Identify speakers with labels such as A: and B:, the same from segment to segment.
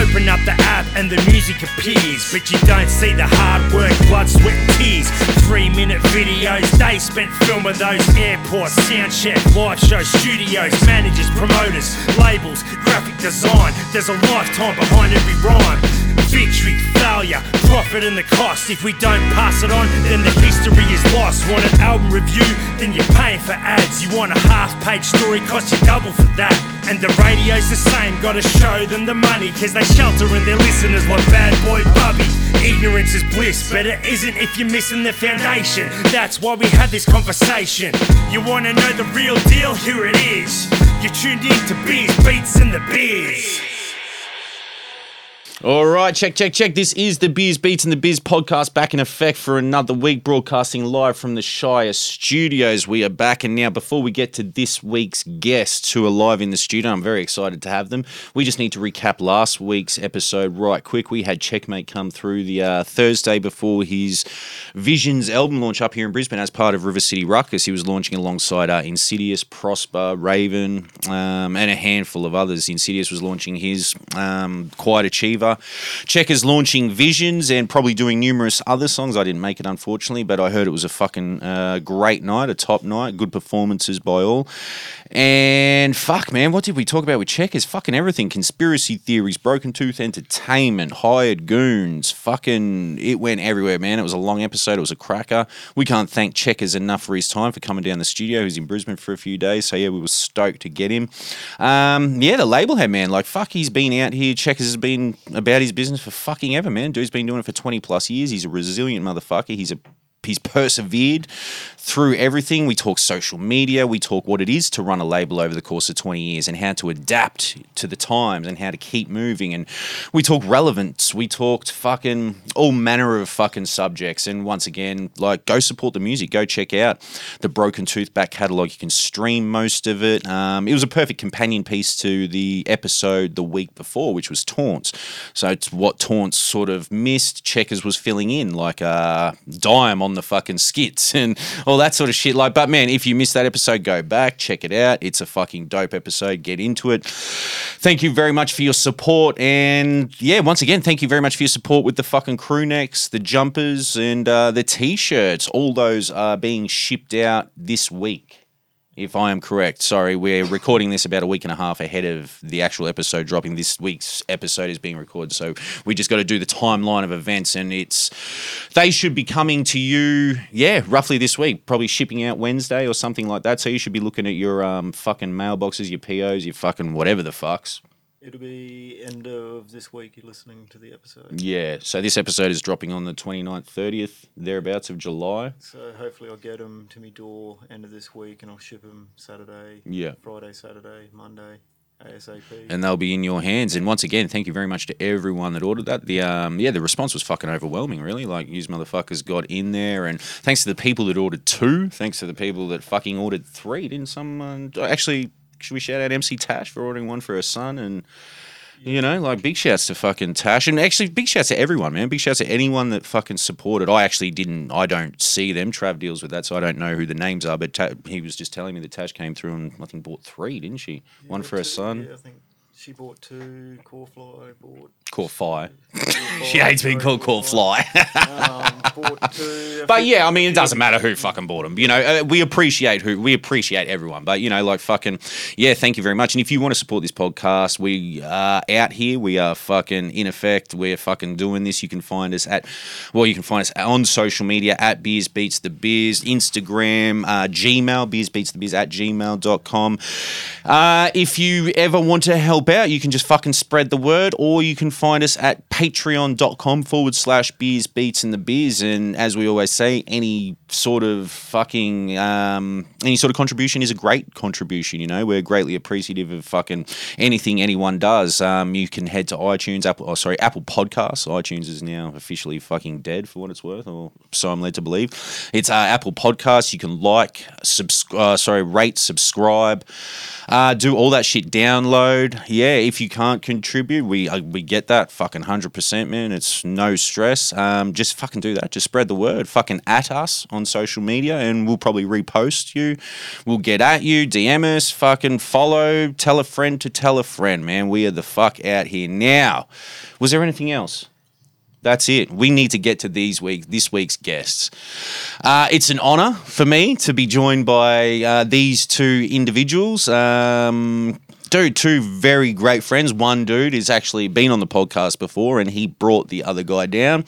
A: Open up the app and the music appears. But you don't see the hard work, blood, sweat, tears. Three minute videos, they spent filming those airports, sound check, live show studios, managers, promoters, labels, graphic design. There's a lifetime behind every rhyme. Victory, failure, profit and the cost. If we don't pass it on, then the history is lost. Want an album review? Then you're paying for ads. You want a half page story, cost you double for that. And the radio's the same, gotta show them the money, cause they sheltering their listeners like bad boy Bubby. Ignorance is bliss, but it isn't if you're missing the foundation. That's why we had this conversation. You wanna know the real deal? Here it is. You're tuned in to Beats, Beats, and the Beers.
B: All right, check, check, check. This is the Beers, Beats, and the Biz podcast back in effect for another week, broadcasting live from the Shire Studios. We are back. And now, before we get to this week's guests who are live in the studio, I'm very excited to have them. We just need to recap last week's episode right quick. We had Checkmate come through the uh, Thursday before his Visions album launch up here in Brisbane as part of River City Ruckus. He was launching alongside uh, Insidious, Prosper, Raven, um, and a handful of others. Insidious was launching his um, Quiet Achiever. Checkers launching Visions and probably doing numerous other songs. I didn't make it, unfortunately, but I heard it was a fucking uh, great night, a top night, good performances by all. And fuck, man, what did we talk about with Checkers? Fucking everything. Conspiracy theories, Broken Tooth Entertainment, Hired Goons, fucking. It went everywhere, man. It was a long episode. It was a cracker. We can't thank Checkers enough for his time for coming down the studio. He's in Brisbane for a few days. So, yeah, we were stoked to get him. Um, yeah, the label head, man. Like, fuck, he's been out here. Checkers has been about his business for fucking ever, man. Dude's been doing it for 20 plus years. He's a resilient motherfucker. He's a he's persevered through everything. We talk social media, we talk what it is to run a label over the course of 20 years and how to adapt to the times and how to keep moving. And we talk relevance, we talked fucking all manner of fucking subjects. And once again, like go support the music, go check out the Broken Tooth back catalog. You can stream most of it. Um, it was a perfect companion piece to the episode the week before, which was Taunts. So it's what Taunts sort of missed. Checkers was filling in like a dime on the fucking skits and all that sort of shit. Like, but man, if you missed that episode, go back, check it out. It's a fucking dope episode. Get into it. Thank you very much for your support. And yeah, once again, thank you very much for your support with the fucking crew necks, the jumpers, and uh, the t shirts. All those are being shipped out this week if I am correct. Sorry, we're recording this about a week and a half ahead of the actual episode dropping. This week's episode is being recorded, so we just got to do the timeline of events, and it's they should be coming to you, yeah, roughly this week, probably shipping out Wednesday or something like that. So you should be looking at your um, fucking mailboxes, your POs, your fucking whatever the fucks.
C: It'll be end of this week. You're listening to the episode,
B: Yeah, so this episode is dropping on the 29th, 30th, thereabouts of July.
C: so hopefully I'll get them to me door end of this week, and I'll ship them Saturday,
B: Yeah.
C: Friday, Saturday, Monday, ASAP.
B: and they'll be in your hands. And once again, thank you very much to everyone that ordered that. The um, yeah, the response was fucking overwhelming. Really, like you motherfuckers got in there, and thanks to the people that ordered two. Thanks to the people that fucking ordered three. Didn't someone actually? Should we shout out MC Tash for ordering one for her son and? You know, like big shouts to fucking Tash, and actually big shouts to everyone, man. Big shouts to anyone that fucking supported. I actually didn't, I don't see them. Trav deals with that, so I don't know who the names are. But Ta- he was just telling me that Tash came through and I think bought three, didn't she? One
C: Yeah,
B: for her
C: two-
B: son,
C: Yeah, I think she bought two. Corefly bought.
B: called Fire.
C: She
B: She hates being called Caught Fly.
C: Um, bought two.
B: but yeah, I mean, it doesn't matter who fucking bought them. You know, uh, we appreciate who, we appreciate everyone. But, you know, like fucking, yeah, thank you very much. And if you want to support this podcast, we are out here. We are fucking in effect. We're fucking doing this. You can find us at, well, you can find us on social media at Beers Beats the Beers, Instagram, uh, Gmail, Beers Beats the Beers at gmail.com. Uh, if you ever want to help out, you can just fucking spread the word, or you can find us at patreon.com forward slash beers, beats, and the beers. And as we always say, any sort of fucking, um, any sort of contribution is a great contribution. You know, we're greatly appreciative of fucking anything anyone does. Um, you can head to iTunes, Apple, oh, sorry, Apple Podcasts. iTunes is now officially fucking dead for what it's worth, or so I'm led to believe. It's uh, Apple Podcasts. You can like, subscribe, uh, sorry, rate, subscribe uh, do all that shit download. yeah, if you can't contribute, we uh, we get that fucking hundred percent, man. It's no stress. Um, just fucking do that. Just spread the word. Fucking at us on social media, and we'll probably repost you. We'll get at you. DM us. Fucking follow. Tell a friend to tell a friend, man. We are the fuck out here now. Was there anything else? That's it. We need to get to these week this week's guests. Uh, it's an honor for me to be joined by uh, these two individuals. Um, dude, two very great friends. One dude has actually been on the podcast before and he brought the other guy down.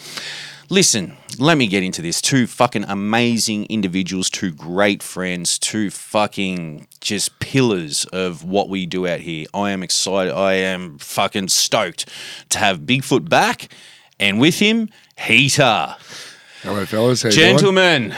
B: Listen, let me get into this. Two fucking amazing individuals, two great friends, two fucking just pillars of what we do out here. I am excited. I am fucking stoked to have Bigfoot back and with him, Heater.
D: Hello, fellas. How you doing?
B: Gentlemen,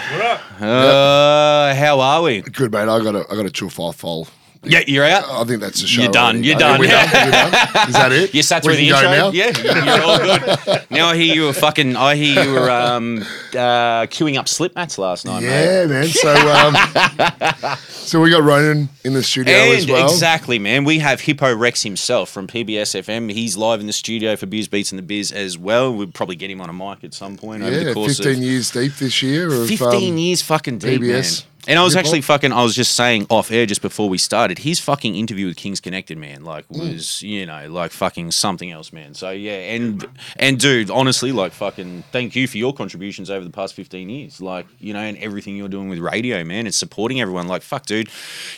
B: uh, how are we?
D: Good mate. I got a I got a chill five fold.
B: Yeah, you're out.
D: I think that's the show.
B: You're done,
D: already.
B: you're
D: I think
B: done.
D: we're We're done. Is that it?
B: You sat
D: We
B: through the
D: can
B: intro.
D: go
B: Yeah, you're all good. Now I hear you were fucking. I hear you were um, uh, queuing up slip mats last night, mate.
D: Yeah, man. So, um, so we got Ronan in the studio as
B: And
D: well.
B: exactly, man. We have Hippo Rex himself from PBS FM. He's live in the studio for Beers, Beats, and the Biz as well. We'll probably get him on a mic at some point over
D: Yeah,
B: the course
D: fifteen
B: of
D: years deep this year. Of,
B: 15
D: um,
B: years fucking deep,
D: PBS.
B: man. And I was
D: Hip-hop.
B: actually fucking, I was just saying off air just before we started, his fucking interview with Kings Connected, man, like
D: Mm.
B: was, you know, like fucking something else, man. So yeah, and, and dude, honestly, like fucking thank you for your contributions over the past 15 years. Like, you know, and everything you're doing with radio, man, and supporting everyone. Like, fuck, dude,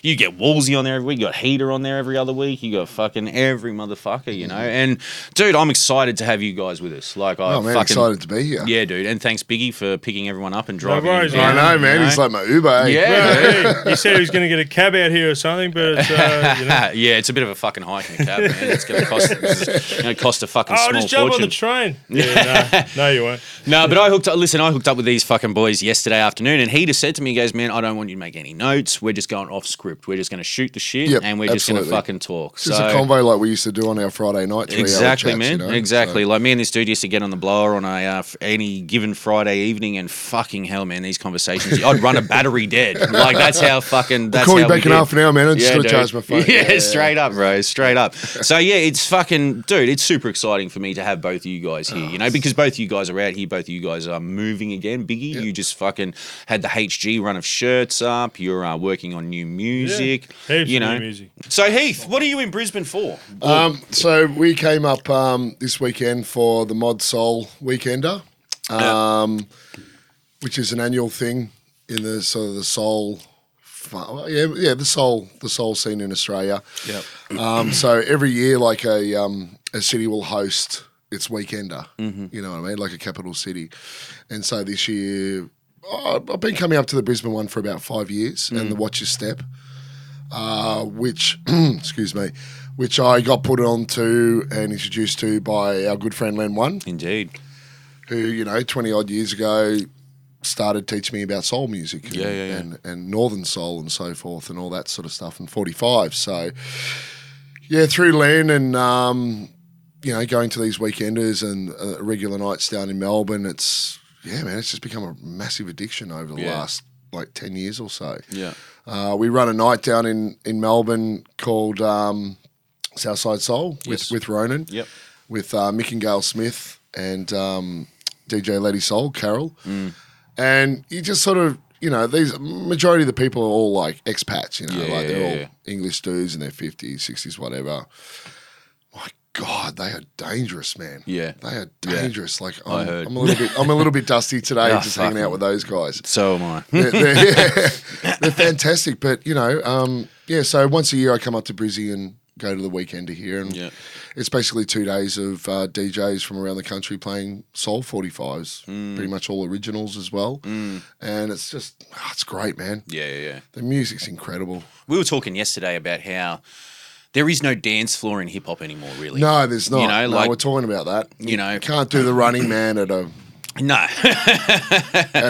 B: you get Wolsey on there every week, you got Heater on there every other week, you got fucking every motherfucker,
D: Mm.
B: you know. And dude, I'm excited to have you guys with us. Like, I
D: Oh man,
B: fucking.
D: excited to be here.
B: Yeah, dude, and thanks Biggie for picking everyone up and driving.
A: worries,
B: him
D: I
B: down,
D: know,
B: you
D: man. He's like my Uber. eh?
B: yeah, dude.
E: Yeah, he, he said he was going to get a cab out here or something, but it's, uh, you know.
B: Ah, yeah, it's a bit of a fucking hike in a cab, man. It's gonna cost, it's gonna cost a fucking
E: Oh,
B: small
E: just jump
B: fortune.
E: on the train. Yeah, no, no, you won't.
B: No, but I hooked up. Listen, I hooked up with these fucking boys yesterday afternoon, and he just said to me, he "Goes, man, I don't want you to make any notes. We're just going off script. We're just going to shoot the shit,
D: Yep,
B: and we're just going to
D: absolutely.
B: fucking talk."
D: It's just
B: so
D: a convo like we used to do on our Friday night. three-hour
B: exactly,
D: chats,
B: man.
D: you know?
B: exactly.
D: So-
B: Like me and this dude used to get on the blower on a uh, f- any given Friday evening, and fucking hell, man, these conversations. I'd run a battery dead. Like that's how fucking. That's
D: Call you
B: how we
D: back in
B: did.
D: half an hour, man. I'm just gonna
B: dude.
D: charge my phone.
B: Yeah, straight up, bro. Straight up. So yeah, it's fucking dude, it's super exciting for me to have both of you guys here, you know,
D: Oh,
B: because both of you guys are out here, both of you guys are moving again. Biggie, you just fucking had the HG run of shirts up, you're uh, working on new music.
E: Heaps
B: you
E: of
B: know.
E: new music.
B: So Heath, what are you in Brisbane for?
D: Um, so we came up um, this weekend for the Mod Soul Weekender, um, which is an annual thing in the sort of the soul, fu- yeah, yeah, the soul, the soul scene in Australia.
B: Yep.
D: Um, so every year, like a um, a city will host its weekender. You know what I mean? Like a capital city. And so this year, I- I've been coming up to the Brisbane one for about five years, and the Watch Your Step, uh, which excuse me, which I got put onto and introduced to by our good friend Len One,
B: Indeed.
D: who you know twenty odd years ago started teaching me about soul music and,
B: yeah, yeah.
D: and and northern soul and so forth and all that sort of stuff and 45 so yeah through len and um you know going to these weekenders and uh, regular nights down in melbourne it's yeah man it's just become a massive addiction over the
B: Yeah.
D: last like 10 years or so
B: Yeah.
D: uh, we run a night down in in melbourne called um southside soul with
B: Yes.
D: with ronan
B: Yep.
D: with uh, Mick and Gail Smith and um, DJ Lady Soul, Carol.
B: Mm.
D: And you just sort of, you know, these majority of the people are all like expats, you know,
B: Yeah,
D: like they're
B: yeah,
D: all
B: yeah.
D: English dudes in their 50s, 60s, whatever. My God, they are dangerous, man.
B: Yeah.
D: They are
B: Yeah.
D: dangerous. Like I'm,
B: heard.
D: I'm a little bit I'm a little bit dusty today
B: Ah,
D: just hanging
B: fucking-
D: out with those guys.
B: So am I.
D: They're, they're- they're fantastic, but you know, um, yeah. So once a year, I come up to Brizzy and go to the weekender here, and
B: Yeah.
D: it's basically two days of uh, DJs from around the country playing soul forty fives,
B: Mm.
D: pretty much all originals as well, and it's just ah, it's great, man.
B: Yeah, yeah, yeah.
D: The music's incredible.
B: We were talking yesterday about how there is no dance floor in hip hop anymore, really.
D: No, there's not.
B: You know,
D: no,
B: like-
D: we're talking about that.
B: you know.
D: can't do the Running Man at a
B: No.
D: at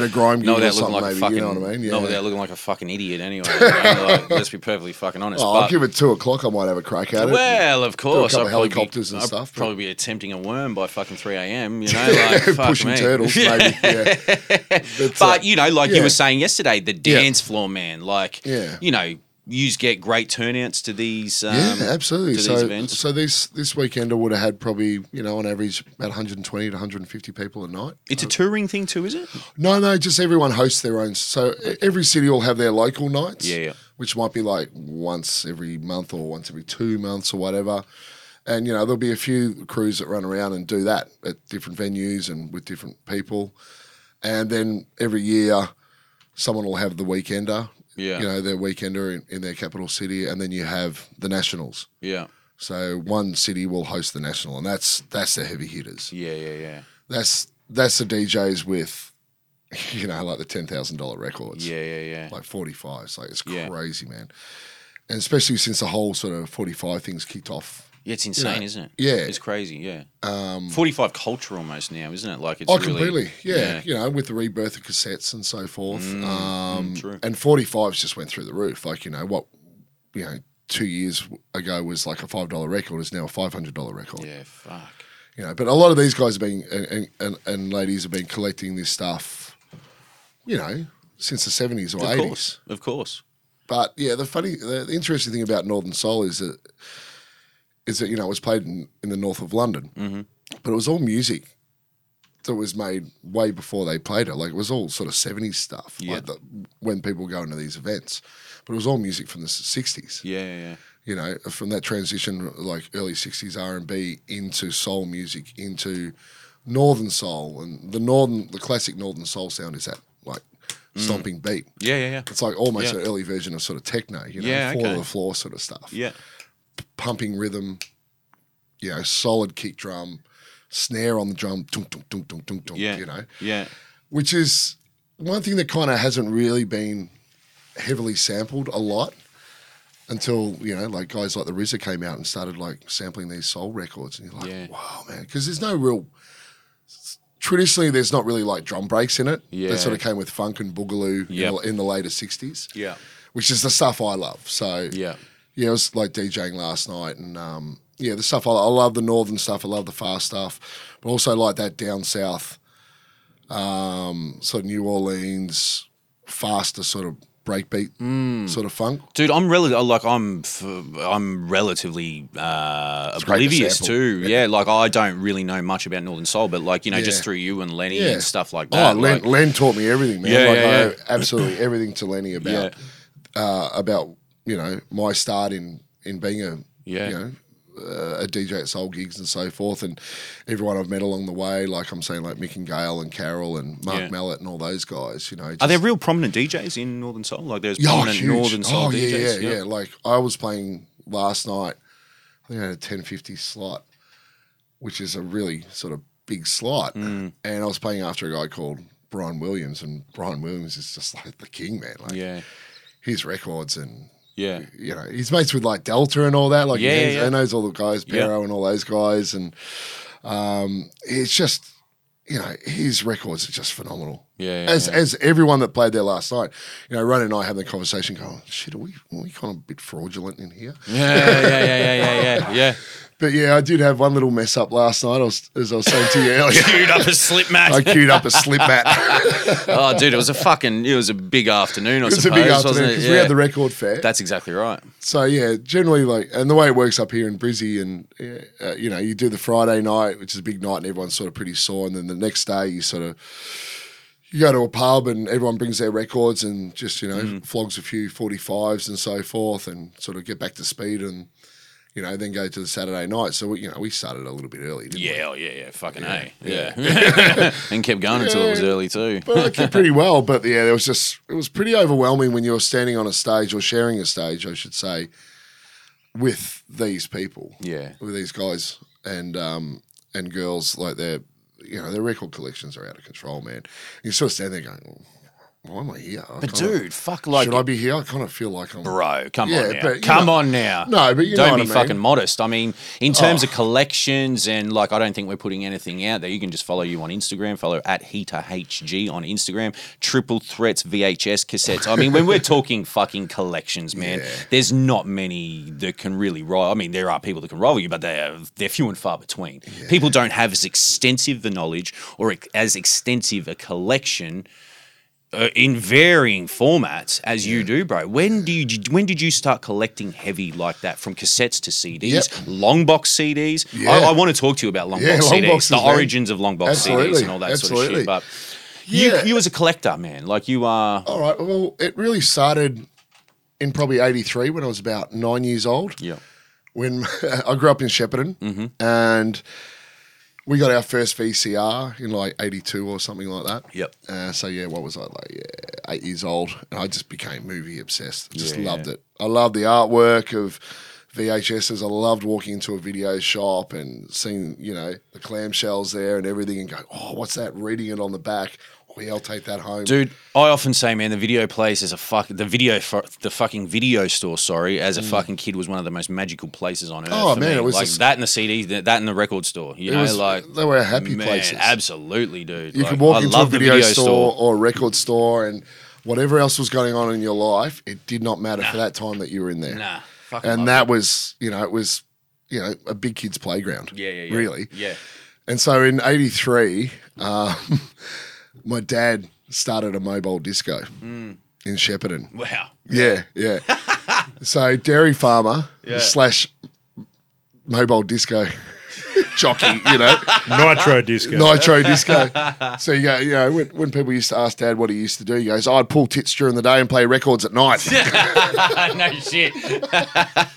D: a grime gig
B: Not
D: or
B: without looking
D: something.
B: like
D: maybe
B: a fucking.
D: you know what I mean? Yeah.
B: Not without looking like a fucking idiot, anyway. you know, like, let's be perfectly fucking honest.
D: oh,
B: but-
D: I'll give it two o'clock. I might have a crack at it.
B: well, of course,
D: couple
B: I'd probably
D: helicopters
B: be,
D: and
B: I'd
D: stuff, but-
B: Probably be attempting a worm by fucking three a.m. You know, like fuck
D: pushing
B: me.
D: turtles, maybe. Yeah. But, uh,
B: But you know, like you
D: yeah.
B: were saying yesterday, the dance floor man, like
D: Yeah.
B: you know, you get great turnouts to these. Um,
D: Yeah, absolutely.
B: To
D: so,
B: these events.
D: so this this weekend I would have had probably you know on average about 120 to 150 people a night.
B: it's a touring thing too, is it?
D: No, no, just everyone hosts their own. So e- every city will have their local nights.
B: Yeah, yeah.
D: Which might be like once every month or once every two months or whatever. And, you know, there'll be a few crews that run around and do that at different venues and with different people. And then every year, someone will have the weekender.
B: Yeah.
D: You know, their weekender in, in their capital city. And then you have the nationals.
B: Yeah,
D: So one city will host the national, and that's that's the heavy hitters
B: yeah, yeah, yeah,
D: that's that's the DJs with, you know, like the ten thousand dollar records,
B: yeah, yeah, yeah.
D: like forty fives, like it's
B: Yeah.
D: crazy, man. And especially since the whole sort of forty five things kicked off,
B: Yeah, it's insane,
D: know,
B: isn't it?
D: yeah.
B: it's crazy. Yeah, um, forty-five culture almost now, isn't it? Like it's
D: oh,
B: really-
D: completely, yeah, you know, with the rebirth of cassettes and so forth, um,
B: Mm, true.
D: and forty fives just went through the roof. Like you know what, you know, two years ago was like a five dollar record is now a five hundred dollar record.
B: yeah, fuck.
D: you know. But a lot of these guys have been and- and, and, and ladies have been collecting this stuff, you know, since the seventies or
B: Of
D: eighties.
B: course, of course.
D: But yeah, the funny, the, the interesting thing about Northern Soul is that is that you know it was played in, in the north of London, mm-hmm. but it was all music that was made way before they played it. Like it was all sort of seventies stuff.
B: Yeah.
D: Like the, when people go into these events, but it was all music from the sixties
B: Yeah, yeah, yeah.
D: you know, from that transition, like early '60s R&B into soul music, into northern soul, and the northern, the classic northern soul sound is that like stomping beat.
B: yeah, yeah, yeah.
D: It's like almost
B: Mm. Yeah.
D: an early version of sort of techno, you know,
B: Yeah,
D: floor
B: okay.
D: to the floor sort of stuff.
B: Yeah,
D: pumping rhythm, you know, solid kick drum, snare on the drum, dunk, dunk, dunk, dunk, dunk, dunk,
B: yeah,
D: you know,
B: yeah,
D: which is one thing that kind of hasn't really been heavily sampled a lot until you know like guys like the RZA came out and started like sampling these soul records and you're like
B: Yeah.
D: wow man because there's no real traditionally there's not really like drum breaks in it
B: Yeah.
D: that sort of came with funk and boogaloo in
B: Yep.
D: the- in the later 60s
B: yeah,
D: which is the stuff I love. So
B: Yeah.
D: yeah, I was like DJing last night, and um, yeah, the stuff I, I love the northern stuff. I love the fast stuff, but also like that down south, um, sort of New Orleans, faster sort of breakbeat
B: Mm.
D: sort of funk.
B: dude. I'm relative. Like I'm, f- I'm relatively uh,
D: great to
B: oblivious
D: sample.
B: too. Yeah. like I don't really know much about Northern Soul, but like you know, just
D: Yeah.
B: through you and Lenny
D: Yeah.
B: and stuff like that.
D: Oh, Len,
B: like-
D: Len taught me everything, man.
B: Yeah,
D: like,
B: yeah,
D: I
B: yeah.
D: owe absolutely everything to Lenny about uh, about you know my start in in being a
B: Yeah.
D: you know. Uh, a DJ at soul gigs and so forth, and everyone I've met along the way, like I'm saying, like Mick and Gale and Carol and Mark
B: Yeah.
D: Mallett and all those guys, you know. Just,
B: Are there real prominent DJs in Northern Soul? Like there's
D: Yeah,
B: prominent
D: huge.
B: Northern Soul
D: oh, yeah,
B: DJs.
D: yeah, yeah. Like I was playing last night. I think I had a ten fifty slot, which is a really sort of big slot.
B: Hmm.
D: And I was playing after a guy called Brian Williams, and Brian Williams is just like the king, man. Like
B: yeah,
D: his records and.
B: yeah.
D: You know, he's mates with like Delta and all that. Like,
B: Yeah,
D: he,
B: yeah,
D: knows,
B: yeah.
D: he knows all the guys,
B: Yeah.
D: Pero and all those guys. And um, it's just, you know, his records are just phenomenal
B: Yeah, yeah,
D: as
B: yeah.
D: as everyone that played there last night, you know, Ron and I having the conversation, going, "Shit, are we are we kind of a bit fraudulent in here?"
B: Yeah, yeah, yeah, yeah, yeah, yeah, yeah.
D: But yeah, I did have one little mess up last night. I was, as I was saying to you earlier,
B: Queued up a slip
D: I
B: match.
D: queued up a slip mat.
B: oh, dude, it was a fucking, it was a big afternoon. I
D: it was a
B: suppose,
D: big afternoon
B: wasn't it?
D: because
B: Yeah.
D: we had the record fair.
B: That's exactly right.
D: so yeah, generally like, and the way it works up here in Brizzy, and uh, you know, you do the Friday night, which is a big night, and everyone's sort of pretty sore, and then the next day you sort of. You go to a pub and everyone brings their records and just, you know, flogs a few 45s and so forth and sort of get back to speed and, you know, then go to the Saturday night. So, we, you know, we started a little bit early. Didn't We?
B: Yeah, oh, yeah, yeah, fucking a, yeah, and kept going until it was early too.
D: But I did pretty well. But yeah, there was just, it was pretty overwhelming when you're standing on a stage or sharing a stage, I should say, with these people.
B: Yeah,
D: with these guys and um and girls like their you know their record collections are out of control man you sort of stand there going why am i here I
B: but
D: kinda-
B: dude, fuck, like,
D: should i be here i kind of feel like i'm
B: bro, come
D: Yeah,
B: on now,
D: but you
B: come
D: know-
B: on now.
D: No, but you know
B: don't
D: what
B: be
D: I mean. Oh.
B: fucking modest. I mean, in terms of collections and like, I don't think we're putting anything out there. You can just follow you on Instagram. Follow at HeaterHG on Instagram. Triple Threats VHS cassettes. I mean, when we're talking fucking collections, man, there's not many that can really rival. I mean, there are people that can rival you, but they are they're few and far between. People don't have as extensive the knowledge or ex- as extensive a collection uh, in varying formats as you do, bro. When do you when did you start collecting heavy like that from cassettes to CDs,
D: Yep.
B: long box CDs?
D: Yeah.
B: I, I want to talk to you about long
D: Yeah,
B: box
D: long
B: CDs,
D: boxes,
B: the
D: man.
B: origins of long box CDs
D: Absolutely,
B: and all that sort of
D: absolutely.
B: shit. But
D: Yeah. Oh.
B: you you as a collector, man, like you are.
D: All right. Well, it really started in probably 83 when I was about nine years old.
B: Yeah.
D: When I grew up in Shepparton
B: Mm-hmm.
D: and we got our first VCR in like 82 or something like that.
B: Yep.
D: Uh, so, yeah, what was I like? Yeah, eight years old. And I just became movie obsessed. Just
B: Yeah,
D: loved it. I loved the artwork of VHSs. I loved walking into a video shop and seeing, you know, the clamshells there and everything and going, oh, what's that? Reading it on the back. Oh, yeah, I'll take that home.
B: Dude, I often say, man, the video place is a fuck. The video, fu- the fucking video store. Sorry, as a fucking kid, was one of the most magical places on earth.
D: Mm. Oh,
B: for
D: man,
B: me.
D: it was
B: like
D: just-
B: that in the CD, th- that in the record store. You
D: It
B: know,
D: was-
B: like
D: they were happy
B: man,
D: places.
B: Absolutely, dude.
D: You
B: Like,
D: could walk
B: I
D: into a
B: love the
D: video, store, or a record store and whatever else was going on in your life, it did not matter for that time that you were in there.
B: Nah, fucking
D: and
B: love
D: that was, you know, it was, you know, a big kid's playground.
B: Yeah, yeah, yeah.
D: Really.
B: Yeah.
D: And so in 83, um, my dad started a mobile disco
B: Hmm.
D: in Shepparton.
B: Wow.
D: Yeah, yeah. so dairy farmer slash mobile disco jockey, you know.
E: Nitro disco.
D: Nitro disco. so you go, you know, when, when people used to ask Dad what he used to do, he goes, "I'd pull tits during the day and play records at night."
B: no shit.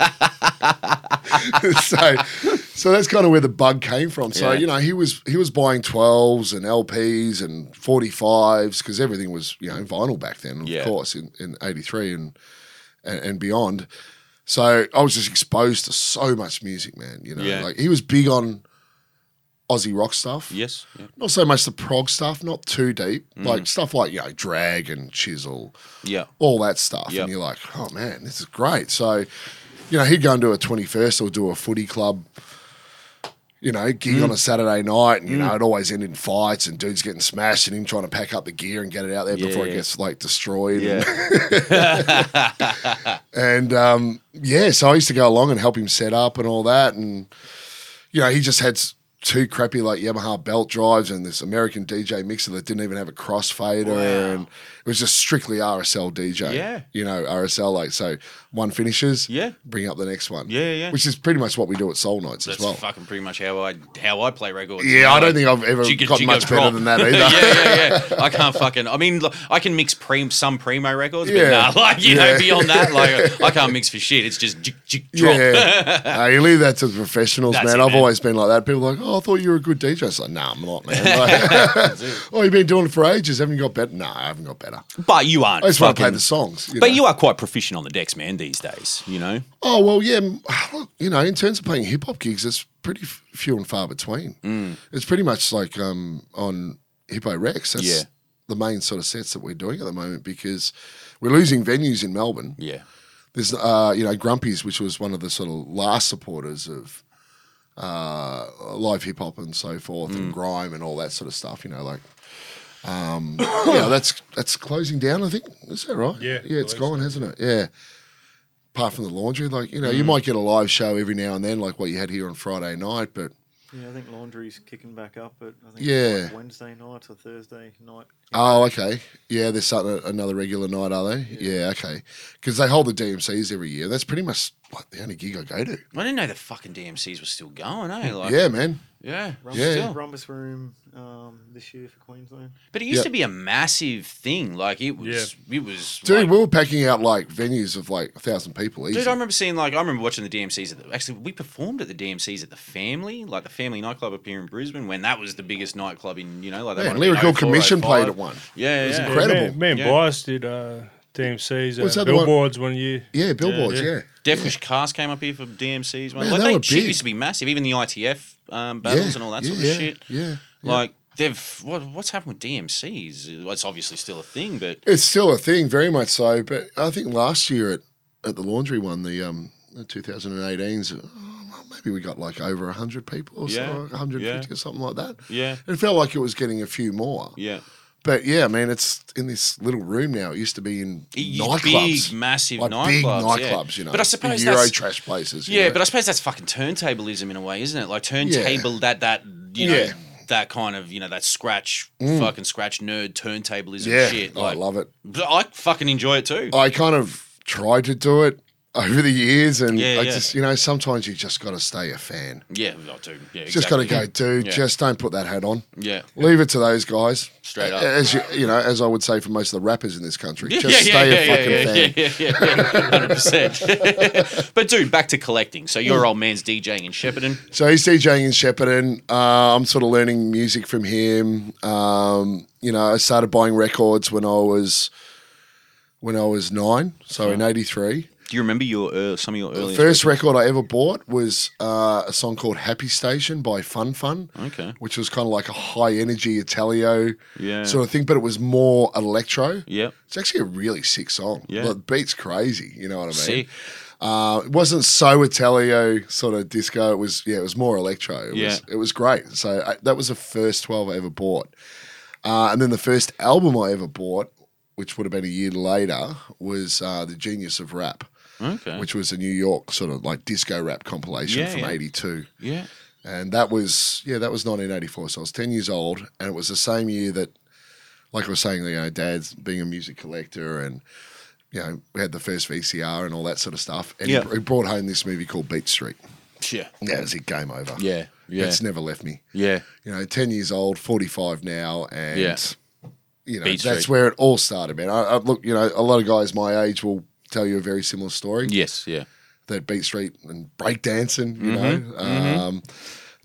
D: so, so that's kind of where the bug came from. So
B: Yeah.
D: you know, he was he was buying twelves and LPs and forty fives because everything was you know vinyl back then, of
B: Yeah.
D: course, in in eighty three and, and and beyond. So I was just exposed to so much music, man. You know,
B: Yeah.
D: like he was big on Aussie rock stuff.
B: Yes. Yeah.
D: not so much the prog stuff, not too deep,
B: Mm.
D: like stuff like you know drag and chisel,
B: yeah.
D: all that stuff,
B: Yep.
D: and you're like, oh man, this is great. So, you know, he'd go and do a twenty first or do a footy club, you know, gig
B: Mm.
D: on a Saturday night, and you know, it always ended in fights and dudes getting smashed and him trying to pack up the gear and get it out there before it
B: Yeah.
D: gets like destroyed. and-
B: Yeah.
D: and um, yeah, so I used to go along and help him set up and all that. And, you know, he just had s- two crappy like Yamaha belt drives and this American DJ mixer that didn't even have a crossfader. And it was just strictly RSL DJ.
B: Yeah.
D: You know, RSL, like, so one finishes,
B: Yeah.
D: bring up the next one.
B: Yeah, yeah.
D: Which is pretty much what we do at Soul Nights
B: That's
D: as well.
B: fucking pretty much how I how I play records.
D: yeah, I don't think I've ever
B: Jigga-
D: got
B: jigga
D: much better
B: drop.
D: than that either.
B: yeah, yeah, yeah. I can't fucking. I mean, look, I can mix pre- some primo records, but
D: Yeah.
B: nah, like you
D: Yeah.
B: know, beyond that, like I can't mix for shit. It's just jig, jig, drop.
D: Yeah, Uh, you leave that to the professionals,
B: That's
D: man.
B: it,
D: I've
B: man.
D: always been like that. People are like, oh, I thought you were a good DJ. It's like, nah, I'm not, man. Like, oh, you've been doing it for ages. Haven't you got better? No, I haven't got better.
B: But you aren't.
D: I just want to play
B: fucking-
D: the songs.
B: But
D: know.
B: you are quite proficient on the decks, man. These days, you know.
D: oh well, yeah. m- Look, you know, in terms of playing hip hop gigs, it's pretty f- few and far between. It's pretty much like um, on Hippo Rex. That's
B: Yeah.
D: the main sort of sets that we're doing at the moment because we're losing venues in Melbourne.
B: Yeah.
D: There's, uh, you know, Grumpy's, which was one of the sort of last supporters of uh, live hip hop and so forth, and grime and all that sort of stuff. You know, like, um, yeah, that's that's closing down. I think is that right?
E: Yeah,
D: yeah, it's
E: believe
D: gone, hasn't it? Yeah. Apart from the laundry, like you know, you might get a live show every now and then, like what you had here on Friday night, but
C: Yeah, I think laundry's kicking back up, but I think it's
D: Yeah.
C: like Wednesday nights or Thursday night.
D: Oh, okay. Yeah, they're starting a- another regular night, are they? Yeah, okay. Because they hold the DMCs every year. That's pretty much like the only gig I go to.
B: I didn't know the fucking DMCs were still going, eh? Like,
D: Yeah, man.
B: yeah,
C: Rumbus,
D: Yeah.
C: Rumbus Room um, this year for Queensland.
B: But it used
D: Yeah.
B: to be a massive thing. Like it was, it was.
D: Dude,
B: like-
D: we were packing out like venues of like a thousand people easy.
B: Dude, I remember seeing like I remember watching the DMCs. At the, actually, we performed at the DMCs at the Family, like the Family nightclub up here in Brisbane, when that was the biggest nightclub in oh you know like that.
D: Man, Lyrical Commission played at
B: Yeah,
D: one.
B: yeah.
E: Yeah, me-
D: Incredible.
E: Me and
B: Yeah.
E: Bias did uh, DMCs,
D: Was
E: uh,
D: that the one-
E: billboards one year.
D: Yeah, billboards. Yeah,
E: Yeah,
D: yeah.
B: Deathwish Cast came up here for DMCs. One.
D: Man,
B: like
D: they
B: they,
D: were
B: shit
D: big.
B: used to be massive. Even the ITF um, battles and all that
D: yeah,
B: sort of
D: yeah,
B: shit.
D: Yeah.
B: Like they've what, what's happened with DMCs? It's obviously still a thing, but
D: It's still a thing, very much so. But I think last year at, at the laundry one, the um, the 2018s, oh, well, maybe we got like over 100 people or
B: Yeah,
D: so, 150
B: yeah.
D: or something like that.
B: Yeah.
D: It felt like it was getting a few more.
B: yeah,
D: But yeah, I mean, it's in this little room now. It used to be in
B: It-
D: nightclubs.
B: big, massive
D: like
B: nightclubs,
D: big
B: yeah.
D: nightclubs, you know.
B: But I suppose
D: Euro
B: that's-
D: trash places. you
B: yeah.
D: know.
B: But I suppose that's fucking turntablism in a way, isn't it? Like turntable that that you know
D: Yeah. Mm.
B: that kind of you know that scratch fucking scratch nerd turntablism
D: Yeah,
B: shit.
D: Oh, I love it.
B: But I fucking enjoy it too.
D: I kind of tried to do it over the years, and
B: Yeah,
D: I
B: yeah.
D: just, you know, sometimes you just got to stay a fan.
B: yeah, I do. Yeah, exactly.
D: Just got to go, dude.
B: Yeah.
D: Just don't put that hat on.
B: Yeah,
D: Leave it to those guys.
B: Straight
D: A-
B: up.
D: as you, you know, as I would say for most of the rappers in this country,
B: Yeah,
D: just stay a fucking fan.
B: yeah, yeah, yeah, yeah, yeah, hundred percent. But dude, back to collecting. So
D: Mm.
B: your old man's DJing in Shepparton.
D: So he's DJing in Shepparton. Uh, I'm sort of learning music from him. Um, you know, I started buying records when I was when I was nine, so in '83.
B: Do you remember your uh, some of your earliest?
D: First record I ever bought was uh, a song called Happy Station by Fun Fun,
B: Okay.
D: which was kind of like a high energy Italio
B: Yeah.
D: sort of thing, but it was more electro.
B: Yep.
D: It's actually a really sick song.
B: Yeah.
D: Like, beat's crazy. You know what I mean?
B: See.
D: Uh, it wasn't so Italio sort of disco. It was yeah, it was more electro. It
B: Yeah.
D: was it was great. So I, that was the first twelve I ever bought, uh, and then the first album I ever bought, which would have been a year later, was uh, the Genius of Rap,
B: Okay.
D: which was a New York sort of like disco rap compilation
B: Yeah,
D: from
B: yeah.
D: '82,
B: yeah.
D: and that was yeah, that was 1984. So I was ten years old, and it was the same year that, like I was saying, you know, Dad's being a music collector and you know, we had the first VCR and all that sort of stuff. And he-
B: Yeah.
D: he, brought home this movie called Beat Street.
B: Yeah.
D: That was it, game over.
B: Yeah, yeah.
D: It's never left me.
B: Yeah.
D: You know, 10 years old, 45 now, and,
B: Yeah.
D: you know,
B: Beat
D: that's
B: Street.
D: where it all started, man. I, I, look, you know, a lot of guys my age will tell you a very similar story
B: Yes. Yeah.
D: that Beat Street and breakdancing,
E: Mm-hmm.
D: you know. Um,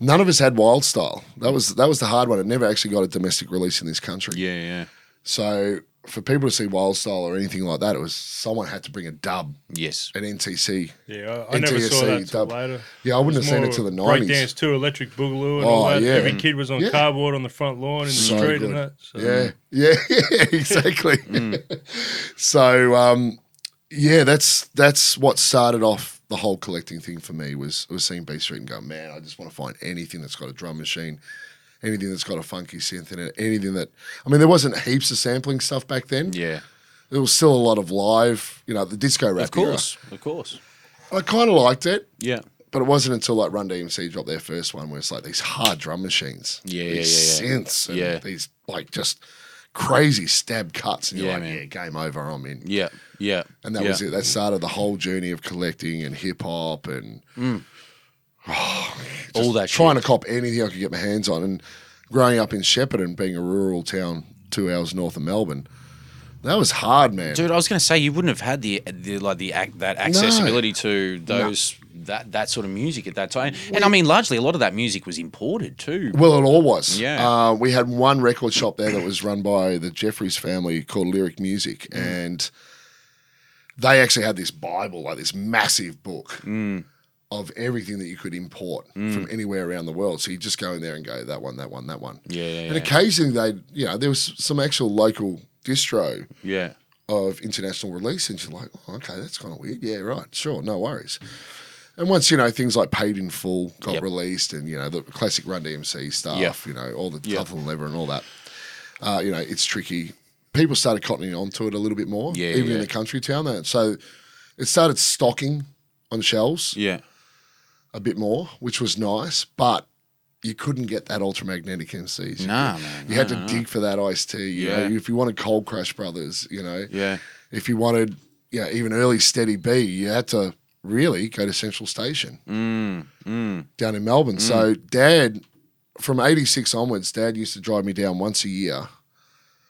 D: None of us had Wild Style. That was that was the hard one. It never actually got a domestic release in this country.
B: Yeah. Yeah.
D: So for people to see Wild Style or anything like that, it was someone had to bring a dub
B: Yes.
D: an NTC.
E: Yeah, I, I never saw
D: NTSC
E: that till
D: dub.
E: later.
D: Yeah, I wouldn't have seen it
E: more
D: till the 90s.
E: Breakdance too, electric boogaloo, and
D: Oh,
E: all that.
D: yeah.
E: Every kid was on
D: Yeah.
E: cardboard on the front lawn in the
D: So
E: street
D: good.
E: and that. So.
B: Um,
D: Yeah, yeah, yeah, exactly.
B: Mm.
D: so, um, yeah, that's that's what started off the whole collecting thing for me was was seeing B Street and going, man, I just want to find anything that's got a drum machine, anything that's got a funky synth in it, anything that. I mean, there wasn't heaps of sampling stuff back then.
B: Yeah.
D: There was still a lot of live, you know, the disco rap.
B: Of course. Of course.
D: era. I kind of liked it.
B: Yeah.
D: But it wasn't until like Run DMC dropped their first one where it's like these hard drum machines,
B: Yeah, yeah,
D: these
B: yeah, yeah.
D: synths, and
B: Yeah.
D: these like just crazy stab cuts, and you're
B: Yeah,
D: like,
B: man.
D: yeah, game over, I'm in.
B: Yeah. Yeah.
D: And that
B: yeah.
D: was it. That started the whole journey of collecting and hip hop and
B: Mm.
D: oh, just
B: All that.
D: trying
B: shit.
D: to cop anything I could get my hands on. And growing up in Shepparton, being a rural town two hours north of Melbourne, that was hard, man.
B: Dude, I was gonna say you wouldn't have had the, the like the ac- that accessibility to those that that sort of music at that time, and I mean largely a lot of that music was imported too.
D: Well, it all was.
B: Yeah.
D: Uh, we had one record shop there that was run by the Jeffries family called Lyric Music,
B: Mm.
D: and they actually had this Bible, like this massive book
B: Mm.
D: of everything that you could import from anywhere around the world. So you just go in there and go that one, that one, that one.
B: Yeah, yeah,
D: And
B: yeah.
D: occasionally they, you know, there was some actual local distro
B: Yeah,
D: of international release, and you're like, oh, okay, that's kind of weird. Yeah, right, sure, no worries. And once you know things like Paid in Full got
B: Yep.
D: released, and you know the classic Run DMC stuff,
B: Yeah.
D: you know all the
B: Yeah.
D: Tough and Lever and all that, uh, you know it's tricky. People started cottoning onto it a little bit more,
B: Yeah,
D: even
B: yeah.
D: in the country town. There, so it started stocking on shelves
B: yeah.
D: a bit more, which was nice, but you couldn't get that ultramagnetic MCs.
B: Nah, man.
D: You had to dig for that iced tea. You
B: Yeah.
D: know, if you wanted Cold Crash Brothers, you know,
B: Yeah,
D: if you wanted, you know, even early Steady B, you had to really go to Central Station
B: Mm.
D: down in Melbourne. So, Dad, from 86 onwards, Dad used to drive me down once a year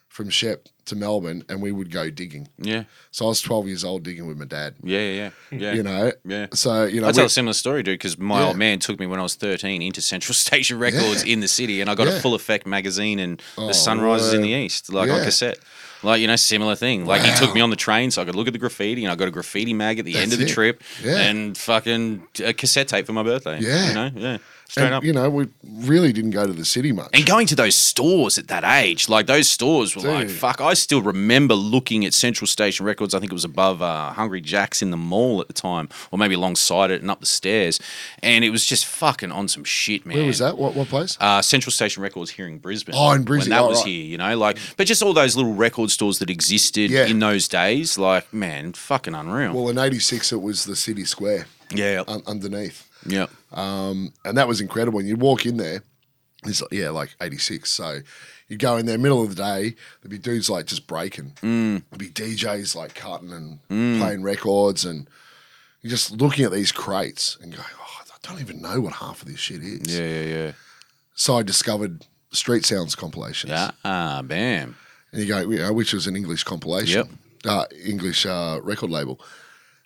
D: from Shep to Melbourne and we would go digging.
B: yeah,
D: So, I was 12 years old digging with my dad,
B: yeah, yeah, yeah.
D: you know.
B: Yeah.
D: So, you know,
B: I tell
D: we-
B: a similar story, dude, because my
D: Yeah.
B: old man took me when I was 13 into Central Station Records in the city, and I got
D: Yeah.
B: a full effect magazine and
D: Oh,
B: The Sunrises in
D: word.
B: the East, like on
D: Yeah.
B: cassette. Like, you know, similar thing. Like, he took me on the train so I could look at the graffiti, and I got a graffiti mag at the end
D: That's
B: of the
D: it.
B: trip,
D: Yeah.
B: and fucking a cassette tape for my birthday.
D: Yeah.
B: You know, yeah. Straight
D: and,
B: up.
D: you know, we really didn't go to the city much.
B: And going to those stores at that age, like those stores were like,
D: Dude.
B: fuck, I still remember looking at Central Station Records. I think it was above uh, Hungry Jack's in the mall at the time, or maybe alongside it and up the stairs. And it was just fucking on some shit, man.
D: Where was that? What, what place?
B: Uh, Central Station Records here in Brisbane.
D: Oh, in Brisbane.
B: When that
D: Oh,
B: was
D: right.
B: here, you know, like, but just all those little record stores that existed
D: Yeah.
B: in those days, like, man, fucking unreal.
D: well, um, in 86, it was the city square
B: yeah.
D: un- underneath.
B: yeah.
D: Um, and that was incredible. And you'd walk in there, It's yeah, like eighty six. So you go in there middle of the day, there'd be dudes like just breaking. Mm. There'd be DJs like cutting and
B: Mm.
D: playing records, and you're just looking at these crates and going, oh, I don't even know what half of this shit is.
B: Yeah, yeah, yeah.
D: So I discovered Street Sounds compilations.
B: Ah, ah, bam.
D: And you go, you know, which was an English compilation,
B: Yep.
D: uh, English uh, record label.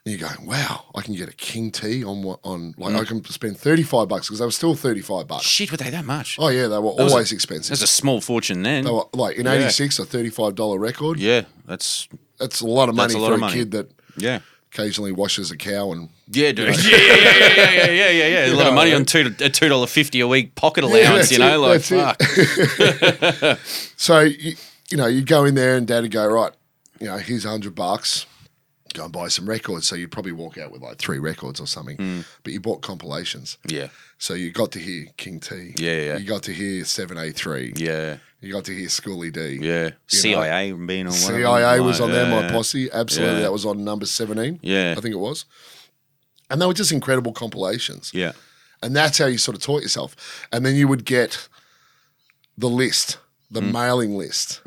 D: And you go, wow, I can get a King T on what
B: Mm.
D: on like I can spend thirty five bucks because they were still thirty five bucks.
B: Shit, were they that much?
D: Oh yeah, they were
B: That was a-
D: always expensive.
B: That's a small fortune then.
D: They were, like in
B: Yeah.
D: '86, a thirty-five dollar record.
B: Yeah, that's
D: That's a lot of money
B: That's a lot
D: for
B: of
D: a
B: money.
D: kid that
B: yeah.
D: occasionally washes a cow and
B: Yeah, dude. Yeah, yeah, yeah, yeah, yeah, yeah, yeah, yeah. A lot of money on two a two dollar fifty a week pocket allowance.
D: that's
B: you know,
D: it,
B: like
D: that's it.
B: fuck.
D: so you, you know you'd go in there and dad'd go right, you know here's a hundred bucks, go and buy some records. So you'd probably walk out with like three records or something,
B: Mm.
D: but you bought compilations.
B: Yeah,
D: So you got to hear King T.
B: Yeah, yeah.
D: You got to hear Seven A Three.
B: yeah,
D: You got to hear Schoolie D.
B: yeah. CIA being on one. of them,
D: CIA was
B: like,
D: on there,
B: yeah,
D: my
B: yeah.
D: posse. Absolutely.
B: Yeah.
D: That was on number 17.
B: Yeah.
D: I think it was. And they were just incredible compilations.
B: Yeah,
D: And that's how you sort of taught yourself. And then you would get the list, the
B: Mm.
D: mailing list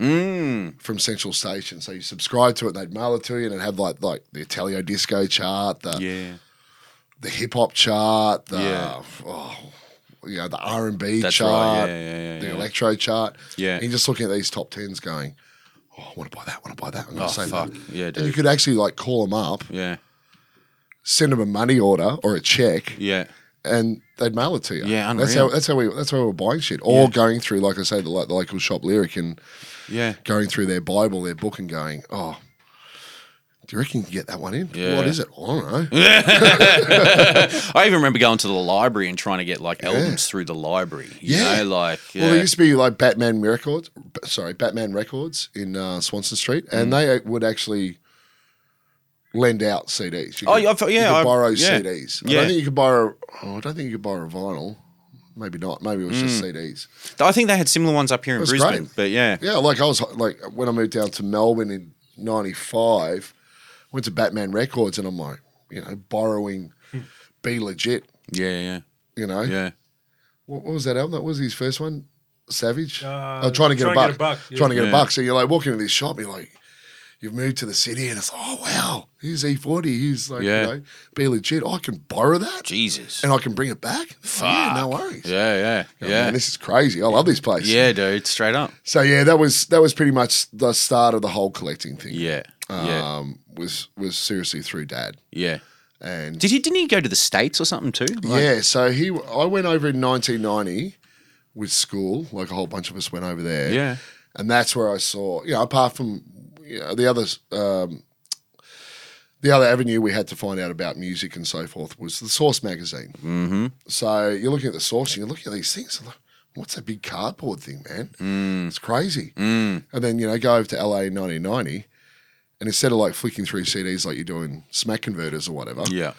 D: from Central Station. So you subscribe to it, they'd mail it to you, and it'd have like like the Italio disco chart, the
B: yeah.
D: the hip hop chart, the
B: Yeah.
D: oh, you know, the R and B
B: That's right,
D: chart,
B: yeah, yeah, yeah,
D: the
B: yeah.
D: electro chart.
B: Yeah.
D: And you're just looking at these top tens going, Oh, I want to buy that, I want to buy that, I'm gonna
B: Oh,
D: say
B: fuck.
D: that.
B: Yeah,
D: And you
B: dude.
D: could actually like call them up,
B: Yeah,
D: send them a money order or a check,
B: yeah,
D: and they'd mail it to you.
B: Yeah,
D: That's how
B: unreal.
D: that's how we that's how we were buying shit. Or going through, like I say, the, lo- the local shop lyric and
B: yeah.
D: going through their Bible, their book, and going, Oh, do you reckon you can get that one in?
B: Yeah.
D: What is it? I don't know.
B: I even remember going to the library and trying to get like albums through the library. You
D: Yeah.
B: know, like yeah.
D: Well, there used to be like Batman Records, b- sorry, Batman Records in uh, Swanson Street,
B: Mm.
D: and they would actually lend out CDs. You
B: Oh, yeah, I've-
D: you
B: yeah,
D: could
B: I've-
D: borrow
B: yeah.
D: CDs. I
B: Yeah.
D: don't think you could borrow. Oh, I don't think you could borrow a vinyl. Maybe not. Maybe it was
B: Mm.
D: just CDs.
B: I think they had similar ones up here in
D: That's
B: Brisbane.
D: great.
B: But yeah,
D: Yeah, like I was like when I moved down to Melbourne in '95, went to Batman Records, and I'm like, you know, borrowing,
B: Hmm.
D: be legit.
B: yeah, yeah,
D: You know,
B: yeah.
D: what, what was that album? That was his first one, Savage.
E: Uh,
D: oh, trying to get a buck.
E: Trying to Get a Buck, yeah.
D: Trying to get
B: Yeah.
D: a buck. So you're like walking into this shop, you're like, you've moved to the city, and it's like, oh wow, here's E40. He's like,
B: Yeah.
D: you know, be legit. I can borrow that,
B: Jesus.
D: and I can bring it back. Fuck. Yeah, no worries.
B: Yeah, yeah,
D: Oh,
B: yeah,
D: man, this is crazy. I love this place.
B: yeah, dude. Straight up.
D: So yeah, that was that was pretty much the start of the whole collecting thing.
B: Yeah, yeah,
D: Um, was was seriously through dad
B: yeah.
D: and
B: Did he? Didn't he go to the states or something too? Like-
D: yeah. So he, I went over in 1990 with school. Like a whole bunch of us went over there.
B: Yeah.
D: and that's where I saw. You know, apart from you know, the others, um, the other avenue we had to find out about music and so forth was the Source magazine. Mm-hmm. So you're looking at the Source and you're looking at these things. and like, What's that big cardboard thing, man?
B: Mm.
D: It's crazy. And then you know, go over to LA in 1990, and instead of like flicking through CDs like you're doing Smack Converters or whatever,
B: Yeah.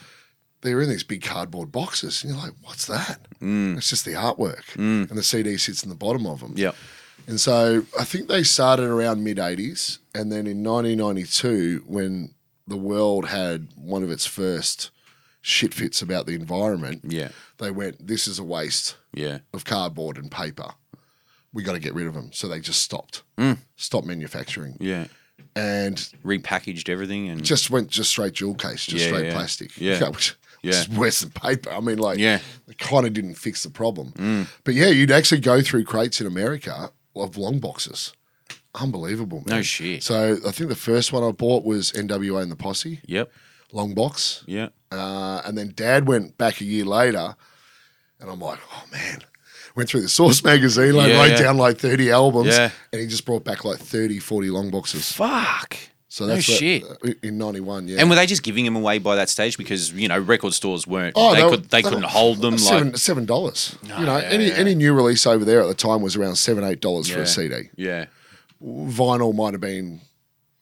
D: they were in these big cardboard boxes. And you're like, what's that? It's just the artwork. And the CD sits in the bottom of them.
B: Mm. Yeah.
D: And so I think they started around mid 80s. And then in 1992, when the world had one of its first shit fits about the environment,
B: Yeah.
D: they went, this is a waste
B: Yeah.
D: of cardboard and paper. We got to get rid of them. So they just stopped, stopped manufacturing
B: Mm. Yeah.
D: and
B: Repackaged everything and
D: just went just straight jewel case, just
B: Yeah,
D: straight
B: yeah.
D: plastic.
B: Yeah.
D: which,
B: Yeah.
D: which is worse than paper. I mean, like,
B: Yeah. Mm.
D: it kind of didn't fix the problem. But yeah, you'd actually go through crates in America of long boxes. Unbelievable, man.
B: No shit.
D: So I think the first one I bought was NWA and the Posse,
B: Yep.
D: long box.
B: Yeah.
D: Uh, and then dad went back a year later, and I'm like, oh man. Went through the Source magazine, like,
B: Yeah,
D: wrote
B: yeah.
D: down like 30 albums,
B: Yeah.
D: and he just brought back like 30, 40 long boxes.
B: Fuck.
D: So that's
B: no
D: what- uh,
B: shit.
D: in 91, yeah.
B: and were they just giving them away by that stage because you know record stores weren't? they,
D: Oh, were-
B: could. They,
D: were
B: couldn't hold them.
D: Seven
B: Like.
D: seven dollars. you know,
B: yeah,
D: any
B: yeah.
D: any new release over there at the time was around seven eight dollars for
B: Yeah.
D: a CD.
B: Yeah.
D: Vinyl might have been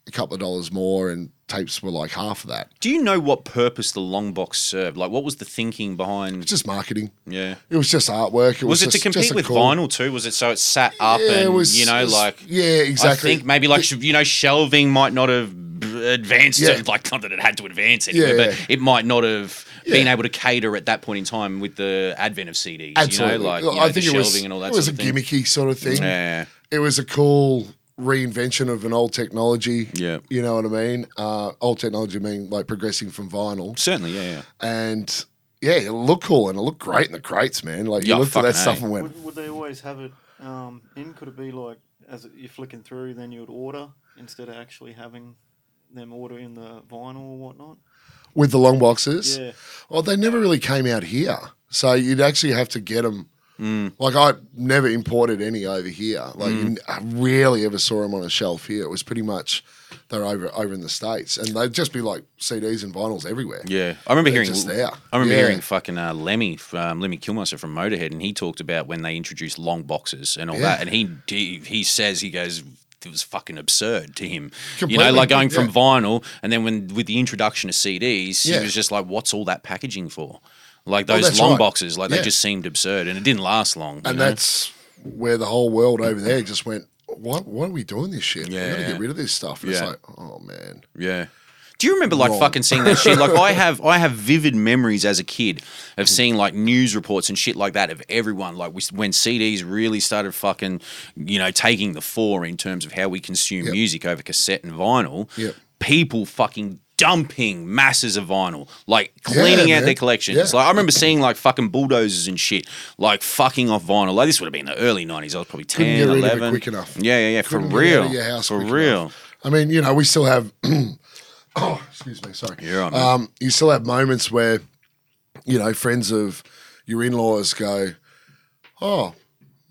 D: a couple of dollars more, and tapes were like half of that.
B: Do you know what purpose the long box served? Like, what was the thinking behind?
D: It's just marketing.
B: Yeah.
D: It was just artwork. It was,
B: Was it to
D: just- just
B: compete
D: a
B: with
D: cool-
B: vinyl too? Was it so it sat up
D: Yeah,
B: and
D: it was-
B: you
D: it
B: know
D: was-
B: like
D: yeah, exactly.
B: I think maybe like you know shelving might not have b- advanced
D: Yeah.
B: it, like not that it had to advance
D: Yeah,
B: anyway, but
D: yeah.
B: it might not have being able to cater at that point in time with the advent of CDs.
D: Absolutely.
B: You know, like
D: Look,
B: you know,
D: I
B: the
D: think it
B: shelving
D: was,
B: and all that
D: it was
B: sort
D: a
B: of thing.
D: gimmicky sort of thing.
B: Yeah.
D: It was a cool reinvention of an old technology.
B: Yeah.
D: You know what I mean? Uh, old technology mean like progressing from vinyl.
B: Certainly, yeah, yeah.
D: And yeah, it looked cool and it looked great in the crates, man. Like
B: Yeah,
D: you looked at that
B: fucking A.
D: stuff and went,
C: Would, would they always have it um, in? Could it be like as it, you're flicking through, then you would order instead of actually having them order in the vinyl or whatnot?
D: with the long boxes.
C: Yeah.
D: Well, they never really came out here. So you'd actually have to get them.
B: Mm.
D: Like I never imported any over here. Like you, I rarely ever saw them on a shelf here. It was pretty much they're over over in the states, and they'd just be like CDs and vinyls everywhere.
B: Yeah, I remember
D: They're
B: hearing.
D: just there.
B: I remember
D: Yeah.
B: hearing fucking uh, Lemmy, um, Lemmy Kilmister from Motorhead, and he talked about when they introduced long boxes and all
D: Yeah.
B: that. And he, he he says he goes, it was fucking absurd to him. You
D: Completely,
B: know, like going from
D: yeah.
B: vinyl, and then when with the introduction of CDs,
D: Yeah.
B: he was just like, what's all that packaging for? Like
D: Well,
B: those
D: that's
B: long
D: right.
B: boxes, like they
D: Yeah.
B: just seemed absurd, and it didn't last long. you
D: and
B: know?
D: that's where the whole world over there just went. What? Why are we doing this shit? we got to
B: Yeah.
D: get rid of this stuff. And
B: Yeah.
D: It's like, oh man,
B: Yeah. Do you remember like
D: Wrong.
B: fucking seeing that shit? Like I have I have vivid memories as a kid of seeing like news reports and shit like that of everyone like we, when CDs really started fucking you know taking the fore in terms of how we consume
D: Yep.
B: music over cassette and vinyl.
D: Yep.
B: People fucking dumping masses of vinyl, like cleaning out
D: man.
B: their collections.
D: Yeah.
B: Like I remember seeing like fucking bulldozers and shit, like fucking off vinyl. Like this would have been the early 90s. I was probably 10,
D: Couldn't get rid of it
B: 11.
D: quick enough.
B: Yeah, yeah, yeah, for
D: Couldn't get out
B: real.
D: of your house
B: for
D: quick
B: real.
D: enough. I mean, you know, we still have. oh, excuse me. Sorry.
B: You're all right, man.
D: um, you still have moments where, you know, friends of your in-laws go, "Oh,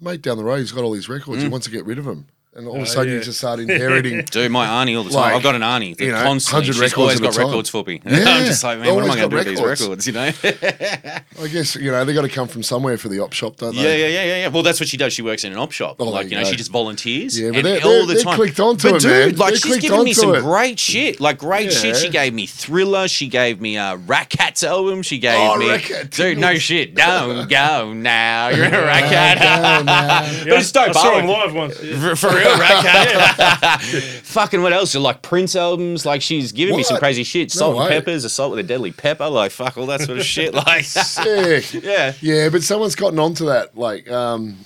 D: mate, down the road, he's got all these records.
B: Mm.
D: He wants to get rid of them." And
B: Oh,
D: all of a sudden, you
E: yeah.
D: just start inheriting.
B: Dude, my auntie all the time.
D: Like,
B: I've got an auntie that
D: you know,
B: constantly.
D: 100
B: She's
D: records
B: always
D: at a
B: got
D: time.
B: records for me. I'm
D: Yeah,
B: just like, man, what am I going to do
D: always got
B: with these records?
D: records.
B: You know?
D: I guess you know they got to come from somewhere for the op shop, don't
B: yeah,
D: they?
B: yeah, yeah, yeah, yeah. Well, that's what she does. She works in an op shop.
D: Oh,
B: like
D: there
B: you
D: you
B: know, she
D: go.
B: just volunteers.
D: Yeah, but
B: and
D: they're-
B: all the
D: they're- they're
B: time.
D: clicked onto
B: but
D: it,
B: dude,
D: man.
B: like
D: They're
B: she's
D: clicked
B: given me
D: onto
B: some
D: it.
B: great shit. Like great shit. She
D: Yeah.
B: gave me Thriller. She gave me uh, Rat Cats album. She gave
D: Oh,
B: me
D: Rat Cat
B: dude. No
D: Tingles.
B: shit. Don't go now. You're a Rat Cat.
D: Oh, no.
E: Yeah,
B: it's dope,
E: I saw
B: I
E: him live once. Yeah.
B: For, for real, Rat Cat. Fucking what else? Like Prince albums. Like she's given me some
D: What?
B: crazy shit.
D: No
B: Salt and
D: way.
B: peppers, assault with a deadly pepper. Like fuck all that sort of shit. Like
D: Sick.
B: yeah.
D: Yeah, but someone's gotten onto that, like, um,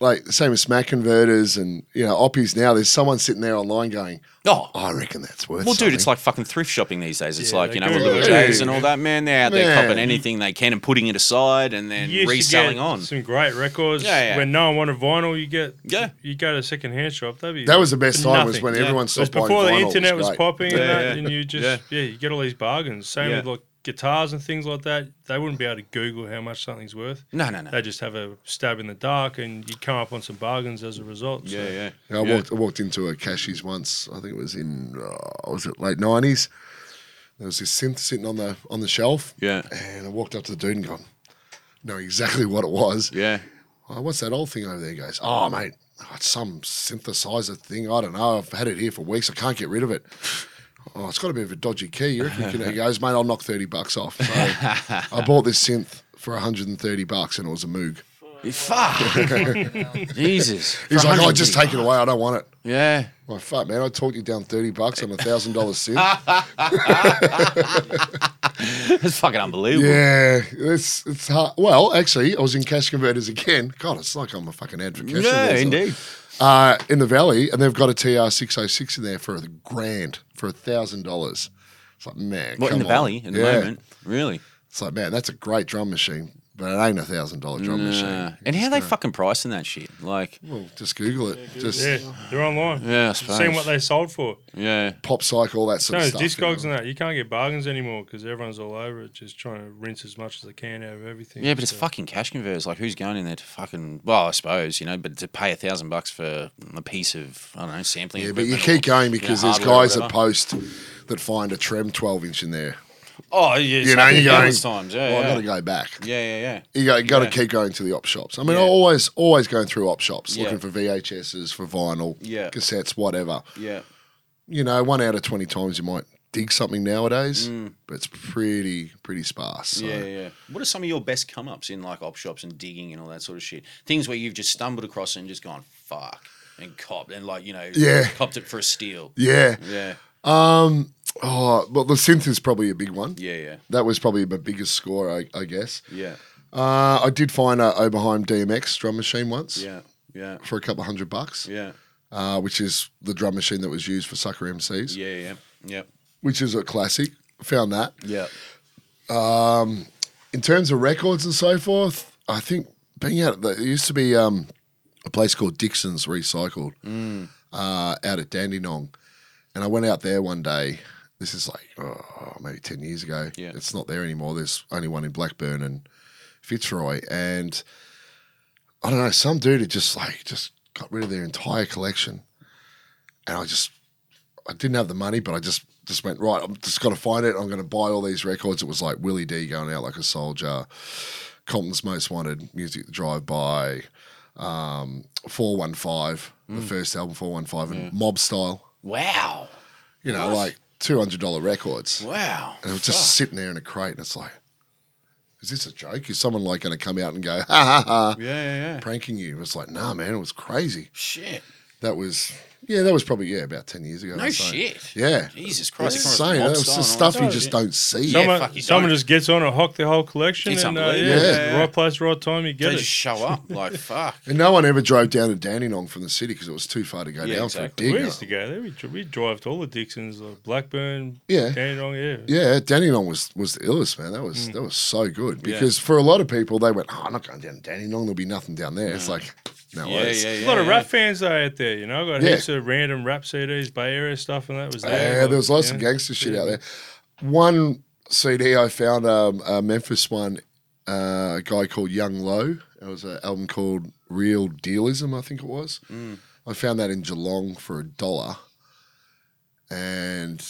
D: like the same as Smack Converters and you know Oppies. Now there's someone sitting there online going,
B: Oh.
D: "I reckon that's worth."
B: Well, dude, it's
D: something."
B: like fucking thrift shopping these days. It's
E: Yeah,
B: like, you
E: they
B: know, with
E: do.
B: little
D: Yeah.
B: Joes and all that, man. They're out there
D: Man.
B: copping anything they can and putting it aside and then
E: You used to
B: reselling
E: get
B: on.
E: some great records.
B: Yeah, yeah.
E: When no one wanted vinyl, you get
B: Yeah.
E: you go to a second hand shop. That'd be
D: that was the best
E: for
D: time was
E: nothing.
D: when
E: Yeah.
D: everyone
E: It was
D: stopped buying
E: before the
D: vinyl. It
E: internet was,
D: was, great.
E: popping and,
B: Yeah,
E: that,
B: yeah.
E: and you just
B: Yeah.
E: yeah. you get all these bargains. Same
B: Yeah.
E: with like guitars and things like that. They wouldn't be able to Google how much something's worth.
B: No, no, no.
E: They just have a stab in the dark, and you come up on some bargains as a result. so-
B: yeah, yeah.
D: I walked, I walked into a cashies once. I think it was in, uh, was it late nineties? There was this synth sitting on the on the shelf.
B: Yeah.
D: And I walked up to the dude and gone, know exactly what it was.
B: Yeah.
D: "Oh, what's that old thing over there? He goes, oh, mate, oh, it's some synthesizer thing. I don't know. I've had it here for weeks. I can't get rid of it. Oh, it's got a bit of a dodgy key. You reckon you can-" He goes, mate, I'll knock 30 bucks off. So I bought this synth for 130 bucks and it was a Moog.
B: Fuck. Jesus.
D: He's like, oh, just take it away. I don't want it.
B: Yeah.
D: I'm like, fuck, man, I talked you down 30 bucks on a $1,000
B: Ah.
D: synth.
B: That's fucking unbelievable.
D: yeah, it's, it's hard. Well, actually, I was in Cash Converters again. God, it's like I'm a fucking advocate. for
B: Yeah,
D: this.
B: indeed.
D: uh, in the valley, and they've got a TR six oh six in there for a grand for a thousand dollars. It's like man,
B: What in
D: come
B: the
D: on.
B: valley in the
D: Yeah.
B: moment? Really?
D: It's like man, that's a great drum machine, but it ain't a thousand dollar drum
B: Uh,
D: machine.
B: and how they fucking pricing that shit? Like,
D: Well, just Google it. just
E: Yeah, they're online.
B: Yeah, I
E: seeing
B: suppose.
E: what they sold for.
B: yeah.
D: pop psych, all that sort
E: No,
D: of
E: it's
D: stuff.
E: Discogs and that. You can't get bargains anymore because everyone's all over it, just trying to rinse as much as they can out of everything.
B: Yeah, but it's
E: So-
B: fucking cash converters. Like, who's going in there to fucking? Well, I suppose you know, but to pay a thousand bucks for a piece of I don't know sampling.
D: yeah, but you
B: equipment or,
D: keep going
B: you know,
D: because there's
B: hardware or
D: guys that
B: whatever.
D: post that find a Trem twelve inch in there.
B: Oh yeah,
D: You know, you're going.
B: times. Yeah,
D: Well, I
B: yeah.
D: got to go back.
B: yeah, yeah, yeah.
D: You got, got
B: Yeah.
D: to keep going to the op shops. I mean,
B: Yeah.
D: always, always going through op shops,
B: Yeah.
D: looking for VHSs, for vinyl,
B: Yeah.
D: cassettes, whatever.
B: Yeah.
D: you know, one out of twenty times you might dig something nowadays, but it's pretty pretty sparse. So.
B: Mm. Yeah, yeah. What are some of your best come ups in like op shops and digging and all that sort of shit? Things where you've just stumbled across and just gone fuck and copped and like you know
D: Yeah.
B: copped it for a steal.
D: yeah.
B: Yeah.
D: Um, Oh, well, the synth is probably a big one.
B: Yeah, yeah,
D: That was probably my biggest score, I, I guess.
B: yeah,
D: Uh, I did find a Oberheim DMX drum machine once
B: yeah, yeah,
D: for a couple of hundred bucks,
B: yeah,
D: uh, which is the drum machine that was used for Sucker MCs,
B: yeah, yeah, yeah,
D: which is a classic. Found that.
B: yeah.
D: in terms of records and so forth, I think being out there used to be um, a place called Dixon's Recycled
B: Mm.
D: uh, out at Dandenong, and I went out there one day. This is like oh, maybe ten years ago.
B: Yeah.
D: It's not there anymore. There's only one in Blackburn and Fitzroy, and I don't know. Some dude had just like just got rid of their entire collection, and I just I didn't have the money, but I just just went right. I'm just got to find it. I'm going to buy all these records. It was like Willie D going out like a soldier, Compton's Most Wanted, Music Drive By, um, Four One Five, the
B: Mm.
D: first album Four One Five, and Mob Style.
B: Wow,
D: You know, like two hundred dollar records,
B: wow.
D: and it was just sitting there in a crate, and it's like. Is this a joke? Is someone like going to come out and go, ha ha ha,
B: Yeah, yeah, yeah.
D: pranking you? It's like, nah, man, it was crazy.
B: Shit.
D: That was, yeah, that was probably yeah about ten years ago.
B: No
D: I'd say.
B: shit.
D: Yeah,
B: Jesus Christ.
D: It's insane. That
B: Mobster
D: was just
B: and all
D: stuff you just don't see.
B: Yeah,
E: Someone,
B: fuck, you
E: someone
B: don't.
E: just gets on and hock the whole collection.
B: It's
E: and, uh,
B: unbelievable.
E: yeah,
B: Yeah.
E: right place, right time, you
B: that.
E: get
B: They
E: it.
B: just show up. Like, fuck.
D: And no one ever drove down to Dandenong from the city because it was too far to go
B: Yeah,
D: down
B: exactly.
D: for
E: we
D: a digger.
E: used to go there. We, dri- we drive to all the Dixons, like Blackburn,
D: Yeah.
E: Dandenong, yeah.
D: Yeah, Dandenong was was the illest man. That
B: Mm.
D: was that was so good because for a lot of people they went, "Oh, I'm not going down to Dandenong. There'll be nothing down there." It's like, no
B: Yeah,
D: worries.
B: yeah, yeah.
E: A lot of rap fans though out there, you know. I got
D: Yeah.
E: heaps of random rap CDs, Bay Area stuff, and that was
D: Yeah,
E: there. like,
D: Uh, there was lots
E: you
D: of
E: know.
D: gangster shit out there. One CD I found, um, a Memphis one, uh, a guy called Young Low. It was an album called Real Dealism, I think it was.
B: Mm.
D: I found that in Geelong for a dollar, and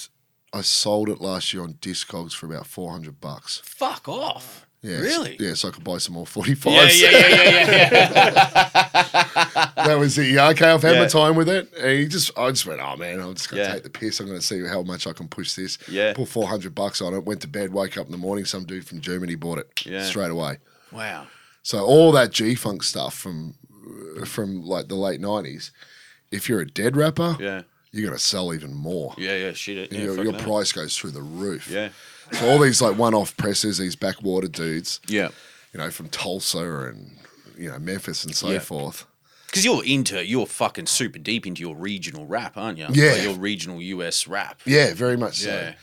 D: I sold it last year on Discogs for about four hundred bucks.
B: Fuck off.
D: Yeah,
B: Really?
D: Yeah, so I could buy some more forty
B: Yeah,
D: fives.
B: yeah, yeah, yeah, yeah, yeah.
D: that was it. Yeah, okay, I've had
B: Yeah.
D: my time with it. And he just, I just went, oh man, I'm just gonna
B: Yeah.
D: take the piss. I'm gonna see how much I can push this.
B: Yeah.
D: Put 400 bucks on it. Went to bed, woke up in the morning. Some dude from Germany bought it
B: Yeah.
D: straight away.
B: Wow.
D: So all that G funk stuff from uh, from like the late 90s. If you're a dead rapper,
B: Yeah.
D: you're gonna sell even more.
B: Yeah, yeah, shit. it. Yeah,
D: your
B: fuck
D: your
B: that.
D: price goes through the roof.
B: Yeah.
D: So all these like one-off presses, these backwater dudes,
B: Yeah.
D: you know, from Tulsa and you know Memphis and so
B: Yeah.
D: forth.
B: Because you're into, you're fucking super deep into your regional rap, aren't you?
D: Yeah.
B: Like your regional US rap.
D: Yeah, very much so.
B: Yeah.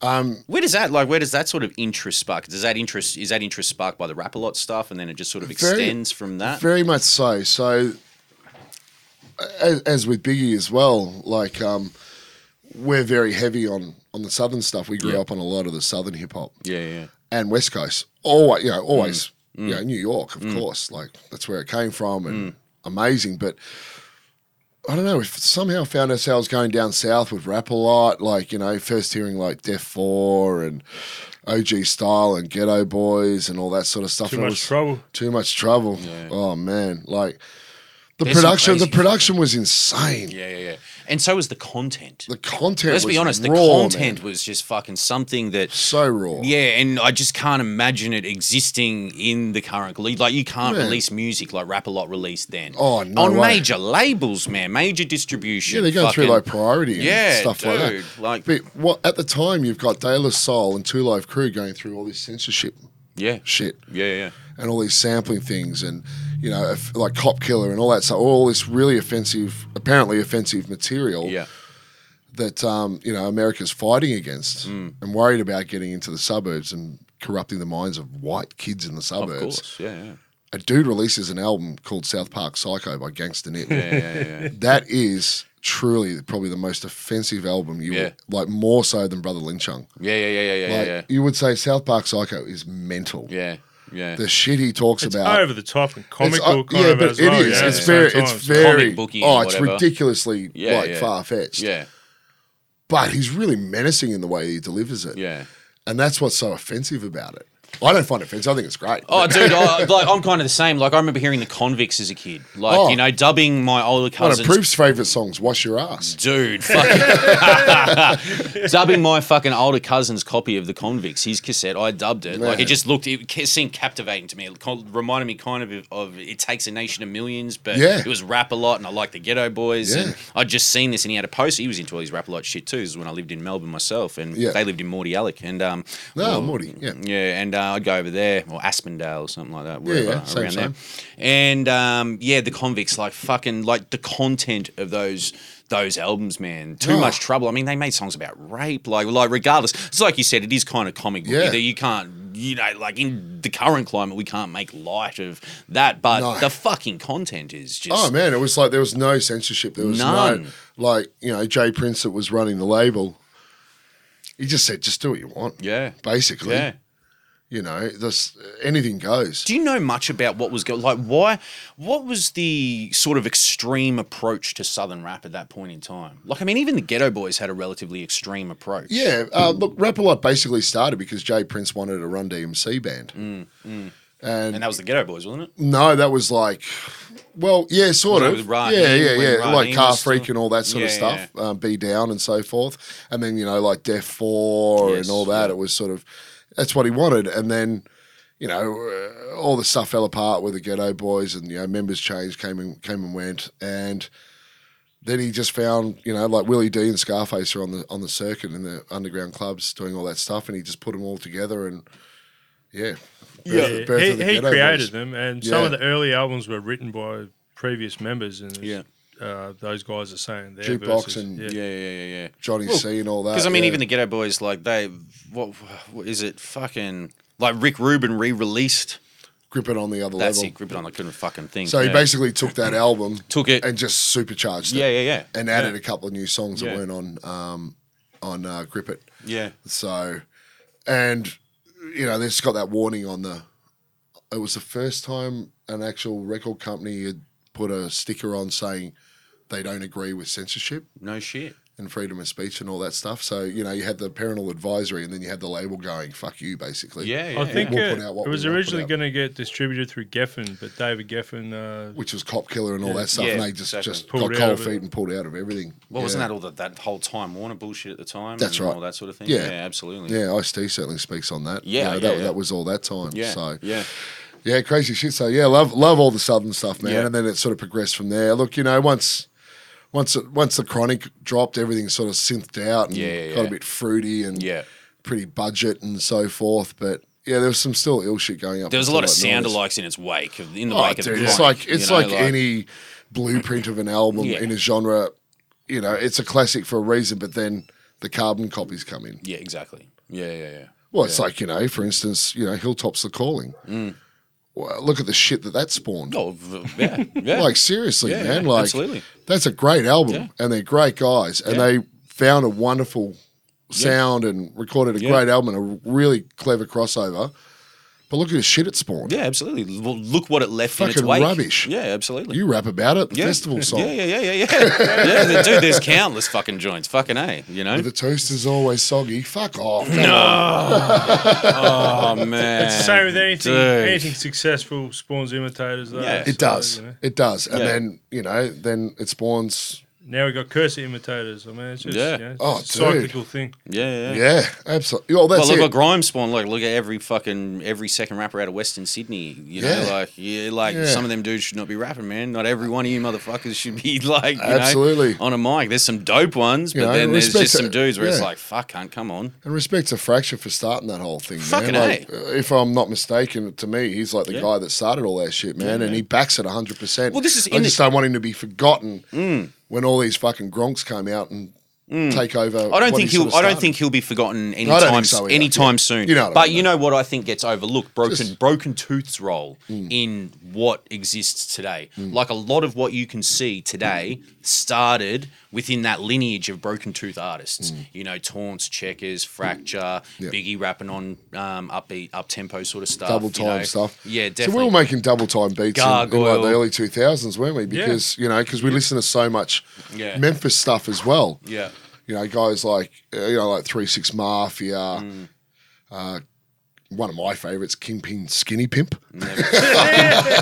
B: Um, where does that like? Where does that sort of interest spark? Does that interest is that interest sparked by the rap a lot stuff, and then it just sort of
D: Very-
B: extends from that?
D: Very much so. So, as, as with Biggie as well, like um, we're very heavy on on the southern stuff. We grew
B: Yeah.
D: up on a lot of the southern hip hop
B: yeah, yeah,
D: and West Coast. Always, you know, always,
B: Mm.
D: you know, New York, of course. Like that's where it came from, and amazing. But I don't know. If somehow found ourselves going down south with rap a lot, like you know, first hearing like Def Four and OG Style and Ghetto Boys and all that sort of stuff.
E: Too
D: And it
E: much
D: was-
E: trouble.
D: too much trouble. Oh man, like the
B: There's some
D: production. The
B: crazy-
D: production was insane.
B: yeah, yeah, yeah. And so is the content.
D: The content.
B: Let's
D: was
B: be honest,
D: raw,
B: the content
D: man.
B: was just fucking something that.
D: so raw.
B: Yeah, and I just can't imagine it existing in the current like you can't
D: Yeah.
B: release music like Rap a Lot released then.
D: Oh, no
B: On
D: way.
B: major labels, man, major distribution.
D: Yeah, they're going through
B: fucking-
D: like priority and
B: Yeah,
D: stuff
B: dude, like-
D: like that. but what at the time you've got De La Soul and Two Live Crew going through all this censorship
B: yeah,
D: shit
B: yeah, yeah.
D: and all these sampling things and you know if- like Cop Killer and all that stuff, all this really offensive, apparently offensive material
B: Yeah.
D: that um, you know America's fighting against
B: Mm.
D: and worried about getting into the suburbs and corrupting the minds of white kids in the
B: Of
D: suburbs.
B: course. Yeah, yeah.
D: A dude releases an album called South Park Psycho by Gangsta Nip.
B: Yeah, yeah, yeah.
D: That is truly probably the most offensive album you
B: Yeah.
D: will- like more so than Brother Lynchung.
B: Yeah, yeah, yeah, yeah, yeah,
D: Like
B: yeah.
D: you would say South Park Psycho is mental.
B: Yeah, yeah.
D: The shit he talks
E: It's
D: about
E: over the top and
D: it's,
E: comical
D: uh,
E: kind
D: yeah,
E: of
D: but
E: as
D: it
E: well.
D: is.
E: yeah,
D: It's
E: at
D: very,
E: the same
D: it's
E: time.
D: very.
B: Comic booky
D: oh,
B: and
D: it's
B: whatever.
D: ridiculously
B: Yeah,
D: like
B: yeah.
D: far fetched.
B: yeah,
D: but he's really menacing in the way he delivers it.
B: yeah.
D: and that's what's so offensive about it. I don't find it fancy. I think it's great.
B: Oh, dude, I, like I'm kind of the same. Like I remember hearing the convicts as a kid. Like
D: Oh.
B: you know, dubbing my older
D: One of
B: cousins.
D: Proof's favourite songs, Wash Your Ass.
B: Dude, fucking- dubbing my fucking older cousin's copy of the Convicts, his cassette, I dubbed it. Like it
D: Man.
B: just looked, it ca- seemed captivating to me. It co- reminded me kind of of It Takes a Nation of Millions, but
D: Yeah.
B: it was rap a lot, and I liked the Ghetto Boys.
D: Yeah.
B: And I'd just seen this, and he had a poster. He was into all these rap a lot shit too. This is when I lived in Melbourne myself, and
D: Yeah.
B: they lived in Morty Alec, and um,
D: No,
B: well,
D: Morty, yeah.
B: yeah, and uh, I'd go over there or Aspendale or something like that, wherever
D: yeah, same,
B: around there.
D: same.
B: And um, yeah, the convicts, like fucking, like the content of those those albums, man. Too
D: Oh.
B: much trouble. I mean, they made songs about rape, like like regardless. It's like you said, it is kind of comic booky.
D: Yeah.
B: That you can't, you know, like in the current climate, we can't make light of that. But
D: No.
B: the fucking content is just.
D: Oh man, it was like there was no censorship. There was no
B: None.
D: like you know Jay Prince that was running the label. He just said, just do what you want.
B: Yeah.
D: basically.
B: Yeah.
D: You know, this anything goes.
B: Do you know much about what was going? Like, why? What was the sort of extreme approach to southern rap at that point in time? Like, I mean, even the Ghetto Boys had a relatively extreme approach.
D: Yeah, uh, look, Rap a Lot basically started because Jay Prince wanted a Run DMC band, and,
B: Mm, and that was the Ghetto Boys, wasn't it?
D: no, that was like, well, yeah, sort
B: Was it
D: of,
B: with Raheem,
D: yeah, yeah,
B: when
D: yeah,
B: Raheem
D: like Car
B: was still-
D: Freak and all that sort of
B: Yeah,
D: stuff, um, Be Down and so forth, and then you know like Def Four
B: Yes,
D: and all that. It was sort of that's what he wanted, and then. You know, uh, all the stuff fell apart with the Ghetto Boys, and you know, members changed, came and came and went, and then he just found, you know, like Willie D and Scarface are on the on the circuit in the underground clubs doing all that stuff, and he just put them all together, and yeah, birth
E: Yeah,
D: of- birth
E: he,
D: of the
E: he
D: Ghetto
E: created
D: Boys.
E: them, and some
D: Yeah.
E: of the early albums were written by previous members, and it's,
B: Yeah.
E: uh, those guys are saying their
D: Jukebox
E: verses.
D: and-
E: yeah.
B: Yeah, yeah, yeah, yeah.
D: Johnny C and all that.
B: Because I mean,
D: yeah.
B: even the Ghetto Boys, like they, what, what is it? Fucking like Rick Rubin re-released.
D: grip it on the other
B: That's
D: level.
B: it. Grip it on. I couldn't fucking think.
D: So he
B: Yeah.
D: basically took that album,
B: Took it-
D: and just supercharged it.
B: Yeah, yeah, yeah.
D: and added a couple of new songs
B: Yeah.
D: that weren't on um, on uh, Grip It.
B: yeah.
D: So, and you know, there's got that warning on the. It was the first time an actual record company had put a sticker on saying they don't agree with censorship
B: No shit.
D: and freedom of speach and all that stuff. So you know, you had the parental advisory, and then you had the label going "fuck you," basically.
B: Yeah, yeah.
E: I think
D: We'll
E: uh,
D: put out what
E: it
D: we
E: was
D: wanna put
E: originally
D: out.
E: going to get distributed through Geffen, but David Geffen, uh,
D: Which was cop killer and all that stuff,
B: Yeah,
D: and they just
B: exactly.
D: just
E: Pulled
D: got
E: out
D: cold
E: of it.
D: feet and pulled out of everything.
B: Well,
D: yeah.
B: wasn't that all that that whole Time Warner bullshit at the time?
D: That's
B: and
D: right.
B: All that sort of thing.
D: Yeah.
B: absolutely.
D: Yeah, Ice T certainly speaks on that.
B: Yeah,
D: You know,
B: yeah,
D: that,
B: yeah.
D: that was all that time.
B: Yeah.
D: So
B: yeah.
D: yeah, crazy shit. So yeah, love love all the southern stuff, man.
B: Yeah.
D: And then it sort of progressed from there. Look, you know, once once it, once the chronic dropped, everything sort of synthed out and
B: Yeah, yeah,
D: got
B: yeah.
D: a bit fruity and
B: Yeah.
D: pretty budget and so forth. But yeah, there was some still ill shit going up.
B: There was a lot of
D: until that
B: sound
D: noise.
B: alikes in its wake, of- in the
D: Oh,
B: wake of
D: dude,
B: the
D: it's
B: chronic,
D: like
B: you
D: it's
B: know,
D: like, any blueprint of an album
B: Yeah.
D: in a genre. You know, it's a classic for a reason, but then the carbon copies come in.
B: Yeah, exactly. Yeah, yeah, yeah. Mm.
D: Well, it's like you know, for instance, you know, Hilltop's the calling. Well, look at the shit that that spawned.
B: Oh, v- yeah, yeah.
D: Like seriously,
B: Yeah,
D: man.
B: yeah,
D: Like
B: absolutely.
D: that's a great album,
B: Yeah.
D: and they're great guys, and
B: Yeah.
D: they found a wonderful sound and recorded a
B: Yeah.
D: great album and a really clever crossover. But look at the shit it spawned.
B: yeah, absolutely. Well, look what it left in its
D: Fucking
B: wake.
D: rubbish.
B: Yeah, absolutely.
D: You rap about it, the
B: yeah.
D: festival song.
B: Yeah, yeah, yeah, yeah, yeah. yeah the- dude, there's countless fucking joints. Fucking a, you know.
D: The toast is always soggy. Fuck off.
B: Oh man.
E: It's the same with anything.
B: Dude.
E: Anything successful spawns imitators, though.
B: Yeah.
D: It
E: so,
D: does.
E: you know.
D: It does. And
B: Yeah.
D: then, you know, then it spawns.
E: Now we got cursor imitators. I mean, it's just
B: Yeah.
E: you know, it's
D: Oh,
E: a
D: dude.
E: cyclical thing.
B: Yeah, yeah.
D: Yeah, absolutely. Oh, that's
B: Well, look
D: it.
B: at Grime Spawn. Like, look at every fucking every second rapper out of Western Sydney. You know,
D: Yeah.
B: like, yeah, like
D: Yeah.
B: some of them dudes should not be rapping, man. Not every one of you motherfuckers should be like, you know,
D: Absolutely.
B: on a mic. There's some dope ones, but
D: You know,
B: then there's
D: respect
B: just some
D: it.
B: dudes where it's
D: Yeah.
B: like, fuck, cunt, come on.
D: And respect to Fracture for starting that whole thing,
B: Fucking
D: man. Like, uh, if I'm not mistaken, to me, he's like the
B: Yeah.
D: guy that started all that shit, man. and he backs it 100%.
B: Well, this is
D: I
B: in
D: just
B: the- Mm.
D: don't want him to be forgotten when all these fucking gronks come out and take over.
B: I don't
D: what
B: think
D: he
B: he'll.
D: sorta
B: I don't
D: started.
B: think he'll be forgotten
D: I don't
B: anytime
D: think so either.
B: anytime
D: Yeah.
B: soon.
D: You know what I
B: but
D: mean,
B: you
D: though.
B: know what I think gets overlooked: broken
D: Just- Mm.
B: broken tooth's role in what exists today. Like a lot of what you can see today started within that lineage of broken tooth artists. You know, taunts, checkers, fracture,
D: Mm. Yeah.
B: Biggie rapping on um, upbeat, up tempo sort of stuff.
D: Double
B: you know.
D: time stuff.
B: Yeah,
D: So
B: definitely.
D: we were making double time beats in, in like
B: Gargoyle.
D: the early 2000s, weren't we? Because, you know, because we listen to so much
B: Yeah.
D: Memphis stuff as well.
B: yeah, Mm.
D: You know, guys like, uh, you know, like 3 Six Mafia, uh, one of my favorites, Kingpin Skinny Pimp.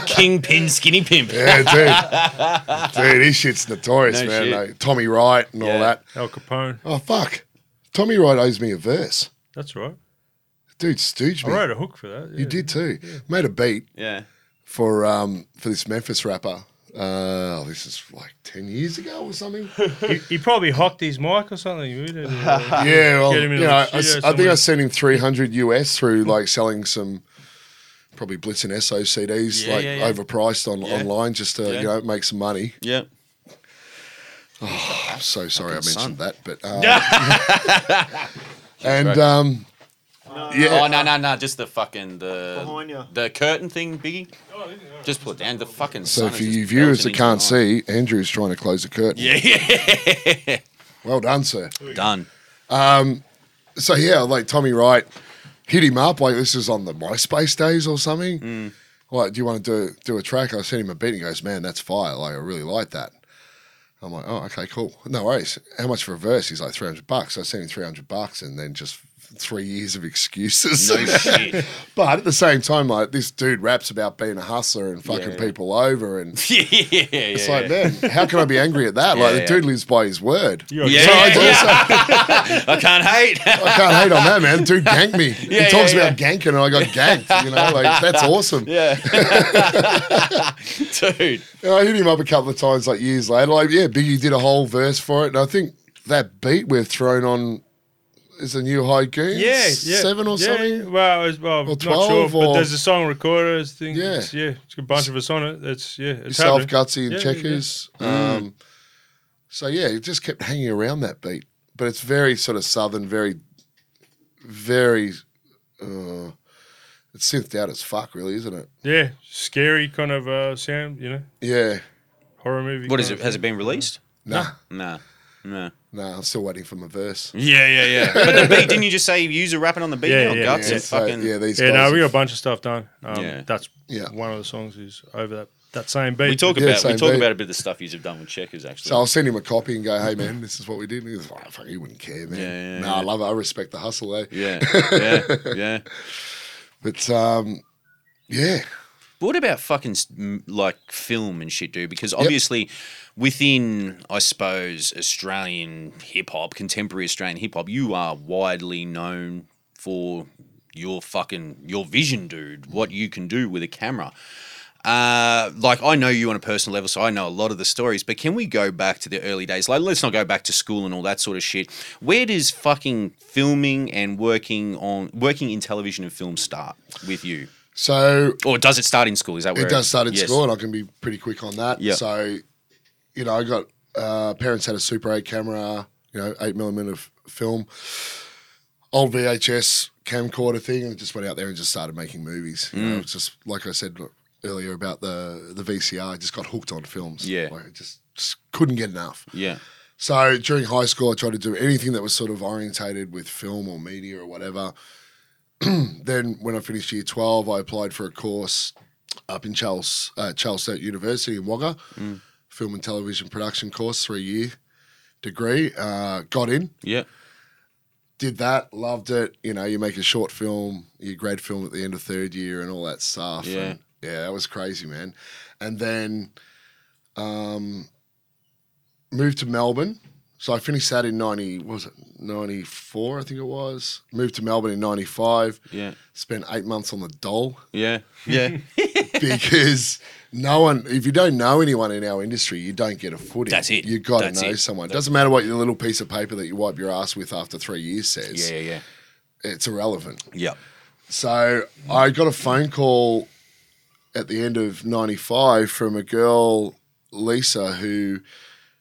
B: Kingpin skinny pimp.
D: Yeah, dude. dude, his shit's notorious,
B: No
D: man.
B: shit.
D: mate. Tommy Wright and
B: Yeah.
D: all that.
E: Al Capone.
D: Oh, fuck. Tommy Wright owes me a verse.
E: That's right.
D: Dude, stooged
E: I
D: me.
E: wrote a hook for that.
D: You did too. Made a beat
B: Yeah.
D: for um for this Memphis rapper. Uh, this is like ten years ago or something.
E: He, he probably hocked his mic or something. We didn't know.
D: yeah, well,
E: Get him in
D: you know,
E: the
D: I,
E: studio
D: s- I think I
E: somewhere.
D: sent him three hundred US through like selling some probably Blitz and SO CDs
B: Yeah,
D: like
B: yeah, yeah.
D: overpriced on online just to
B: Yeah.
D: you know make some money.
B: Yeah.
D: I'm so sorry I mentioned
B: son.
D: that, but um, and um, yeah,
B: Oh no no no! Just the fucking the
C: Behind ya.
B: the curtain thing, Biggie. Just pull it down. The fucking.
D: So
B: sun
D: for
B: is just
D: you viewers
B: belching
D: that can't
B: into
D: see, Andrew's trying to close the curtain.
B: my- Yeah.
D: Well done, sir.
B: Done.
D: So yeah, like Tommy Wright hit him up like this is on the MySpace days or something.
B: Mm.
D: Like, do you want to do do a track? I sent him a beat. and He goes, man, that's fire. Like, I really like that. I'm like, oh, okay, cool. No worries. How much for a verse? He's like, 300 bucks. I sent him 300 bucks and then just three years of excuses.
B: No shit.
D: but at the same time, like, this dude raps about being a hustler and fucking
B: Yeah.
D: people over and
B: yeah, yeah,
D: It's
B: yeah.
D: like, man, how can I be angry at that? like,
B: Yeah,
D: the
B: yeah.
D: dude lives by his word.
E: You're a
B: Yeah,
D: So I,
B: yeah,
D: do
B: yeah.
D: say-
B: I can't hate.
D: I can't hate on that, man. Dude ganked me.
B: Yeah,
D: he talks
B: yeah,
D: about ganking, and I got ganked. You know, like that's awesome.
B: yeah. Dude.
D: And I hit him up a couple of times, like years later. Like, yeah, Biggie did a whole verse for it, and I think that beat we've thrown on is a new high goon.
E: Yeah, yeah.
D: seven or
E: yeah, yeah.
D: something.
E: Well, it's, well, not
D: 12
E: sure, but
D: or-
E: there's a song recorder. It's thing.
D: Yeah.
E: It's, yeah, it's a bunch of us on it. That's yeah. It's
D: Yourself,
E: happening.
D: Gutsy, and
E: Yeah, Mm. yeah, yeah.
D: Checkers. Um, so yeah, it just kept hanging around that beat, but it's very sort of southern, very, very. Uh, it's synthed out as fuck, really, isn't it?
E: Yeah, scary kind of uh, sound. You know,
D: Yeah.
E: horror movie.
B: What
E: kind
B: is
E: of
B: it? Has it been released?
D: Nah,
B: Nah. No.
D: nah. I'm still waiting for my verse.
B: Yeah, yeah, yeah. but the beat, didn't you just say you are rapping on the beat?
E: Yeah,
B: now?
E: yeah,
B: Guts
E: yeah.
B: and
D: so,
B: fucking.
D: yeah, these
E: Yeah,
D: guys.
E: no, we got a bunch of stuff done. Um,
B: Yeah.
E: That's
D: Yeah.
E: one of the songs is over that, that same beat.
B: We talk
D: Yeah,
B: about we
D: same
B: talk
D: beat.
B: about a bit of the stuff you've done with checkers actually.
D: so I'll send him a copy and go, "Hey man, this is what we did." And he goes, oh, "Fuck, he wouldn't care, man."
B: Yeah, yeah,
D: no, I love it. I respect the hustle, eh?
B: yeah, yeah, yeah.
D: But um, yeah,
B: What about fucking s- m- like film and shit, dude? Because obviously, within I suppose Australian hip hop, contemporary Australian hip hop, you are widely known for your fucking your vision, dude. What you can do with a camera. Uh, like I know you on a personal level, so I know a lot of the stories. But can we go back to the early days? Like, let's not go back to school and all that sort of shit. Where does fucking filming and working on working in television and film start with you?
D: so
B: Or does it start in school? Is that where
D: it does start in
B: Yes.
D: school, and I can be pretty quick on that.
B: Yeah.
D: So, you know, I got uh, parents had a Super 8 camera, you know, eight millimeter f- film, old VHS camcorder thing, and just went out there and just started making movies. You know,
B: Mm.
D: it's just like I said earlier about the the VCR, I just got hooked on films.
B: Yeah.
D: like, I just, just couldn't get enough.
B: Yeah,
D: So during high school, I tried to do anything that was sort of orientated with film or media or whatever. then when I finished year 12, I applied for a course up in Charles, uh, Charles State University in Wagga, film and television production course, three year degree. Uh, got in,
B: yeah,
D: did that, loved it. You know, you make a short film, your grad film at the end of third year and all that stuff.
B: Yeah.
D: And, yeah, that was crazy, man. And then um, moved to Melbourne. So I finished that in 90, what was it 94, I think it was. Moved to Melbourne in 95.
B: yeah,
D: Spent eight months on the doll
B: yeah, yeah.
D: because no one, if you don't know anyone in our industry, you don't get a footing.
B: That's it.
D: you got to
B: That's
D: know
B: it.
D: someone. Doesn't matter what your little piece of paper that you wipe your ass with after three years says.
B: yeah, yeah,
D: It's irrelevant.
B: yeah.
D: So I got a phone call at the end of 95 from a girl, Lisa, who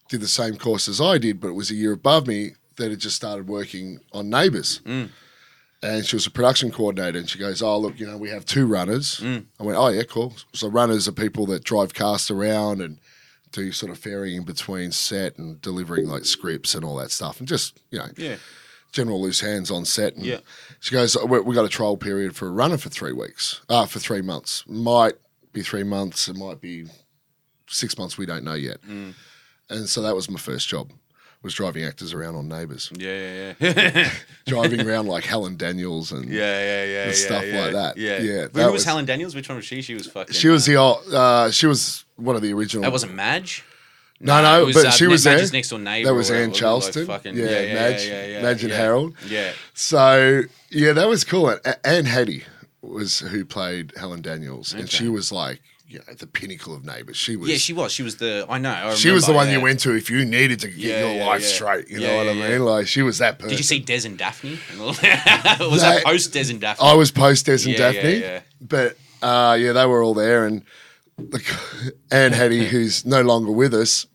D: did the same course as I did, but was a year above me that had just started working on Neighbours. And she was a production coordinator. And she goes, Oh, look, you know, we have two runners. I went, Oh, yeah, cool. So runners are people that drive cast around and do sort of ferrying in between set and delivering like scripts and all that stuff. And just, you know,
B: Yeah.
D: general loose hands on set. And
B: Yeah.
D: She goes, "Oh, we we got a trial period for a runner for three weeks, uh, for three months. Might be three months,
B: Mm.
D: it might be six months, we don't know yet. And so that was my first job. was driving actors around on Neighbours,
B: Yeah, yeah, yeah.
D: driving around like Helen Daniels and
B: yeah, yeah, yeah. yeah,
D: stuff
B: yeah,
D: like that.
B: Yeah,
D: Yeah,
B: Who
D: that
B: was,
D: was-
B: Helen Daniels? Which one was she? She was fucking.
D: She was the old, uh, she was one of the original.
B: That wasn't Madge.
D: no, no,
B: it was,
D: Oh, but
B: uh,
D: she
B: Ma-
D: was there.
B: Madge's next door neighbour
D: That
B: or
D: was
B: whatever,
D: Anne
B: like
D: Charleston.
B: fucking-
D: yeah,
B: yeah, yeah,
D: Madge,
B: yeah, yeah,
D: Madge and
B: yeah.
D: Harold.
B: Yeah.
D: So yeah, that was cool. And A- Anne Hattie was who played Helen Daniels, and
B: Okay.
D: she was like you know the pinnacle of neighbours. She was.
B: Yeah, she was. She was the. I know. I
D: she was the
B: remember,
D: one
B: yeah.
D: you went to if you needed to get
B: Yeah,
D: your
B: yeah,
D: life
B: yeah.
D: straight. You
B: Yeah,
D: know what
B: yeah,
D: I
B: yeah.
D: mean? Like she was that person.
B: Did you see Des and Daphne? was that
D: That- Oh,
B: post Des and Daphne?
D: I was post Des and
B: Yeah, yeah,
D: Daphne,
B: yeah.
D: but uh, yeah, they were all there. And the, Anne Hattie, who's no longer with us,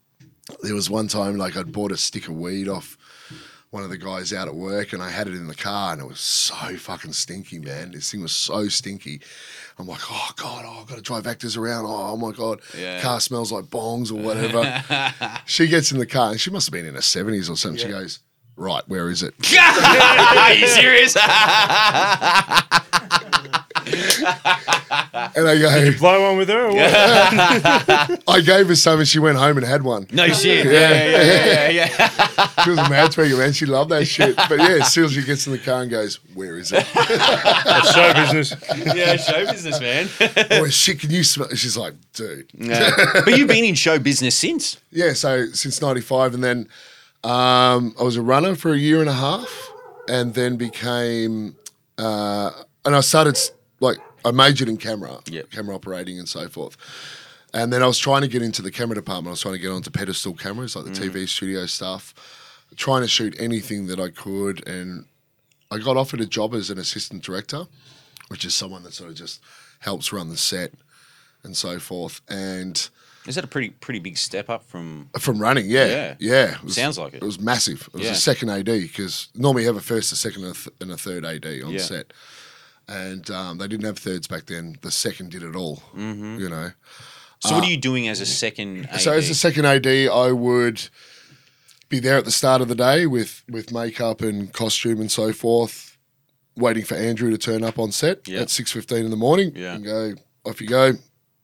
D: there was one time like I'd bought a stick of weed off one of the guys out at work, and I had it in the car, and it was so fucking stinky, man. This thing was so stinky. I'm like, oh god, oh, I've got to drive actors around. Oh, my god,
B: Yeah.
D: car smells like bongs or whatever. she gets in the car, and she must have been in her 70s or something. She goes, right, where is it?
B: Are you serious?
D: And I go,
E: Blow one with her. Or what?
D: I gave her some and she went home and had one.
B: no shit. Yeah, yeah, yeah, yeah, yeah.
D: She was a mad tweaker, man. She loved that shit. But yeah, as soon as she gets in the car and goes, Where is it?
E: Show business.
B: yeah. yeah show business, man.
D: oh, shit, can you smell? She's like, Dude.
B: but you've been in show business since.
D: Yeah, so since 95. And then um, I was a runner for a year and a half and then became, uh, and I started s- like, I majored in camera,
B: Yep.
D: camera operating and so forth. And then I was trying to get into the camera department. I was trying to get onto pedestal cameras, like the TV studio stuff, trying to shoot anything that I could. And I got offered a job as an assistant director, which is someone that sort of just helps run the set and so forth. And
B: Is that a pretty pretty big step up from?
D: from running, yeah,
B: Yeah.
D: yeah, It
B: Sounds like it.
D: It was massive. It was
B: Yeah.
D: a second AD because normally you have a first, a second, and a th- and a third AD on
B: Yeah.
D: set, and um, they didn't have thirds back then. The second did it all, mm-hmm. you know.
B: So what are you doing as a second? AD?
D: Uh, So as a second AD, I would be there at the start of the day with with makeup and costume and so forth, waiting for Andrew to turn up on set
B: Yeah.
D: at six fifteen in the morning.
B: Yeah.
D: and go off you go,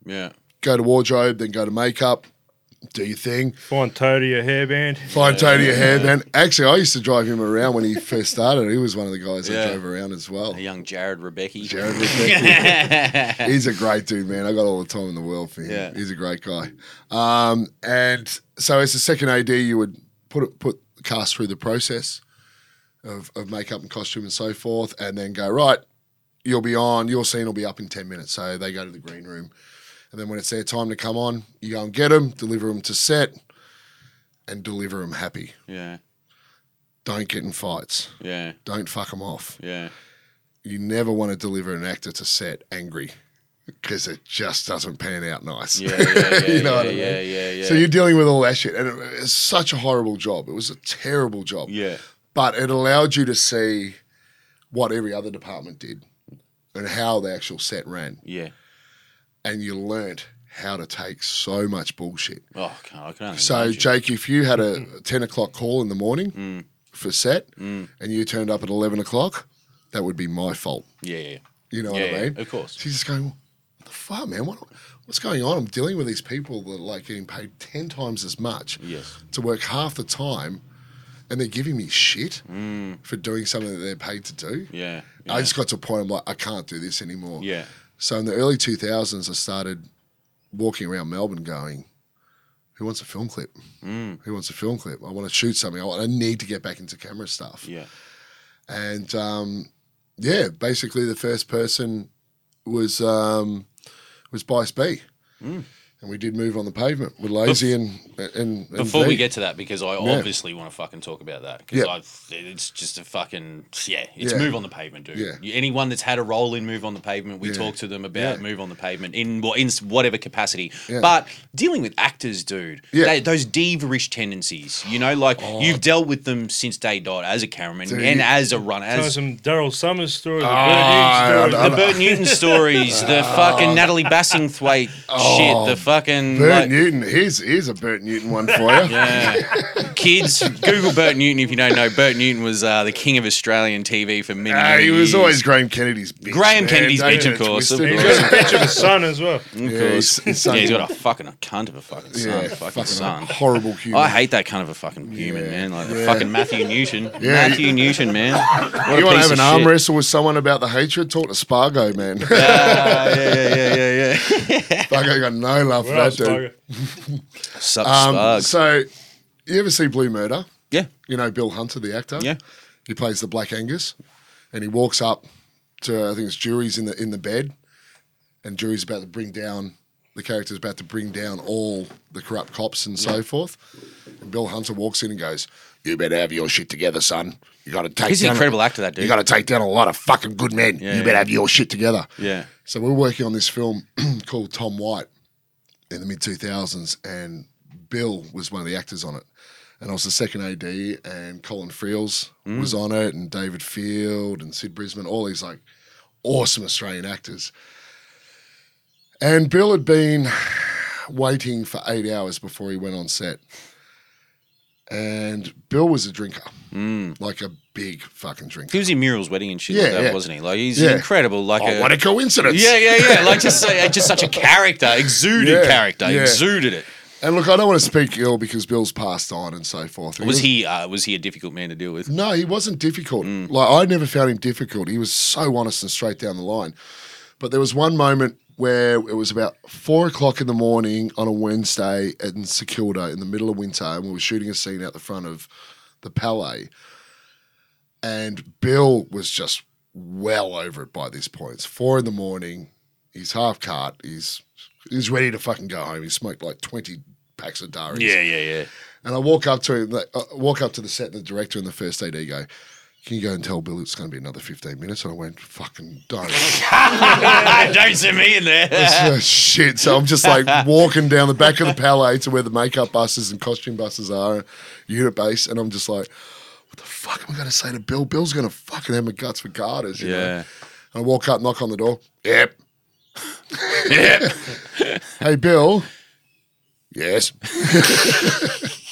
B: yeah.
D: go to wardrobe, then go to makeup, do your thing.
E: Find Toadie a hairband.
D: Fine Tony your hair, man. Actually, I used to drive him around when he first started. He was one of the guys
B: Yeah.
D: I drove around as well.
B: A young Jared Rebecca.
D: Jared Rebecca. He's a great dude, man. I got all the time in the world for him.
B: Yeah.
D: He's a great guy. Um, and so as the second AD, you would put it, put cast through the process of, of makeup and costume and so forth, and then go right. You'll be on. Your scene will be up in ten minutes. So they go to the green room, and then when it's their time to come on, you go and get them, deliver them to set, and deliver them happy.
B: yeah,
D: Don't get in fights.
B: yeah,
D: Don't fuck them off.
B: yeah.
D: You never want to deliver an actor to set angry because it just doesn't pan out nice.
B: Yeah, yeah, yeah,
D: you know
B: yeah,
D: what I mean?
B: yeah, yeah, yeah.
D: So you're dealing with all that shit. And it- it's such a horrible job. It was a terrible job.
B: yeah,
D: But it allowed you to see what every other department did and how the actual set ran.
B: yeah.
D: And you learnt how to take so much bullshit.
B: Oh, I can't, I can only
D: So,
B: imagine. Mm.
D: Jake, if you had a 10 o'clock call in the morning for set and you turned up at 11 o'clock, that would be my fault.
B: yeah, yeah,
D: You know
B: yeah,
D: what
B: yeah,
D: I mean?
B: of course.
D: She's just going, what the fuck, man? What, what's going on? I'm dealing with these people that are like getting paid 10 times as much
B: Yes.
D: to work half the time and they're giving me shit for doing something that they're paid to do.
B: Yeah,
D: I
B: Mm. yeah,
D: just got to a point, I'm like, I can't do this anymore.
B: yeah,
D: So in the early 2000s, I started walking around Melbourne going, who wants a film clip?
B: Mm.
D: Who wants a film clip? I want to shoot something. I, want, I need to get back into camera stuff.
B: yeah.
D: And um, yeah, basically the first person was um, was Bice B.
B: Mm.
D: And we did move on the pavement with Lazy and, and, and
B: Before we
D: B.
B: get to that, because I obviously want to fucking talk about that, because
D: Yeah.
B: it's just a fucking yeah. It's
D: Yeah.
B: move on the pavement, dude.
D: Yeah.
B: You- Anyone that's had a role in move on the pavement, we talk to them about
D: Yeah.
B: move on the pavement in what in whatever capacity.
D: Yeah.
B: But dealing with actors, dude,
D: Yeah. Oh.
B: they, those diva-ish tendencies, you know, like you've dealt with them since day dot as a cameraman
D: Dude.
B: and as a runner,
E: Know
B: as
E: some Daryl Summers stories.
D: Ah, I
E: the Bird Hughes
D: don't
E: stories.
D: know. Oh.
B: the Bert Newton stories, the fucking Natalie Bassingthwaite shit, the Fucking
D: Bert
B: like-
D: Newton. Here's here's a Bert Newton one for you.
B: Yeah. Uh, Kids, Google Bert Newton if you don't know. Bert Newton was uh, the king of Australian TV for many,
D: Ah,
B: many
D: he was
B: years.
D: always Graham Kennedy's bitch.
B: Graham
D: man.
B: Kennedy's
D: Don't
B: bitch,
D: get
B: of
D: it Mm,
B: course, of
D: twisted.
E: He's got a picture of his son as well.
B: Of
D: Yeah,
B: course.
D: his- his
B: Yeah,
D: son-
B: he's got a fucking a cunt of a fucking son.
D: Yeah,
B: fucking,
D: uh, fucking
B: son.
D: horrible human.
B: I hate that kind of a fucking human,
D: Yeah.
B: man. Like
D: Yeah.
B: fucking Matthew Newton.
D: Yeah,
B: Matthew
D: you-
B: Newton, man. What
D: You
B: want to
D: have an arm
B: shit.
D: wrestle with someone about the hatred? Talk to Spargo, man.
B: Ah, yeah, yeah, yeah, yeah, yeah.
D: Spargo got no love for
E: Where else,
D: that dude.
E: bugger?
B: Sup,
D: Um,
B: Sparks.
D: so, you ever see Blue Murder?
B: yeah,
D: You know Bill Hunter, the actor.
B: yeah.
D: He plays the Black Angus, and he walks up to I think it's Jury's in the in the bed, and Jury's about to bring down the character's about to bring down all the corrupt cops and so forth. And Bill Hunter walks in and goes, "You better have your shit together, son. You got to take.
B: He's an
D: down-
B: incredible actor, that dude.
D: You got to take down a lot of fucking good men.
B: Yeah,
D: you
B: yeah.
D: better have your shit together."
B: Yeah.
D: So we're working on this film called Tom White in the mid 2000s, and Bill was one of the actors on it. And I was the second AD, and Colin Friels was on it, and David Field and Sid Brisman, all these like awesome Australian actors. And Bill had been waiting for eight hours before he went on set. And Bill was a drinker, like a big fucking drinker.
B: He was in Muriel's wedding and shit
D: Yeah,
B: like that,
D: yeah.
B: wasn't he? Like he's
D: Yeah.
B: incredible. Like
D: Oh,
B: a,
D: what a coincidence!
B: yeah, yeah, yeah. Like just uh, just such a character, exuded
D: Yeah,
B: character,
D: yeah.
B: exuded it.
D: And look, I don't want to speak ill because Bill's passed on and so forth.
B: Was he uh, was he a difficult man to deal with?
D: No, he wasn't difficult.
B: Mm.
D: Like I never found him difficult. He was so honest and straight down the line. But there was one moment where it was about four o'clock in the morning on a Wednesday in St Kilda in the middle of winter, and we were shooting a scene out the front of the Palais. And Bill was just well over it by this point. It's four in the morning. He's half cart. He's he's ready to fucking go home. He smoked like twenty packs of Daris.
B: yeah, yeah.
D: And I walk up to him, like, I walk up to the set, and the director and the first AD go, "Can you go and tell Bill it's going to be another fifteen minutes?" And I went, "Fucking don't,
B: Don't send me in there.
D: It's just shit." So I'm just like walking down the back of the Palais to where the makeup buses and costume buses are, unit base, and I'm just like, "What the fuck am I going to say to Bill? Bill's going to fucking have my guts for garters." You know?
B: Yeah.
D: And I walk up, knock on the door. Yep.
B: yeah.
D: Hey, Bill. Yes.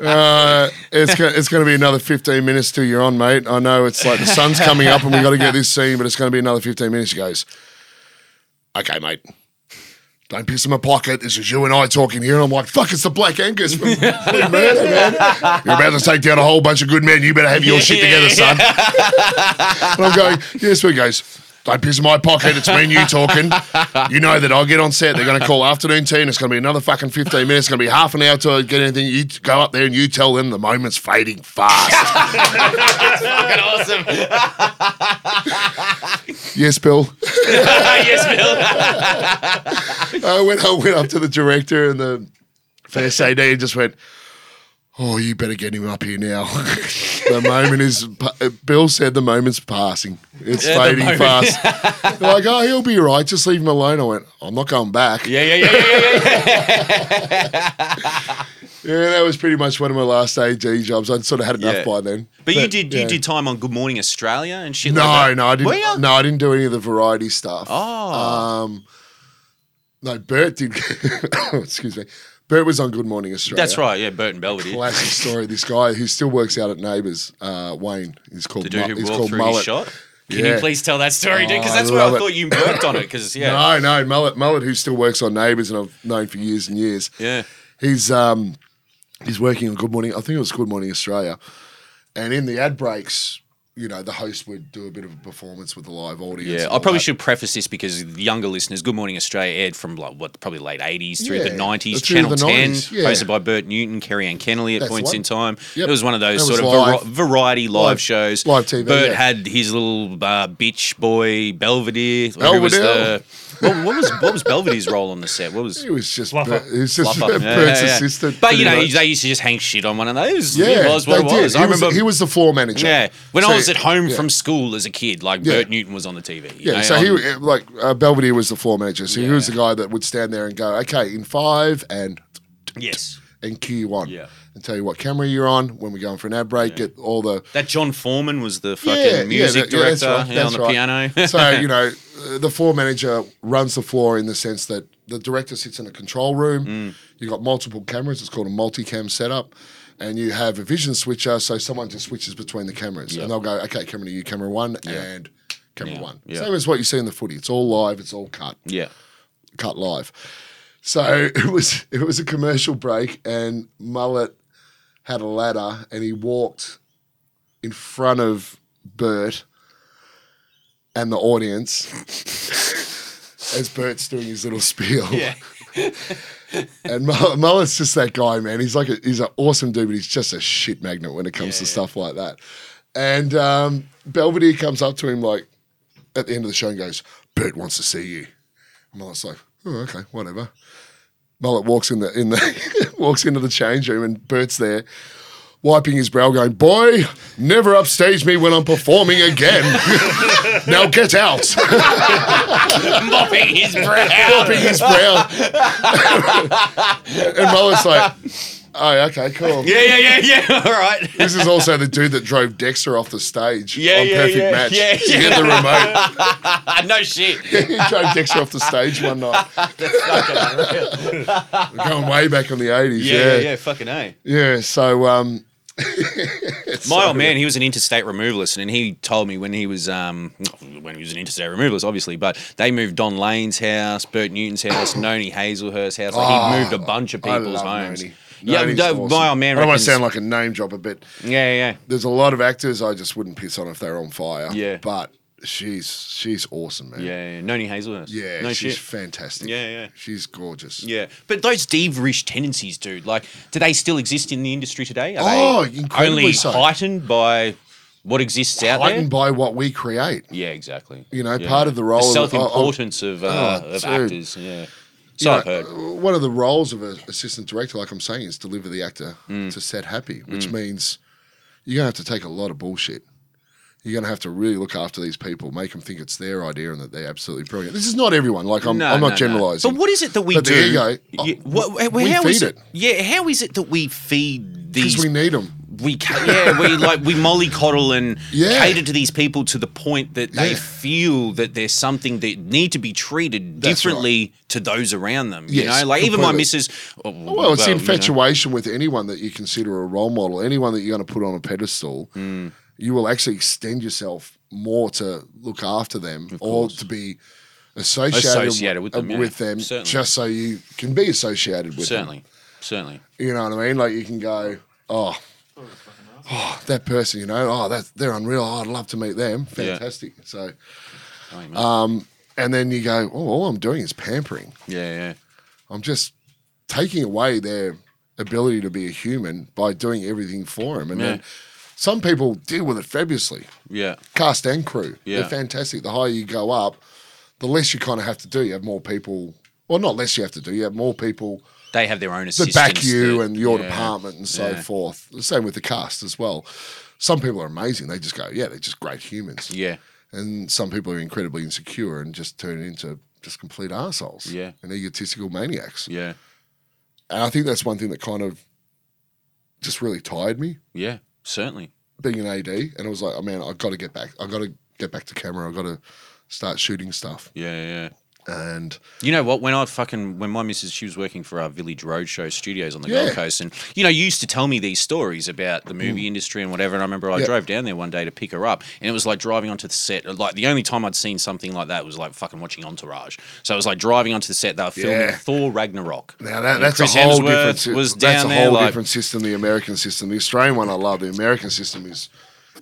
D: uh, it's go- it's going to be another fifteen minutes till you're on, mate. I know it's like the sun's coming up and we got to get this scene, but it's going to be another fifteen minutes. He goes, "Okay, mate." Don't piss in my pocket. This is you and I talking here. And I'm like, fuck, it's the Black Angus from Blue Murder, man. You're about to take down a whole bunch of good men. You better have your shit together, son. And I'm going, yes, we goes, don't piss in my pocket. It's me and you talking. You know that I'll get on set. They're going to call afternoon tea and it's going to be another fucking 15 minutes. It's going to be half an hour till I get anything. You t- go up there and you tell them the moment's fading fast.
B: Fucking awesome.
D: yes, Bill.
B: yes, Bill.
D: I went, I went up to the director and the first AD and just went, oh, you better get him up here now. the moment is, pa- Bill said the moment's passing. It's
B: Yeah, the
D: fading
B: moment.
D: fast. They're like, oh, he'll be all right. Just leave him alone. I went, I'm not going back.
B: Yeah, yeah, yeah, yeah, yeah.
D: Yeah, that was pretty much one of my last AD jobs. I'd sort of had enough
B: Yeah.
D: by then.
B: But you did
D: yeah.
B: you did time on Good Morning Australia and shit. like
D: No,
B: that.
D: no, I
B: Were ya?
D: didn't. No, I didn't do any of the variety stuff.
B: Oh,
D: Um, no, Bert did. excuse me. Bert was on Good Morning Australia.
B: that's right. Yeah, Burton Belvedere.
D: Classic story. This guy who still works out at Neighbours, uh, Wayne, he's called.
B: the dude
D: Mu-
B: who
D: he's
B: walked
D: called
B: through
D: Mullet.
B: his shot. Can you
D: Yeah.
B: please tell that story, dude? Because
D: Oh, I
B: that's where I
D: love it.
B: thought you worked on it. Because yeah,
D: No, no, Mullet, Mullet, who still works on Neighbours, and I've known for years and years.
B: yeah,
D: he's um he's working on Good Morning. I think it was Good Morning Australia, and in the ad breaks, you know, the host would do a bit of a performance with the live audience.
B: yeah.
D: and
B: I
D: all
B: probably
D: that.
B: should preface this because the younger listeners, Good Morning Australia aired from like what probably late '80s through the
D: Yeah,
B: '90s.
D: through
B: Channel
D: the
B: 10,
D: 90s, yeah.
B: hosted by Bert Newton, Kerry Ann Kennelly at
D: That's the
B: points
D: one.
B: in time.
D: Yep.
B: It was one of those
D: That
B: sort of
D: was
B: vari-
D: live.
B: variety live,
D: Live-
B: shows.
D: live TV,
B: Bert
D: yeah.
B: had his little uh, bitch boy Belvedere. who was
D: Belvedere.
B: the- what, what was what was Belvedere's role on the set? What was
D: He was just
E: Fluffer.
D: Bert- he's just
B: Fluffer.
D: Bert's
B: Yeah, yeah, yeah.
D: assistant.
B: But you know,
D: pretty much.
B: they used to just hang shit on one another. It was,
D: yeah,
B: it was what
D: they
B: it
D: did.
B: was.
D: He
B: I remember
D: was, he was the floor manager.
B: yeah, when
D: So-
B: I was at home
D: yeah.
B: from school as a kid, like
D: Yeah.
B: Bert Newton was on the TV. you
D: Yeah,
B: know,
D: so
B: on-
D: he like uh, Belvedere was the floor manager, so he was the guy that would stand there and go, "Okay, in five and
B: yes,
D: and cue you on,
B: Yeah.
D: and tell you what camera you're on when we're going for an ad break, get all the
B: that John Foreman was the fucking
D: Yeah, yeah,
B: music
D: that- yeah, that's
B: director
D: right,
B: yeah,
D: that's
B: on the
D: right.
B: piano.
D: so you know uh, the floor manager runs the floor in the sense that the director sits in a control room.
B: Mm.
D: You've got multiple cameras. It's called a multicam setup. And you have a vision switcher, so someone just switches between the cameras. And they'll go, okay, camera to you, camera one, and camera one.
B: Yeah.
D: Same as what you see in the footy. It's all live, it's all cut
B: Yeah.
D: cut live. So it was it was a commercial break, and Mullet had a ladder, and he walked in front of Bert and the audience as Bert's doing his little spiel. Yeah. and Mull- Mullet's just that guy, man. He's like a, he's an awesome dude, but he's just a shit magnet when it comes to stuff like that. And um, Belvedere comes up to him like at the end of the show and goes, "Bert wants to see you." And Mullet's like, oh, okay, whatever. Mullet walks in the in the walks into the change room and Bert's there, wiping his brow, going, "Boy, never upstage me when I'm performing again. now get out."
B: Mopping his
D: Mopping his brow, and Mullet's like, "Oh, okay, cool."
B: Yeah, yeah, yeah, yeah. All right.
D: This is also the dude that drove Dexter off the stage
B: Yeah,
D: on
B: yeah,
D: Perfect
B: yeah,
D: Match.
B: yeah,
D: he had the remote.
B: no shit.
D: he drove Dexter off the stage one night. We're going way back in the 80s.
B: Yeah, yeah, yeah. Fucking A.
D: Yeah, so um,
B: My old man, he was an interstate removalist, and he told me when he was um, when he was an interstate removalist, obviously, but they moved Don Lane's house, Bert Newton's house, Noni Hazelhurst's house. Like,
D: Oh,
B: he moved a bunch of
D: I
B: people's
D: love
B: homes.
D: Noni.
B: Yeah,
D: Noni's
B: no,
D: awesome.
B: my old man.
D: I don't want
B: reckons-
D: to sound like a name dropper, but
B: Yeah, yeah.
D: there's a lot of actors I just wouldn't piss on if they're on fire.
B: Yeah.
D: but she's she's awesome, man.
B: Yeah, yeah. Noni Hazelhurst.
D: yeah,
B: no
D: she's
B: shit.
D: fantastic.
B: Yeah, yeah.
D: she's gorgeous.
B: yeah, but those diva-ish tendencies, dude. Like, do they still exist in the industry today? Are
D: Oh,
B: they
D: incredibly
B: only
D: so.
B: heightened by what exists out
D: heightened
B: there?
D: by what we create.
B: yeah, exactly.
D: You know, part of the role of-
B: self-importance of, uh,
D: Oh,
B: of
D: dude.
B: actors. Yeah, so
D: You know,
B: I've heard.
D: uh, One of the roles of an assistant director, like I'm saying, is deliver the actor
B: Mm.
D: to set happy, which means you're gonna have to take a lot of bullshit. You're gonna have to really look after these people, make them think it's their idea and that they're absolutely brilliant. This is not everyone. Like I'm, I'm not generalising.
B: But what is it that we
D: But
B: do?
D: there you go. Oh,
B: Yeah, what-
D: we
B: how
D: feed
B: is
D: it.
B: Yeah, how is it that we feed
D: Because
B: these?
D: we
B: We,
D: need them.
B: ca- yeah, we like we mollycoddle and
D: Yeah.
B: cater to these people to the point that they
D: Yeah.
B: feel that there's something that need to be treated
D: That's right.
B: differently to those around them. you
D: Yes,
B: know, like even my
D: completely.
B: missus. oh,
D: Well, it's
B: you know.
D: infatuation with anyone that you consider a role model, anyone that you're going to put on a pedestal.
B: Mm.
D: You will actually extend yourself more to look after them or to be associated,
B: Associated with
D: uh,
B: them, yeah.
D: with them
B: Certainly.
D: just so you can be associated with them.
B: Certainly, certainly.
D: You know what I mean? Like you can go, oh, oh that person, you know, oh, that's, they're unreal. Oh, I'd love to meet them.
B: Yeah.
D: Fantastic. So, um,
B: Oh, man.
D: and then you go, oh, all I'm doing is pampering.
B: yeah, yeah.
D: I'm just taking away their ability to be a human by doing everything for them. And then
B: Yeah.
D: some people deal with it fabulously,
B: Yeah,
D: cast and crew.
B: Yeah.
D: They're fantastic. The higher you go up, the less you kind of have to do. You have more people, well, not less you have to do. You have more people
B: they have their own
D: that
B: assistants
D: back you
B: that-
D: and your
B: yeah.
D: department and so
B: yeah.
D: forth. The same with the cast as well. Some people are amazing. They just go, yeah, they're just great humans.
B: Yeah,
D: And some people are incredibly insecure and just turn into just complete assholes
B: Yeah.
D: and egotistical maniacs.
B: yeah,
D: And I think that's one thing that kind of just really tired me
B: yeah. Certainly.
D: being an AD. And I was like, oh man, I've got to get back. I've got to get back to camera. I've got to start shooting stuff.
B: Yeah, yeah.
D: And
B: You know what? When I fucking when my missus she was working for our Village Roadshow studios on the Gold
D: Yeah. Mm.
B: Coast, and you know, you used to tell me these stories about the movie industry and whatever. And I remember I
D: Yeah.
B: drove down there one day to pick her up, and it was like driving onto the set. Like the only time I'd seen something like that was like fucking watching Entourage. So it was like driving onto the set. They were filming
D: Yeah.
B: Thor Ragnarok.
D: now that,
B: And
D: that's
B: Chris
D: a whole
B: Hemsworth
D: different system.
B: Was
D: that's
B: down
D: a
B: there
D: whole
B: like,
D: different system, the American system. The Australian one I love. The American system is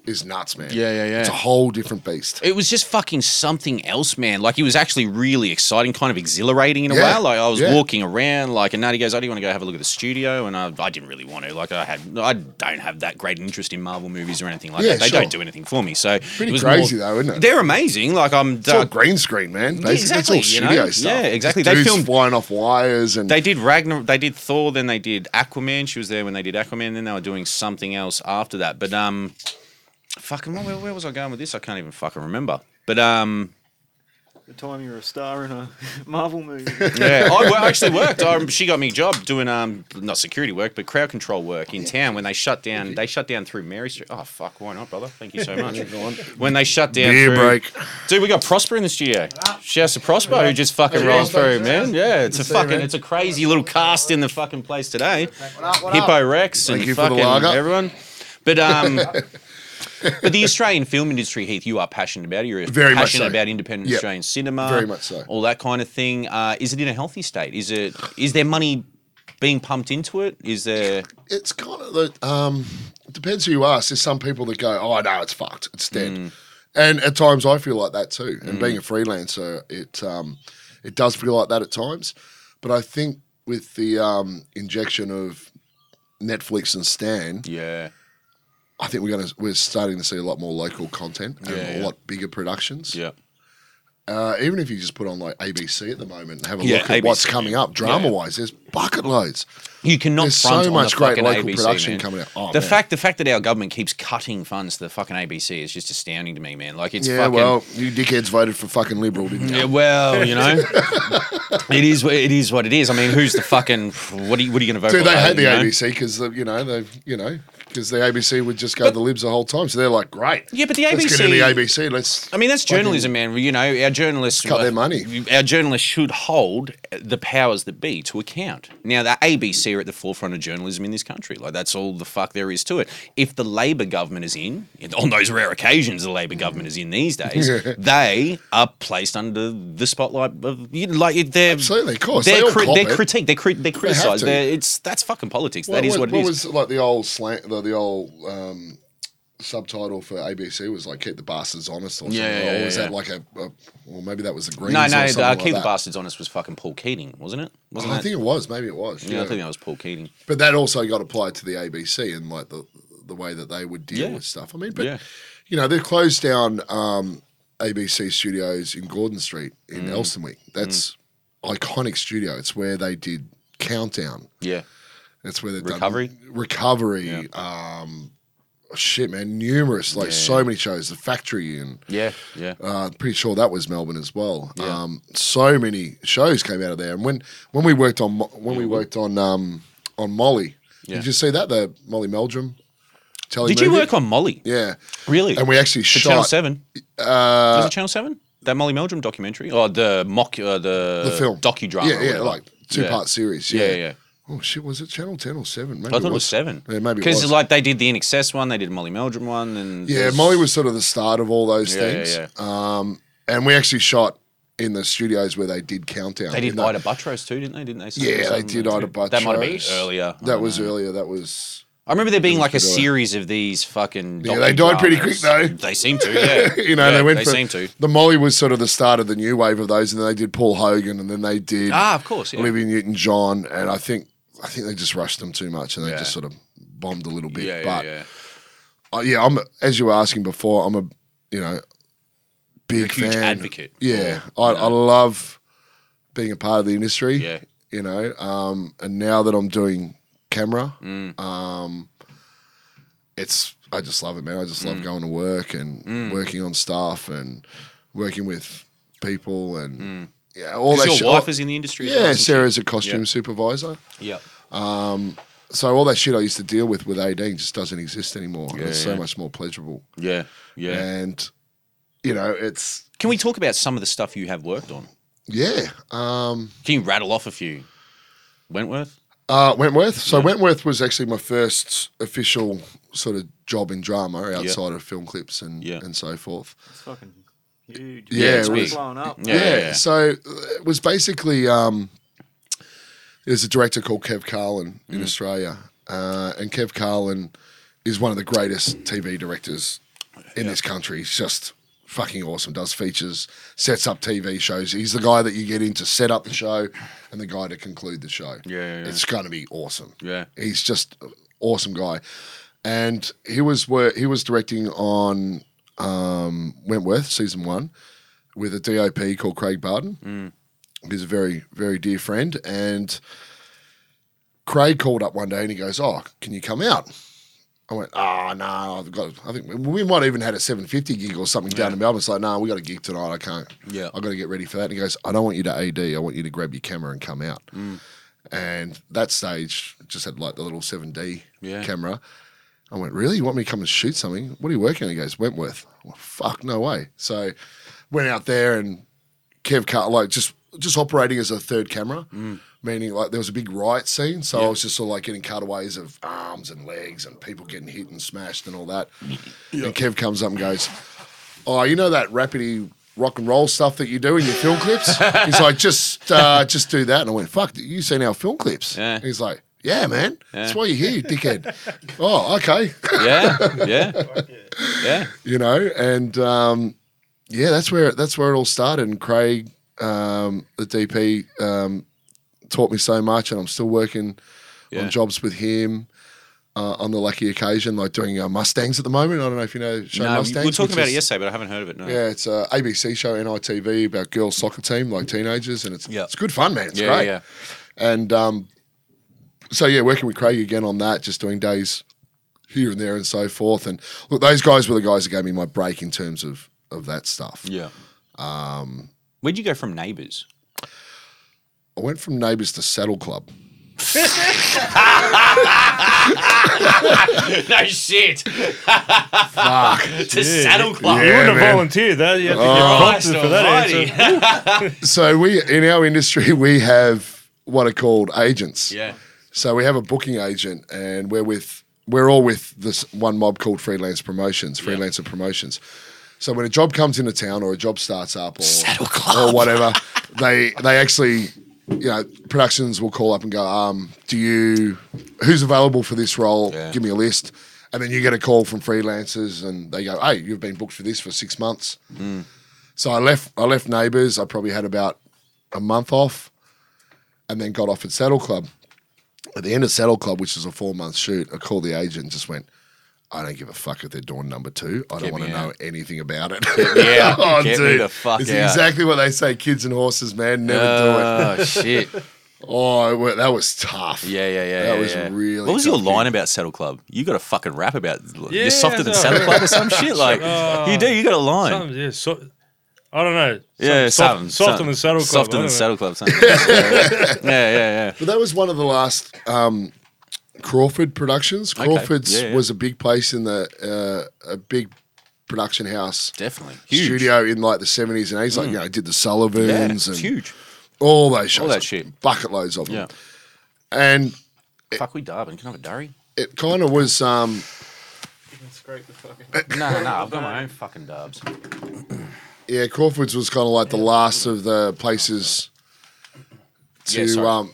D: is nuts, man.
B: Yeah, yeah, yeah.
D: It's a whole different beast.
B: It was just fucking something else, man. Like it was actually really exciting, kind of exhilarating in a
D: Yeah,
B: way. Like I was
D: yeah.
B: walking around, like, and Natty goes, "I do you want to go have a look at the studio?" And I, I didn't really want to. Like I had, I don't have that great interest in Marvel movies or anything like
D: Yeah,
B: that. They
D: sure.
B: don't do anything for me. So
D: Pretty
B: it was
D: crazy
B: more-
D: though, isn't it?
B: They're amazing. Like I'm.
D: It's all
B: uh,
D: green screen, man. Basically,
B: exactly,
D: it's all
B: you know?
D: studio stuff.
B: Yeah, exactly. They
D: Dudes
B: filmed-
D: flying off wires and
B: They did Ragnar. They did Thor. Then they did Aquaman. She was there when they did Aquaman. Then they were doing something else after that. But um, fucking where, where was I going with this? I can't even fucking remember. But um,
C: the time you were a star in a Marvel movie.
B: Yeah, I wo- actually worked. I, she got me a job doing um not security work, but crowd control work in town when they shut down. They shut down through Mary Street. Oh fuck, why not, brother? Thank you so much. when they shut down,
D: Beer
B: through,
D: break.
B: Dude, we got Prosper in the studio. Shouts to Prosper who just fucking
F: Yeah.
B: rolls
F: Yeah.
B: through, man. Yeah, it's a
F: See you,
B: fucking,
F: man.
B: it's a crazy little cast in the fucking place today.
F: What up, what up?
B: Hippo Rex and
D: Thank you for the
B: fucking
D: lager.
B: everyone. But um, but the Australian film industry, Heath, you are passionate about. it. You're
D: Very much
B: passionate
D: so.
B: about independent
D: Yep.
B: Australian cinema,
D: Very much so.
B: All that kind of thing. Uh, is it in a healthy state? Is it? Is there money being pumped into it? Is there?
D: It's kind of the um, depends who you ask. There's some people that go, "Oh no, it's fucked, it's dead,"
B: Mm.
D: and at times I feel like that too. And being a freelancer, it um, it does feel like that at times. But I think with the um, injection of Netflix and Stan,
B: Yeah,
D: I think we're gonna we're starting to see a lot more local content and
B: Yeah,
D: a
B: yeah.
D: lot bigger productions.
B: yeah.
D: Uh, even if you just put on like ABC at the moment and have a
B: Yeah,
D: look at what's
B: ABC.
D: coming up drama wise, there's bucket loads.
B: You cannot
D: There's
B: front
D: so
B: on
D: much
B: the
D: great
B: fucking
D: local
B: ABC,
D: production
B: man.
D: coming out. Oh,
B: the
D: man.
B: fact the fact that our government keeps cutting funds to the fucking ABC is just astounding to me, man. Like it's
D: yeah,
B: fucking
D: well, you dickheads voted for fucking Liberal, didn't you?
B: Yeah, well, you know, it is wha- it is what it is. I mean, who's the fucking what are you what are you going to vote?
D: Dude,
B: for?
D: they hate the
B: you know?
D: ABC because you know they you know because the ABC would just go to the libs the whole time. So they're like, great.
B: Yeah, but the
D: Let's get in the
B: ABC
D: ABC. Let's.
B: I mean, that's journalism, man. You know, our journalists
D: Cut their money.
B: Our journalists should hold the powers that be to account. Now, the ABC are at the forefront of journalism in this country. Like, that's all the fuck there is to it. If the Labor government is in, on those rare occasions the Labor government is in these days, they are placed under the spotlight of you know, like they're
D: Absolutely, of course. They
B: They're,
D: all
B: cri-
D: cop
B: they're
D: it.
B: critiqued. They're, cri- they're criticised.
D: to.
B: They're, it's that's fucking politics.
D: What-
B: that is
D: what,
B: what, it
D: what
B: is.
D: was like the old slant, the, the old um, subtitle for ABC was like keep the bastards honest or something.
B: Yeah, yeah,
D: or
B: yeah,
D: was
B: yeah.
D: that like a, a well maybe that was the Greens
B: no, no.
D: or something
B: The, uh,
D: like
B: Keep the
D: that.
B: Bastards Honest was fucking Paul Keating, wasn't it? Wasn't
D: I
B: that?
D: think it was. Maybe it was.
B: yeah,
D: Yeah,
B: I think that was Paul Keating.
D: But that also got applied to the ABC and like the the way that they would deal
B: Yeah.
D: with stuff. I mean, but
B: Yeah.
D: you know, they've closed down um, ABC Studios in Gordon Street in
B: Mm.
D: Elstonwick. That's iconic studio. It's where they did Countdown.
B: Yeah.
D: That's where they've
B: Recovery?
D: done recovery. Um, shit, man, numerous like so many shows. The Factory and
B: Yeah, yeah.
D: uh, pretty sure that was Melbourne as well.
B: Yeah.
D: Um, so many shows came out of there, and when when we worked on Mo- when we worked on um, on Molly,
B: Yeah.
D: did you see that the Molly Meldrum? Telly
B: Did you work on Molly?
D: Yeah,
B: Really?
D: and we actually
B: For Channel
D: shot
B: Seven. Uh, was it Channel Seven? That Molly Meldrum documentary, or the mock, uh, the,
D: the film
B: docudrama? or
D: Yeah, yeah,
B: whatever.
D: like two part series. Yeah.
B: Yeah, yeah. yeah.
D: Oh shit, was it Channel Ten or Seven? Maybe
B: I thought it was seven.
D: Yeah, maybe it
B: because
D: was.
B: like they did the In Excess one, they did Molly Meldrum one, and
D: Yeah,
B: there's-
D: Molly was sort of the start of all those
B: Yeah, yeah,
D: things. Um, and we actually shot in the studios where they did Countdown.
B: They
D: in
B: did
D: the-
B: Ida Buttrose too, didn't they? Didn't they?
D: Yeah, they did Ida
B: Buttrose.
D: Buttrose.
B: That might have been earlier. I
D: That
B: don't
D: was
B: know.
D: earlier. That was
B: I remember there being like a
D: pretty early.
B: series of these fucking.
D: Yeah, they died pretty
B: docudramas.
D: quick, though.
B: They seem to. Yeah,
D: you know
B: Yeah,
D: they went.
B: They
D: for,
B: seem to.
D: The Molly was sort of the start of the new wave of those, and then they did Paul Hogan, and then they did
B: Ah, of course. Yeah.
D: Olivia Newton John, and I think I think they just rushed them too much, and they
B: Yeah.
D: just sort of bombed a little bit.
B: Yeah, yeah,
D: but
B: yeah.
D: uh, yeah, I'm as you were asking before, I'm a you know big
B: huge
D: fan.
B: advocate.
D: Yeah, I, I love being a part of the industry.
B: Yeah.
D: you know, um, and now that I'm doing camera,
B: Mm.
D: um, it's I just love it, man. I just
B: Mm.
D: love going to work and working on stuff and working with people and yeah, all that.
B: Because
D: shit-
B: Mm. your wife
D: all-
B: is in the industry. as well,
D: yeah,
B: isn't she?
D: Sarah's a costume
B: Yeah.
D: supervisor.
B: Yeah.
D: So all that shit I used to deal with with AD just doesn't exist anymore. and it's so
B: yeah.
D: much more pleasurable.
B: Yeah. Yeah.
D: And you know, it's
B: Can we talk about some of the stuff you have worked on?
D: yeah. Um
B: Can you rattle off a few? Wentworth?
D: uh Wentworth. So Wentworth was actually my first official sort of job in drama outside of film clips and
B: Yeah.
D: and so forth.
C: It's fucking huge.
D: Yeah, Yeah, it's
C: It's
B: big.
C: blowing up.
B: Yeah, yeah, yeah.
D: So uh, it was basically um there's a director called Kev Carlin
B: Mm-hmm.
D: in Australia. Uh, and Kev Carlin is one of the greatest TV directors in this country. He's just fucking awesome. Does features, sets up TV shows. He's the guy that you get in to set up the show and the guy to conclude the show.
B: Yeah, yeah, yeah.
D: It's going to be awesome.
B: Yeah.
D: He's just an awesome guy. And he was wor- he was directing on um, Wentworth season 1 with a DOP called Craig Barton. He's a very very dear friend and Craig called up one day and he goes, "Oh, can you come out?" I went, ah, no, I've got. I think we- we might even had a seven fifty gig or something down in Melbourne. It's like, no, we got a gig tonight. I can't.
B: Yeah.
D: I got to get ready for that. And he goes, I don't want you to AD. I want you to grab your camera and come out.
B: Mm.
D: And that stage just had like the little seven D
B: Yeah.
D: camera. I went, really? You want me to come and shoot something? What are you working? on? He goes, Wentworth. I went, Fuck, no way. So went out there and Kev Car like just just operating as a third camera, meaning like there was a big riot scene, so I was just sort of like getting cutaways of arms and legs and people getting hit and smashed and all that. And Kev comes up and goes, "Oh, you know that rapidy rock and roll stuff that you do in your film clips?" He's like, "Just uh, just do that." And I went, "Fuck, you seen our film clips?"
B: Yeah.
D: He's like. Yeah, man. That's why you're here, you dickhead. oh, okay.
B: Yeah, yeah, yeah.
D: you know, and um, yeah, that's where that's where it all started. And Craig, um, the DP, um, taught me so much, and I'm still working
B: Yeah.
D: on jobs with him. Uh, on the lucky occasion, like doing uh, Mustangs at the moment. I don't know if you know show
B: No, we
D: Mustangs.
B: were talking
D: which
B: about it
D: is-
B: yesterday, but I haven't heard of it. No.
D: Yeah, it's a ABC show NITV about girls soccer team, like teenagers, and it's
B: Yeah.
D: it's good fun, man. It's
B: yeah,
D: great.
B: yeah.
D: And um, so yeah, working with Craig again on that, just doing days here and there and so forth. And look, those guys were the guys that gave me my break in terms of of that stuff.
B: yeah. Um,
D: Um,
B: Where'd you go from Neighbours?
D: I went from Neighbours to Saddle Club.
B: no shit. to Saddle Club.
E: you
D: Yeah,
E: wouldn't
D: man.
E: have volunteered that. You had to
B: Oh, Christ
E: get prompted for that
B: almighty.
E: answer.
D: So we in our industry we have what are called agents.
B: yeah.
D: So we have a booking agent, and we're with we're all with this one mob called Freelance Promotions, Freelancer Promotions. So when a job comes into town or a job starts up or or whatever, they they actually you know productions will call up and go, um, do you who's available for this role?
B: Yeah.
D: Give me a list. And then you get a call from freelancers, and they go, "Hey, you've been booked for this for six months."
B: Mm.
D: So I left. I left Neighbours. I probably had about a month off, and then got off at Saddle Club. At the end of Saddle Club, which is a four month shoot, I called the agent and just went, I don't give a fuck if they're doing number two. I
B: Get
D: don't want to
B: me
D: know
B: out.
D: anything about it.
B: out. Get me the fuck
D: Oh, It's
B: out.
D: exactly what they say kids and horses, man. Never do it.
B: Oh shit.
D: Oh, it wa- that was tough.
B: Yeah, yeah, yeah.
D: That
B: yeah,
D: was
B: yeah.
D: really
B: What was your
D: tough,
B: line
D: yeah.
B: about Saddle Club? You got a fucking rap about
E: Yeah,
B: you're softer than
E: no.
B: Saddle Club or some shit. Like you do. You got a line.
E: Something, yeah, so, I don't know.
B: yeah, something,
E: Some- soft, softer than saddle club.
B: Softer than
E: I don't know.
B: Saddle Club. Something. yeah, yeah, yeah.
D: But that was one of the last um, Crawford Productions. Crawford's
B: Yeah, yeah.
D: was a big place in the uh, a big production house
B: Definitely huge. Mm.
D: studio in like the seventies, and he's like, you know, did the Sullivans
B: Yeah,
D: and
B: it's huge.
D: all those shows,
B: All that shit.
D: bucket loads of them.
B: Yeah.
D: And
B: Fuck, we Darwin. Can I have a durry?
D: it kind of was. Um,
C: You can scrape the fucking.
B: No, no, I've got my own fucking dubs.
D: Yeah, Crawford's was kind of like the last of the places to,
B: Yeah, sorry.
D: um,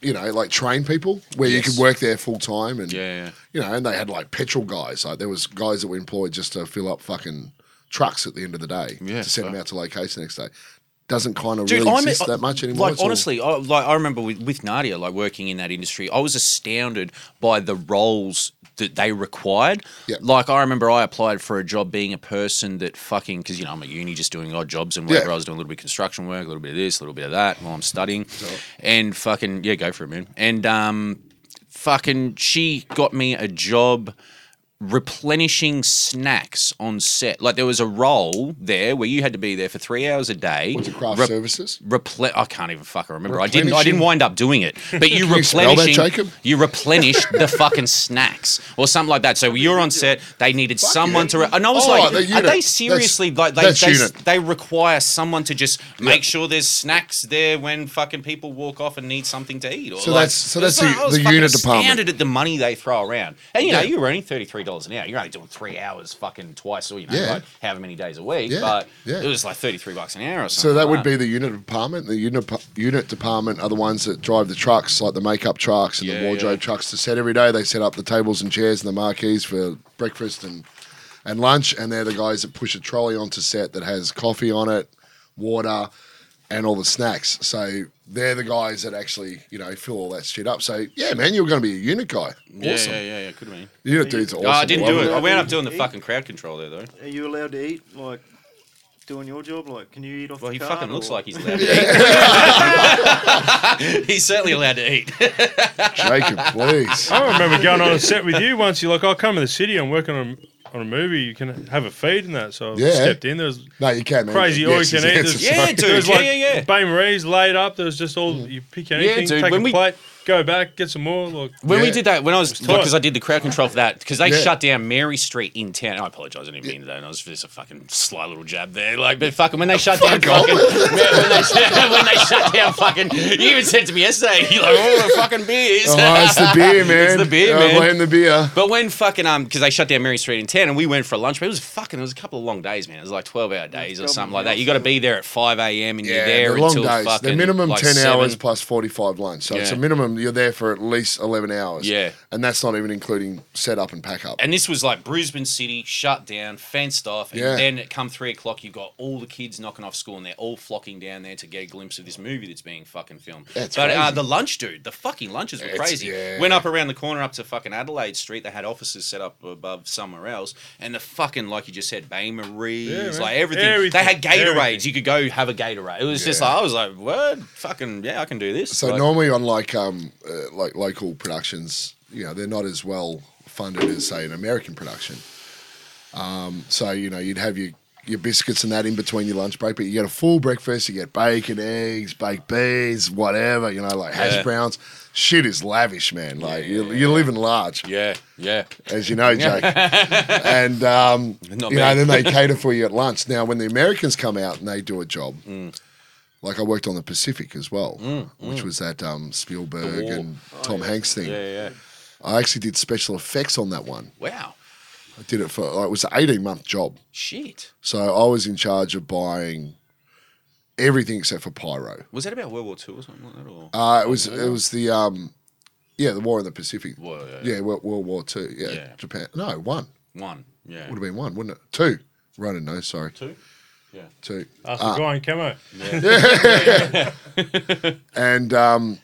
D: you know, like train people where you
B: Yes.
D: could work there full time, and
B: Yeah, yeah.
D: you know, and they had like petrol guys. Like there was guys that were employed just to fill up fucking trucks at the end of the day
B: Yeah,
D: to send them
B: fuck.
D: out to location the next day. Doesn't kind of
B: Dude,
D: really
B: I'm
D: exist that much anymore.
B: Like
D: It's all-
B: honestly, I, like I remember with, with Nadia, like working in that industry, I was astounded by the roles that they required.
D: Yeah.
B: Like I remember, I applied for a job being a person that fucking because you know I'm at uni just doing odd jobs and whatever.
D: Yeah.
B: I was doing a little bit of construction work, a little bit of this, a little bit of that while I'm studying, and fucking yeah, go for it, man. And um, fucking she got me a job replenishing snacks on set. Like there was a role there where you had to be there for three hours a day.
D: to craft
B: rep-
D: services.
B: Reple- I can't even fucking remember. I didn't. I didn't
D: Replenishing-
B: wind up doing it. But you
D: you spell that,
B: replenishing.
D: Jacob?
B: you replenished the fucking snacks or something like that. So you're on set. They needed someone to. Re- and I was
D: Oh,
B: like,
D: the
B: are
D: unit.
B: they
D: That's-
B: seriously like they
D: that's
B: they,
D: unit.
B: they require someone to just make sure there's snacks there when fucking people walk off and need something to eat. Or
D: So
B: like-
D: that's- so
B: It's
D: that's
B: like,
D: the-
B: I was
D: the
B: fucking
D: unit department.
B: astounded at the money they throw around. And you know,
D: Yeah.
B: you were only thirty three dollars an hour. You're only doing three hours fucking twice or you know,
D: Yeah.
B: like however many days a week.
D: Yeah,
B: But
D: yeah.
B: it was like thirty three bucks an hour or something.
D: So that
B: like
D: would be the unit department. The unit unit department are the ones that drive the trucks, like the makeup trucks and
B: Yeah,
D: the wardrobe
B: yeah.
D: trucks to set every day. They set up the tables and chairs and the marquees for breakfast and and lunch, and they're the guys that push a trolley onto set that has coffee on it, water, and all the snacks. So they're the guys that actually you know fill all that shit up. So yeah, man, you're going to be a unit guy.
B: Yeah,
D: Awesome.
B: Yeah, yeah, yeah, could have been.
D: Unit dudes are awesome.
B: Oh, I didn't
D: Love
B: do it. I
C: it.
B: wound up doing the fucking crowd control there, though.
C: Are you allowed to eat like doing your job? Like, can you eat off
B: Well,
C: the
B: he
C: card?
B: fucking looks
C: or-
B: like he's loud. He's certainly allowed to eat.
D: Jacob, please.
E: I remember going on a set with you once. You're like, "Oh, I'll come to the city. I'm working on on a movie. You can have a feed and that. So I
D: Yeah.
E: stepped in. There was
D: No, you can. man.
E: crazy all you
D: Yes,
E: can
D: yes,
E: eat.
D: yes,
E: There's-
B: Yeah,
D: sorry.
B: dude.
E: There was
B: yeah,
E: like
B: yeah, yeah.
E: Bain Marie's laid up. There was just all you pick anything,
B: dude,
E: take
B: when
E: a
B: we-
E: plate, go back, get some more. Look,
B: When we
D: Yeah.
B: did that, when I was
E: tight.
B: because I did the crowd control for that because they
D: Yeah.
B: shut down Mary Street in town. I apologize, I didn't mean that. I was just a fucking sly little jab there, like. But fucking when they shut down fucking when they, shut- when they shut down fucking. You even said to me yesterday, you're like, oh, the fucking beers.
D: Oh, it's the beer, man.
B: It's the beer,
D: Oh,
B: man.
D: blame the beer.
B: But when fucking um, because they shut down Mary Street in town, and we went for a lunch. But it was fucking. It was a couple of long days, man. It was like twelve hour days or
C: probably
B: something like that. You got to be there at five a.m. and you're
D: Yeah,
B: there
D: they're long
B: until
D: days.
B: fucking
D: They're minimum
B: like,
D: 10
B: seven.
D: hours plus 45 lunch. So it's
B: Yeah.
D: a minimum, you're there for at least 11 hours.
B: Yeah.
D: And that's not even including setup and pack up.
B: And this was like Brisbane City shut down, fenced off, and
D: Yeah.
B: then at come three o'clock, you've got all the kids knocking off school, and they're all flocking down there to get a glimpse of this movie that's being fucking filmed.
D: That's
B: but Uh,
D: crazy.
B: the lunch, dude, the fucking lunches were
D: It's-
B: crazy.
D: yeah.
B: Went up around the corner up to fucking Adelaide Street. They had offices set up above somewhere else, and the fucking like you just said, Bain Marie's,
E: Yeah, man.
B: like everything. They
E: Everything,
B: had Gatorades.
E: everything.
B: You could go have a Gatorade. It was just
D: Yeah.
B: like I was like, what? Fucking yeah, I can do this.
D: So
B: like,
D: normally on like um uh, like local productions, you know, they're not as well funded as say an American production. Um, so you know, you'd have your your biscuits and that in between your lunch break, but you get a full breakfast. You get bacon, eggs, baked beans, whatever. You know, like hash
B: Yeah.
D: browns. Shit is lavish, man. Like you're, you're living large,
B: yeah, yeah.
D: as you know, Jake. and um, you
B: Not
D: know,
B: bad.
D: then they cater for you at lunch. Now, when the Americans come out and they do a job,
B: Mm.
D: like I worked on the Pacific as well, which was that um, Spielberg
B: war. Oh,
D: and Tom Hanks thing.
B: Yeah, yeah.
D: I actually did special effects on that one.
B: Wow.
D: I did it for like, it was an eighteen month job,
B: Shit.
D: so I was in charge of buying everything except for pyro.
B: Was that about World War Two or something like that? Or?
D: Uh, it was it was the um, yeah, the war in the Pacific.
B: War, yeah,
D: yeah, World, World War Two. Yeah,
B: Yeah.
D: Japan. No, one.
B: One. Yeah.
D: Would have been one, wouldn't it? Two. Ronan, no, sorry.
B: Two? Yeah.
D: Two.
E: ask the guy in camo.
D: And um,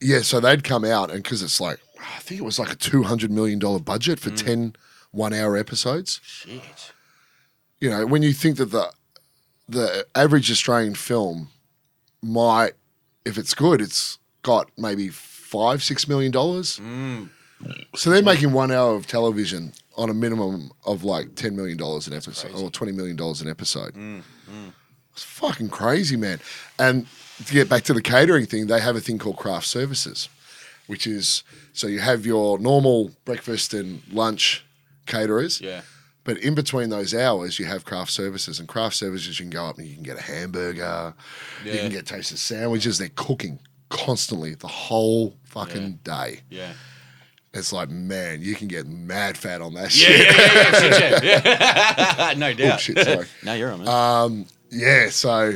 D: yeah, so they'd come out, and because it's like, I think it was like a $200 million budget
B: Mm.
D: for 10 one hour episodes.
B: Shit.
D: You know, when you think that the, the average Australian film might, if it's good, it's got maybe five, $6 million. So they're making one hour of television on a minimum of like $10 million an episode or $20 million an episode. It's fucking crazy, man. And to get back to the catering thing, they have a thing called craft services, which is so you have your normal breakfast and lunch caterers.
B: Yeah.
D: But in between those hours, you have craft services, and craft services you can go up and you can get a hamburger, you
B: Yeah.
D: can get tasted sandwiches. They're cooking constantly the whole fucking day.
B: Yeah.
D: It's like, man, you can get mad fat on that
B: Yeah,
D: shit.
B: yeah, yeah, yeah, yeah, yeah. no doubt.
D: Oh, shit, sorry. Uh,
B: No, you're on, man.
D: Yeah, so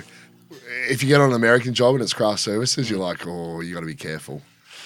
D: if you get on an American job and it's craft services, you're like, oh, you got to be careful.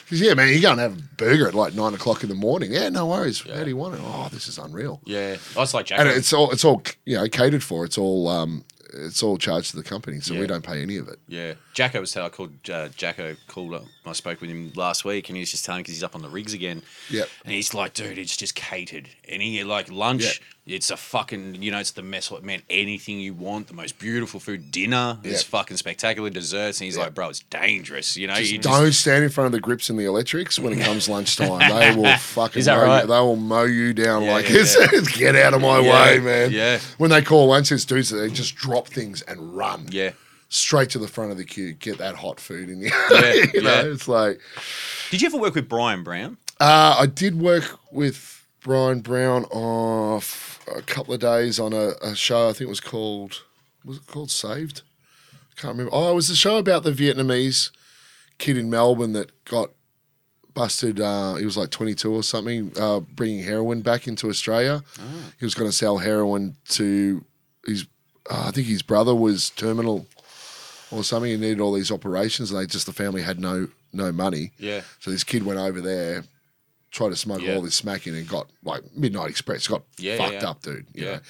D: Because, yeah, man, you're going to have a burger at like nine o'clock in the morning. Yeah, no worries. How do you want it? Oh, this is unreal.
B: yeah. Oh, it's like Jack.
D: And it's all, it's all, you know, catered for. It's all, um, it's all charged to the company. So
B: Yeah.
D: we don't pay any of it.
B: yeah. Jacko was how I called uh, Jacko called up. I spoke with him last week and he was just telling because he's up on the rigs again.
D: Yep.
B: And he's like, dude, it's just catered. Any like lunch, it's a fucking you know, it's the mess what man, anything you want, the most beautiful food, dinner, it's
D: Yeah.
B: fucking spectacular desserts. And he's like, bro, it's dangerous, you know. you just-
D: Don't stand in front of the grips and the electrics when it comes lunchtime. They will fucking
B: Is that
D: mow
B: right?
D: you, they will mow you down
B: Yeah,
D: like
B: yeah,
D: it's get out of my
B: Yeah,
D: way, man.
B: yeah.
D: When they call lunch, it's dudes that they just drop things and run.
B: yeah.
D: straight to the front of the queue, get that hot food in you.
B: Yeah,
D: you know,
B: yeah.
D: it's like
B: Did you ever work with Brian Brown?
D: uh, I did work with Brian Brown off a couple of days on a, a show. I think it was called was it called Saved? Can't remember. Oh, it was the show about the Vietnamese kid in Melbourne that got busted. Uh, he was like 22 or something, uh, bringing heroin back into Australia. He was going to sell heroin to his. Uh, I think his brother was terminal or something. He needed all these operations, and they just the family had no no money.
B: Yeah.
D: So this kid went over there, tried to smuggle
B: Yeah.
D: all this smack in, and got like Midnight Express got
B: Yeah,
D: fucked
B: yeah.
D: up, dude. You
B: Yeah.
D: know?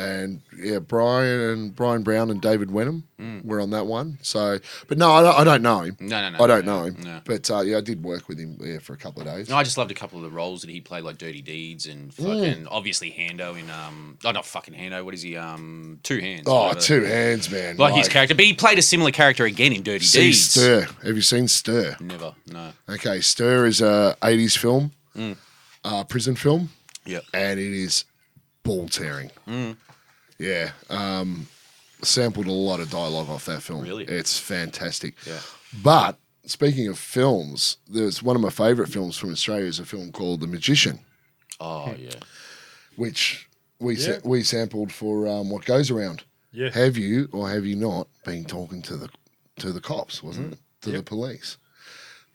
D: and yeah, Brian and Brian Brown and David Wenham were on that one. So, but no, I don't, I don't know him.
B: Mm. No, no, no,
D: I don't
B: no,
D: know him.
B: no.
D: But uh, yeah, I did work with him yeah, for a couple of days.
B: No, I just loved a couple of the roles that he played, like Dirty Deeds and fucking
D: Mm.
B: obviously Hando in um, oh not fucking Hando, what is he? Um, Two Hands.
D: oh,
B: whatever.
D: two hands, man.
B: Like his character, but he played a similar character again in Dirty
D: See
B: Deeds.
D: Stir. Have you seen Stir?
B: Never, no.
D: Okay, Stir is a '80s film,
B: Mm.
D: uh, prison film,
B: Yeah.
D: and it is ball tearing.
B: Mm.
D: Yeah, um, sampled a lot of dialogue off that film.
B: Really?
D: it's fantastic.
B: Yeah.
D: But speaking of films, there's one of my favourite films from Australia is a film called The Magician,
B: Oh yeah.
D: which we sa-
E: Yeah.
D: we sampled for um, What Goes Around.
E: Yeah.
D: Have you or have you not been talking to the to the cops? Wasn't
B: Mm-hmm.
D: it to the police?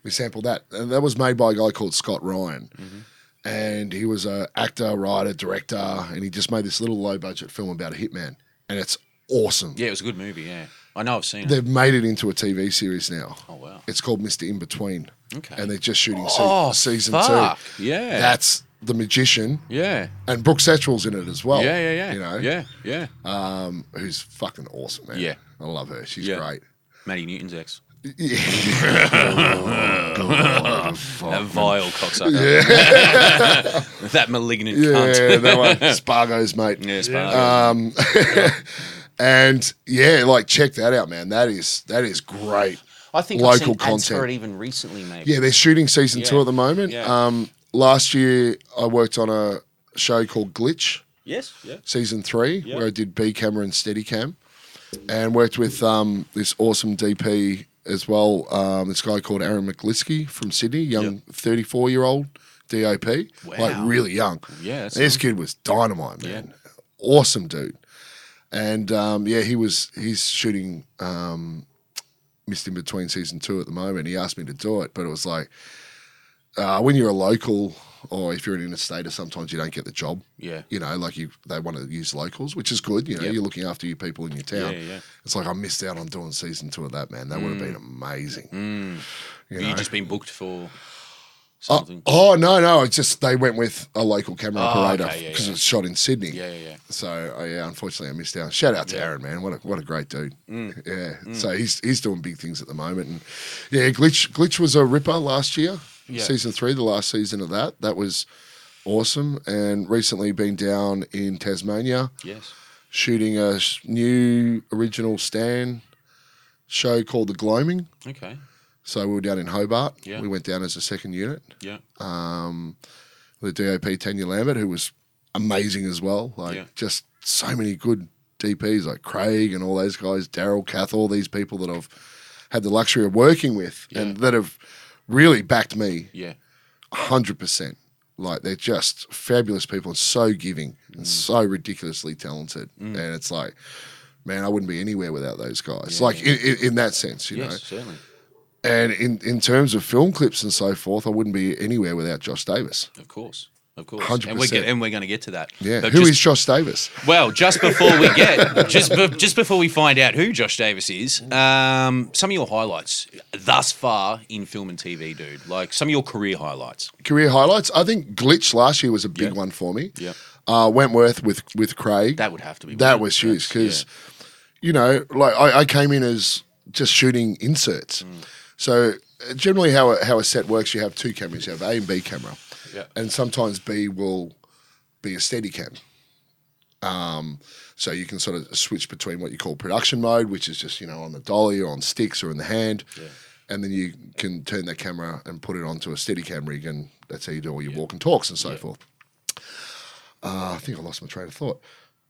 D: We sampled that, and that was made by a guy called Scott Ryan,
B: Mm-hmm.
D: and he was a actor, writer, director, and he just made this little low budget film about a hitman, and it's awesome.
B: Yeah, it was a good movie, yeah. I know I've seen it.
D: They've made it into a TV series now.
B: Oh wow.
D: It's called Mister In Between,
B: Okay.
D: and they're just shooting se-
B: Oh,
D: season
B: fuck.
D: two.
B: Yeah.
D: that's the magician,
B: Yeah.
D: and Brooke Satchel's in it as well.
B: yeah, yeah, yeah.
D: Oh, You know,
B: Yeah, yeah.
D: um, who's fucking awesome, man.
B: Yeah.
D: I love her. She's
B: Yeah.
D: great.
B: Maddie Newton's ex.
D: God,
B: That
D: fuck.
B: vile cocksucker. that malignant cunt.
D: Yeah, Uh, that one. Spargo's mate.
B: Yeah,
D: And yeah, like check that out, man. That is that is great.
B: I think
D: local
B: I've seen ads for
D: content.
B: it even recently, maybe.
D: Yeah, they're shooting season two
B: Yeah.
D: at the moment.
B: Yeah.
D: Um, last year I worked on a show called Glitch.
B: Yes. Yeah.
D: season three,
B: Yeah.
D: where I did B camera and Steadicam, and worked with um, this awesome DP as well. Um, this guy called Aaron McGlisky from Sydney, young thirty-four year old DOP, like
B: Wow.
D: really young.
B: Yeah, that's
D: this kid was dynamite, man. Awesome dude, and um, yeah, he was he's shooting um, Missed in Between season two at the moment. He asked me to do it, but it was like. Uh, when you're a local, or if you're an interstate, sometimes you don't get the job
B: Yeah.
D: you know, like you, they want to use locals, which is good. You know,
B: Yep.
D: you're looking after your people in your town.
B: Yeah, yeah. Mm.
D: It's like I missed out on doing season two of that, man. That would have been amazing. Oh, You
B: You
D: know?
B: have just been booked for
D: Oh,
B: something.
D: oh no, no! It's just they went with a local camera
B: Oh,
D: operator
B: okay, yeah,
D: because
B: yeah.
D: it's shot in Sydney.
B: Yeah, yeah, yeah.
D: So oh, yeah, unfortunately, I missed out. Shout out to Aaron, man! What a what a great dude.
B: Mm.
D: Yeah. So he's he's doing big things at the moment, and yeah, glitch glitch was a ripper last year.
B: Yeah.
D: Season three, the last season of that, that was awesome. And recently, been down in Tasmania.
B: Yes.
D: shooting a sh- new original Stan show called The Gloaming.
B: Okay.
D: So we were down in Hobart.
B: Yeah.
D: We went down as a second unit
B: Yeah.
D: with DOP Tanya Lambert, who was amazing as well. Like
B: Yeah.
D: just so many good DPs like Craig and all those guys, Daryl, Kath, all these people that I've had the luxury of working with and that have really backed me
B: Yeah.
D: hundred percent. Like they're just fabulous people and so giving
B: Mm.
D: and so ridiculously talented. And it's like, man, I wouldn't be anywhere without those guys. like in, in, in that sense, you
B: Yes.
D: know.
B: Certainly.
D: And in, in terms of film clips and so forth, I wouldn't be anywhere without Josh Davis.
B: Of course. Of course. And we're
D: 100%.
B: get, and we're going to get to that.
D: Yeah. Who
B: But
D: is
B: just-
D: Josh Davis?
B: Well, just before we get just be, just before we find out who Josh Davis is, um, some of your highlights thus far in film and TV, dude. Like some of your career highlights.
D: Career highlights. I think Glitch last year was a big
B: Yeah.
D: one for me.
B: Yeah.
D: Uh, Wentworth with with Craig.
B: That would have to be.
D: that
B: one.
D: was huge
B: That's-
D: because you know like I, I came in as just shooting inserts
B: Mm.
D: so uh, generally how a, how a set works you have two cameras you have a and b camera
B: Yeah.
D: and sometimes b will be a steady cam um, so you can sort of switch between what you call production mode which is just you know on the dolly or on sticks or in the hand and then you can turn that camera and put it onto a steady cam rig and that's how you do all your walk and talks and so forth uh, I think I lost my train of thought.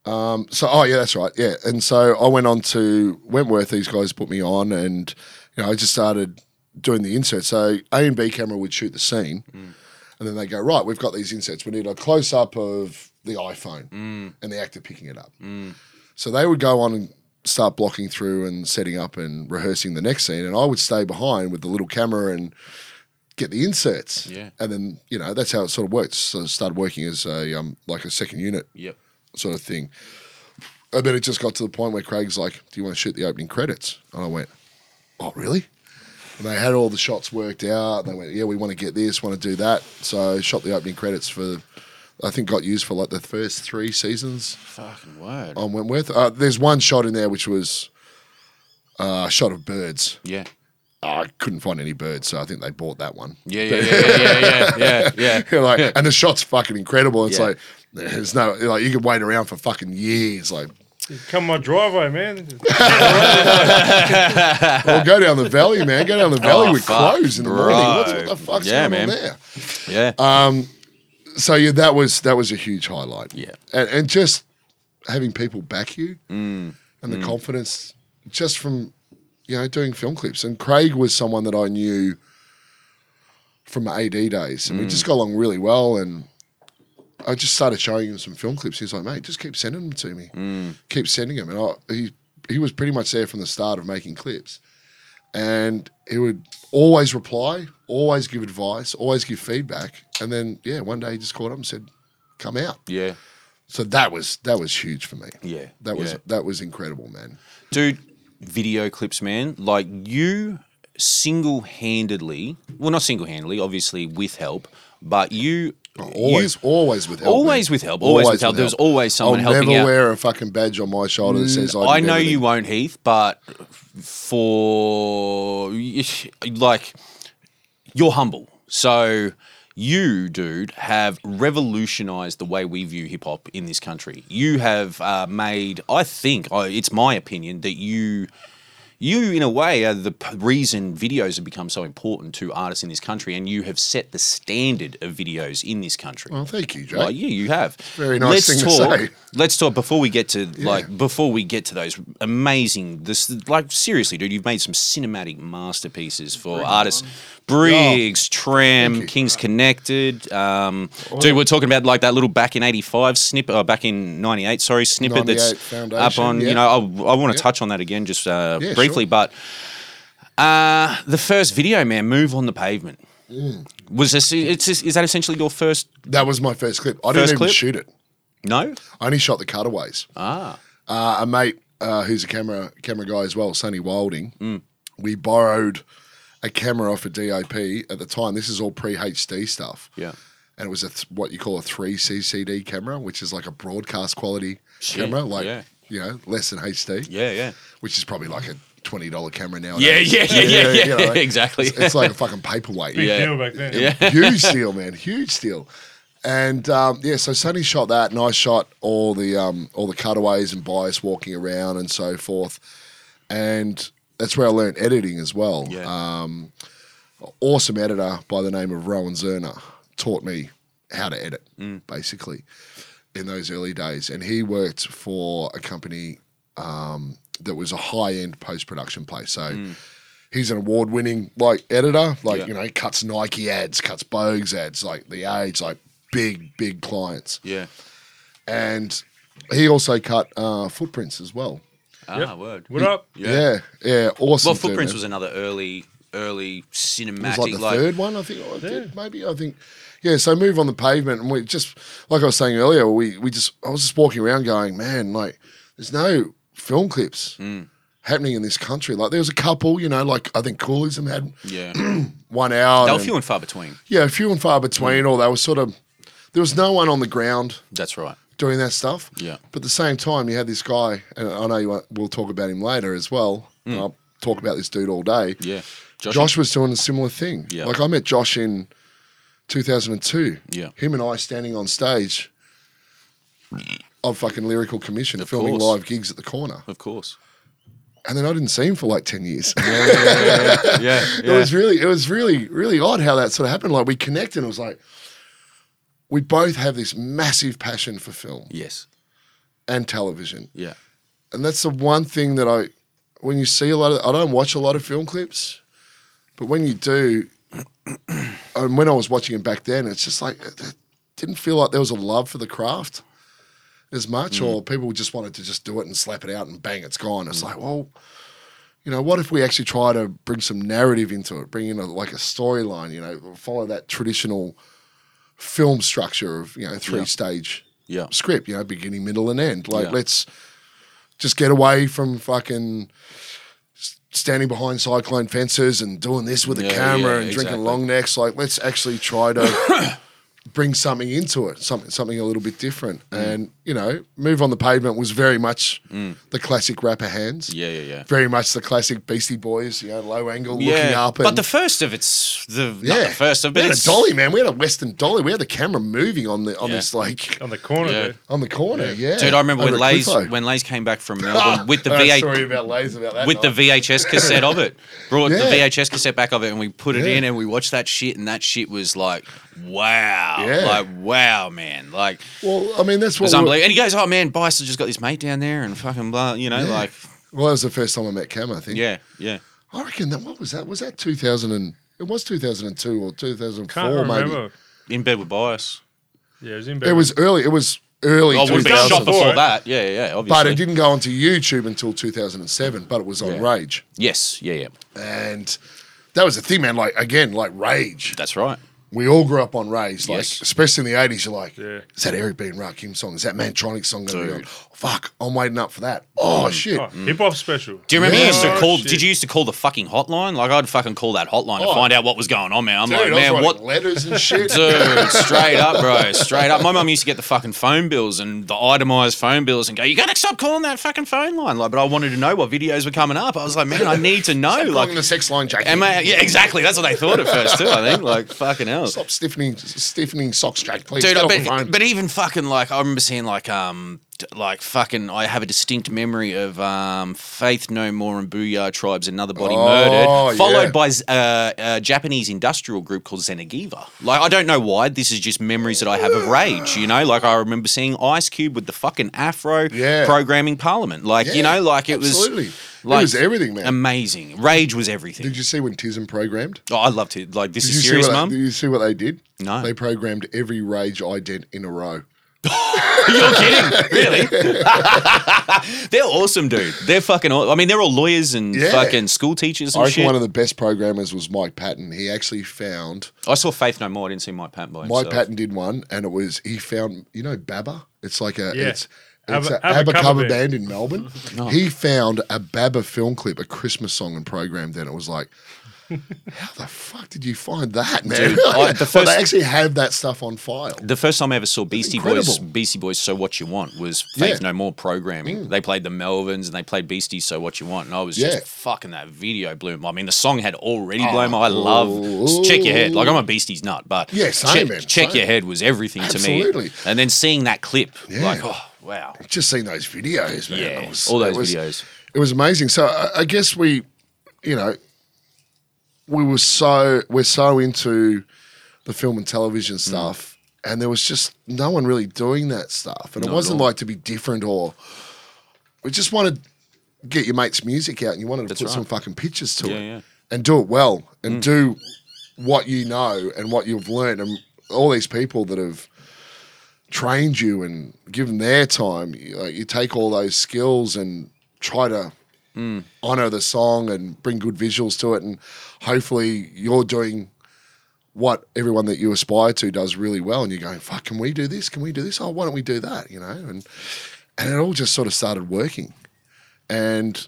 D: Um, so, oh yeah, that's right. Yeah, and so I went on to Wentworth. These guys put me on, and you know I just started doing the insert. So A and B camera would shoot the scene, and then they go right. We've got these inserts. We need a close up of the iPhone and the actor picking it up. So they would go on and start blocking through and setting up and rehearsing the next scene, and I would stay behind with the little camera and get the inserts.
B: Yeah.
D: and then you know that's how it sort of works. So I started working as a um, like a second unit
B: Yeah. Yep.
D: sort of thing. I bet it just got to the point where Craig's like, "Do you want to shoot the opening credits?" And I went, "Oh, really?" And they had all the shots worked out. They went, "Yeah, we want to get this, want to do that." So I shot the opening credits for I think got used for like the first three seasons
B: Fucking word.
D: on Wentworth. Uh, there's one shot in there which was uh, a shot of birds.
B: Yeah.
D: I couldn't find any birds, so I think they bought that one.
B: Yeah, yeah, yeah, yeah, yeah, yeah, yeah. yeah.
D: You're like, and the shot's fucking incredible. It's
B: Yeah.
D: like there's no like you could wait around for fucking years. Like,
E: Come my driveway, man.
D: well, go down the valley, man. Go down the valley
B: Oh,
D: with
B: fuck,
D: clothes in the
B: bro.
D: morning. What's, what the fuck's
B: Yeah,
D: going on
B: man.
D: there? Um,
B: Yeah.
D: So yeah, that was that was a huge highlight.
B: Yeah.
D: and, and just having people back you
B: Mm.
D: and the confidence just from you know doing film clips. And Craig was someone that I knew from AD days, and we
B: Mm.
D: just got along really well. And I just started showing him some film clips. He's like, mate, just keep sending them to me.
B: Mm.
D: Keep sending them, and I, he he was pretty much there from the start of making clips. And he would always reply, always give advice, always give feedback. And then, yeah, one day he just called up and said, "Come out."
B: yeah.
D: So that was that was huge for me.
B: Yeah,
D: that was
B: yeah.
D: that was incredible, man.
B: dude video clips man like you single-handedly well not single-handedly obviously with help but you
D: Always,
B: you-
D: always with help.
B: Always with help, always with help. There was always someone
D: I'll
B: helping
D: never
B: out.
D: wear a fucking badge on my shoulder that says I.
B: I
D: did
B: know
D: everything.
B: you won't, Heath, but for like you're humble. So you, dude, have revolutionized the way we view hip hop in this country. You have uh, made, I think, I it's my opinion that you. You, in a way, are the p- reason videos have become so important to artists in this country, and you have set the standard of videos in this country.
D: Well, Oh, thank you, Jake.
B: Well, Oh, yeah, you have.
D: Very nice thing to
B: talk,
D: say.
B: Let's talk before we get to like before we get to those amazing. This like seriously, dude, you've made some cinematic masterpieces for artists. Briggs, Tram, Kings Connected. Um, dude, we're talking about like that little back in '85 snippet, uh, back in '98, sorry, snippet that's
D: 98 Foundation,
B: up on. You
D: yeah.
B: know, I, I want to touch on that again just uh,
D: Yeah,
B: briefly,
D: sure.
B: but uh, the first video, man, move on the pavement.
D: Mm.
B: Was this? It's is that essentially your first?
D: That was my first clip. I
B: First
D: did didn't even
B: clip?
D: shoot it.
B: No.
D: I only shot the cutaways.
B: Ah.
D: uh, a mate uh, who's a camera camera guy as well, Sonny Wilding.
B: Mm.
D: We borrowed a camera off a DOP at the time. This is all pre HD stuff.
B: Yeah.
D: And it was a th- what you call a three CCD camera, which is like a broadcast quality
B: Shit,
D: camera, like
B: yeah.
D: you know, less than HD.
B: Yeah, yeah.
D: Which is probably like a twenty dollar camera now.
B: Yeah, yeah, yeah, yeah, yeah,
D: you know, like,
B: exactly.
D: It's, it's like a fucking paperweight.
E: Big
B: Yeah.
E: deal back then.
D: huge deal, man, huge deal. And um, yeah, so Sonny shot that, and I shot all the um, all the cutaways and bias walking around and so forth. And that's where I learned editing as well.
B: Yeah.
D: Um, awesome editor by the name of Rowan Zerner taught me how to edit,
B: Mm.
D: basically, in those early days. And he worked for a company um, that was a high end post production place. So
B: Mm.
D: he's an award winning like editor, like
B: Yeah.
D: you know, cuts Nike ads, cuts Bogues ads, like the age, like big big clients,
B: Yeah.
D: and he also cut uh, footprints as well.
B: Ah,
E: Yep.
B: word.
E: What up?
D: Yeah, yeah, awesome.
B: Well,
D: dude,
B: Footprints
D: man.
B: was another early, early
D: It was
B: cinematic.
D: like the third one, I think. I did, maybe I think. Yeah, so move on the pavement, and we just like I was saying earlier, we we just I was just walking around going, man, like there's no film clips
B: Hmm.
D: happening in this country. Like there was a couple, you know, like I think Coolism had
B: Yeah.
D: one hour.
B: they were
D: and-
B: few and far between.
D: yeah, few and far between, or they were sort of there was no one on the ground
B: That's right.
D: doing that stuff.
B: Yeah.
D: But at the same time, you had this guy, and I know you won't- we'll talk about him later as well. and I'll talk about this dude all day.
B: Mm. Yeah.
D: Josh, was doing a similar thing.
B: Yeah.
D: Like I met Josh in 2002.
B: Yeah.
D: Him and I standing on stage of fucking Lyrical Commission filming
B: course.
D: live gigs at the corner.
B: Of course.
D: And then I didn't see him for like 10 years.
B: Yeah. yeah.
D: it was really it was really really odd how that sort of happened like we connected and it was like we both have this massive passion for film
B: yes.
D: and television
B: Yeah.
D: and that's the one thing that i when you see a lot of i don't watch a lot of film clips but when you do and when i was watching it back then it's just like it it didn't feel like there was a love for the craft as much or people just wanted to just do it and slap it out and bang it's gone it's like well you know, what if we actually try to bring some narrative into it, bring in a, like a storyline, you know, follow that traditional film structure of, you know, three stage
B: Yeah.
D: script, you know, beginning, middle, and end. Like,
B: Yeah.
D: let's just get away from fucking s- standing behind cyclone fences and doing this with a
B: Yeah,
D: camera
B: yeah,
D: and
B: exactly.
D: drinking long necks. Like, let's actually try to bring something into it, something something a little bit different.
B: Mm.
D: And you know, move on the pavement was very much the classic rapper hands.
B: Yeah, yeah, yeah.
D: Very much the classic Beastie Boys, you know, low angle looking
B: Yeah,
D: up. And,
B: but the first of it's the
D: yeah,
B: not the first of, but
D: we had
B: it's
D: a dolly man. We had a Western dolly. We had the camera moving on the on
B: Yeah.
D: this like
E: on the corner.
B: Yeah.
E: there.
D: on the corner. Yeah,
B: Dude, I remember when
D: over at
B: Lays
D: Cliffo.
B: when Lays came back from
D: Ah,
B: Melbourne with the
D: I had a
B: V8
D: story about Lays about that
B: with the
D: night.
B: VHS cassette of it. Brought
D: Yeah.
B: the VHS cassette back of it, and we put it
D: Yeah.
B: in, and we watched that shit, and that shit was like, wow,
D: Yeah.
B: like wow, man, like
D: Well, I mean that's
B: it
D: what
B: was
D: we were-
B: unbelievable. And he goes, oh man, Bison just got this mate down there, and fucking blah, you know, like
D: Well, that was the first time I met Cam, I think.
B: yeah, yeah.
D: I reckon that, what was that? Was that 2000 and, it was 2002 or 2004
E: Can't remember.
D: maybe.
B: In bed with Bias.
E: Yeah, it was in
D: It
E: Beverly.
D: was early, it was early
B: Oh, would have been a
D: 2000.
B: shot before
E: Before it.
B: that. Yeah, yeah, yeah, obviously.
D: But it didn't go onto YouTube until 2007, but it was on
B: Yeah.
D: Rage.
B: Yes, yeah, yeah.
D: And that was the thing, man. Like, again, like Rage.
B: That's right.
D: We all grew up on Rage. Like,
B: Yes.
D: especially in the 80s, you're like,
E: Yeah.
D: is that Eric B. and Rakim song? Is that Mantronic song going to be on? Oh,
B: Dude. Mm.
D: Fuck, I'm waiting up for that. Oh, shit.
E: Oh, Hip hop special.
B: Do you remember you
D: Yeah.
B: used to
E: Oh,
B: call?
E: shit.
B: Did you used to call the fucking hotline? Like I'd fucking call that hotline to
D: Oh.
B: find out what was going on, man. I'm
D: Dude,
B: like,
D: I was
B: man,
D: writing
B: what
D: letters and shit.
B: Dude, straight up, bro. Straight up. My mum used to get the fucking phone bills and the itemized phone bills and go, You gotta stop calling that fucking phone line. Like, but I wanted to know what videos were coming up. I was like, man, I need to know.
D: Like,
B: Like
D: the sex line, Jackie.
B: am I yeah, exactly. That's what they thought at first too, I think. Like fucking hell.
D: Stop stiffening, stiffening socks, Jack. Please
B: Dude,
D: get
B: I
D: off the
B: bet,
D: phone.
B: but even fucking like I remember seeing like um d- like fucking I have a distinct memory of um Faith No More and Booyah Tribes Another Body
D: Oh,
B: Murdered followed
D: yeah.
B: by uh, a Japanese industrial group called Zenegiva. Like I don't know why this is just memories that I have of rage, you know? Like I remember seeing Ice Cube with the fucking afro
D: Yeah.
B: programming parliament. Like, you
D: Yeah,
B: know, like it
D: absolutely.
B: was
D: it was everything, man.
B: Amazing. Rage was everything.
D: did you see when Tism programmed?
B: oh, I loved it. Like this
D: Did you,
B: is
D: see
B: serious,
D: what
B: mum.
D: They, did you see what they did?
B: No.
D: They programmed every rage ident in a row.
B: You're kidding, really? they're awesome, dude. They're fucking. Aw- I mean, they're all lawyers and
D: Yeah.
B: fucking school teachers
D: I
B: and
D: reckon
B: shit.
D: one of the best programmers was Mike Patton. He actually found
B: I saw Faith No More. I didn't see Mike Patton by himself.
D: Mike Patton did one, and it was he found you know Baba. It's like a
E: Yeah.
D: it's it's a
E: Abba- Abba
D: ABBA
E: cover
D: cover
E: band.
D: band in Melbourne. He found a Baba film clip, a Christmas song, and programmed. Then it was like. How the fuck did you find that, man?
B: Dude, I- the
D: But
B: first-
D: they actually have that stuff on file.
B: The first time I ever saw Beastie Boys,
D: incredible.
B: Beastie Boys, So What You Want was Faith
D: Yeah. Mm.
B: No More programming. They played the Melvins and they played Beastie, So What You Want, and I was
D: Yeah. Oh,
B: just fucking that video blew. my- I mean, the song had already blown. my I love just check your head. Like I'm a Beasties nut, but
D: Yeah, same,
B: check,
D: man,
B: check
D: same.
B: your head was everything to
D: Absolutely.
B: me. And then seeing that clip,
D: Yeah.
B: like oh wow,
D: just seen those videos, man.
B: yeah,
D: It was-
B: all those
D: it was,
B: videos.
D: It was amazing. So I, I guess we, you know, we were so we're so into the film and
B: Hmm.
D: television stuff, and there was just no one really doing that stuff, and it wasn't like to be different or we just wanted to get your mate's music out, and you wanted to put some fucking pictures to
B: Yeah,
D: it,
B: yeah. Hmm.
D: and do it well, and do what you know and what you've learned, and all these people that have trained you and given their time. You, like, you take all those skills and try to honor the song and bring good visuals to it, and hopefully you're doing what everyone that you aspire to does really well, and you're going, "Fuck, can we do this? Can we do this? Oh, why don't we do that?" You know, and and it all just sort of started working, and.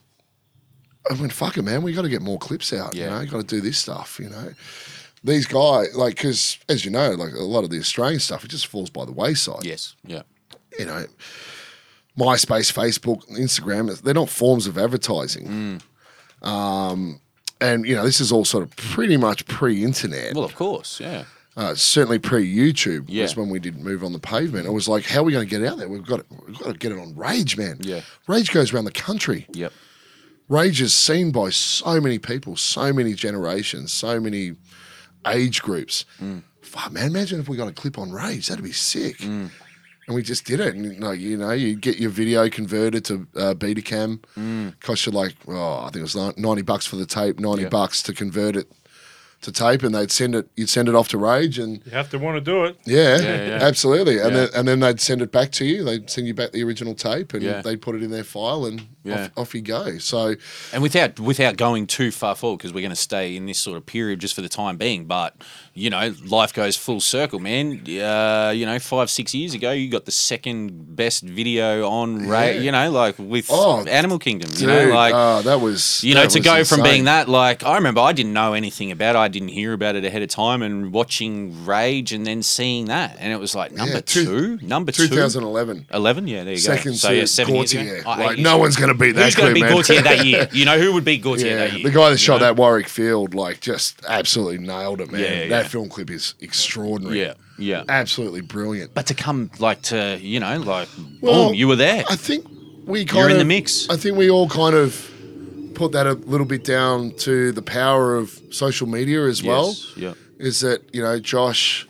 D: I went, fuck it, man. We got to get more clips out.
B: Yeah.
D: You know, got to do this stuff. You know, these guys, like, because as you know, like a lot of the Australian stuff, it just falls by the wayside
B: Yes, yeah.
D: you know, MySpace, Facebook, Instagram, they're not forms of advertising. Um, and, you know, this is all sort of pretty much pre internet,
B: Well, of course, yeah.
D: uh, certainly pre YouTube,
B: Yeah.
D: was when we did Move on the Pavement. It was like, how are we going to get out there? We've got, to, we've got to get it on Rage, man.
B: Yeah.
D: Rage goes around the country.
B: Yep.
D: Rage is seen by so many people, so many generations, so many age groups.
B: Mm.
D: Fuck, man, imagine if we got a clip on Rage. That'd be sick.
B: Mm.
D: And we just did it. And, like, you know, you get your video converted to uh, Betacam. Cost you like, oh, I think it was ni- 90 bucks for the tape, 90
B: Mm. Yeah.
D: bucks to convert it to tape. And they'd send it, you'd send it off to Rage and
E: You have to want to do it.
D: yeah,
B: yeah.
D: absolutely. And,
B: Yeah.
D: Then, and then they'd send it back to you. They'd send you back the original tape and
B: Yeah.
D: they'd put it in their file and
B: Yeah.
D: off, off you go. So,
B: And without without going too far forward, because we're going to stay in this sort of period just for the time being. But you know, life goes full circle, man. Uh, you know, five six years ago, you got the second best video on, ra-
D: Yeah.
B: you know, like with
D: Oh,
B: Animal Kingdom. You
D: Dude,
B: know, like
D: oh, that was
B: you know,
D: that
B: to
D: was
B: go from
D: insane.
B: being that, like I remember, I didn't know anything about didn't hear about it ahead of time, and watching Rage and then seeing that, and it was like number
D: two-
B: two, number two,
D: 2011.
B: 11, yeah, there you go.
D: Second
B: So
D: to
B: yeah, seven years ago.
D: Gaultier.
B: Oh, eight
D: like,
B: years
D: no
B: ago.
D: one's going to beat that.
B: Who's going to be
D: Cleveland.
B: Gaultier that year? You know who would beat Gaultier
D: Yeah,
B: that year?
D: the guy that shot
B: know?
D: that Warwick Field, like, just absolutely nailed it, man.
B: Yeah, yeah,
D: that
B: yeah.
D: film clip is extraordinary.
B: Yeah, yeah.
D: absolutely brilliant.
B: But to come like to you know like
D: Well,
B: boom, you were there.
D: I think we kind
B: in
D: of
B: the mix.
D: I think we all kind of put that a little bit down to the power of social media as well.
B: Yes, yeah.
D: Is that you know Josh,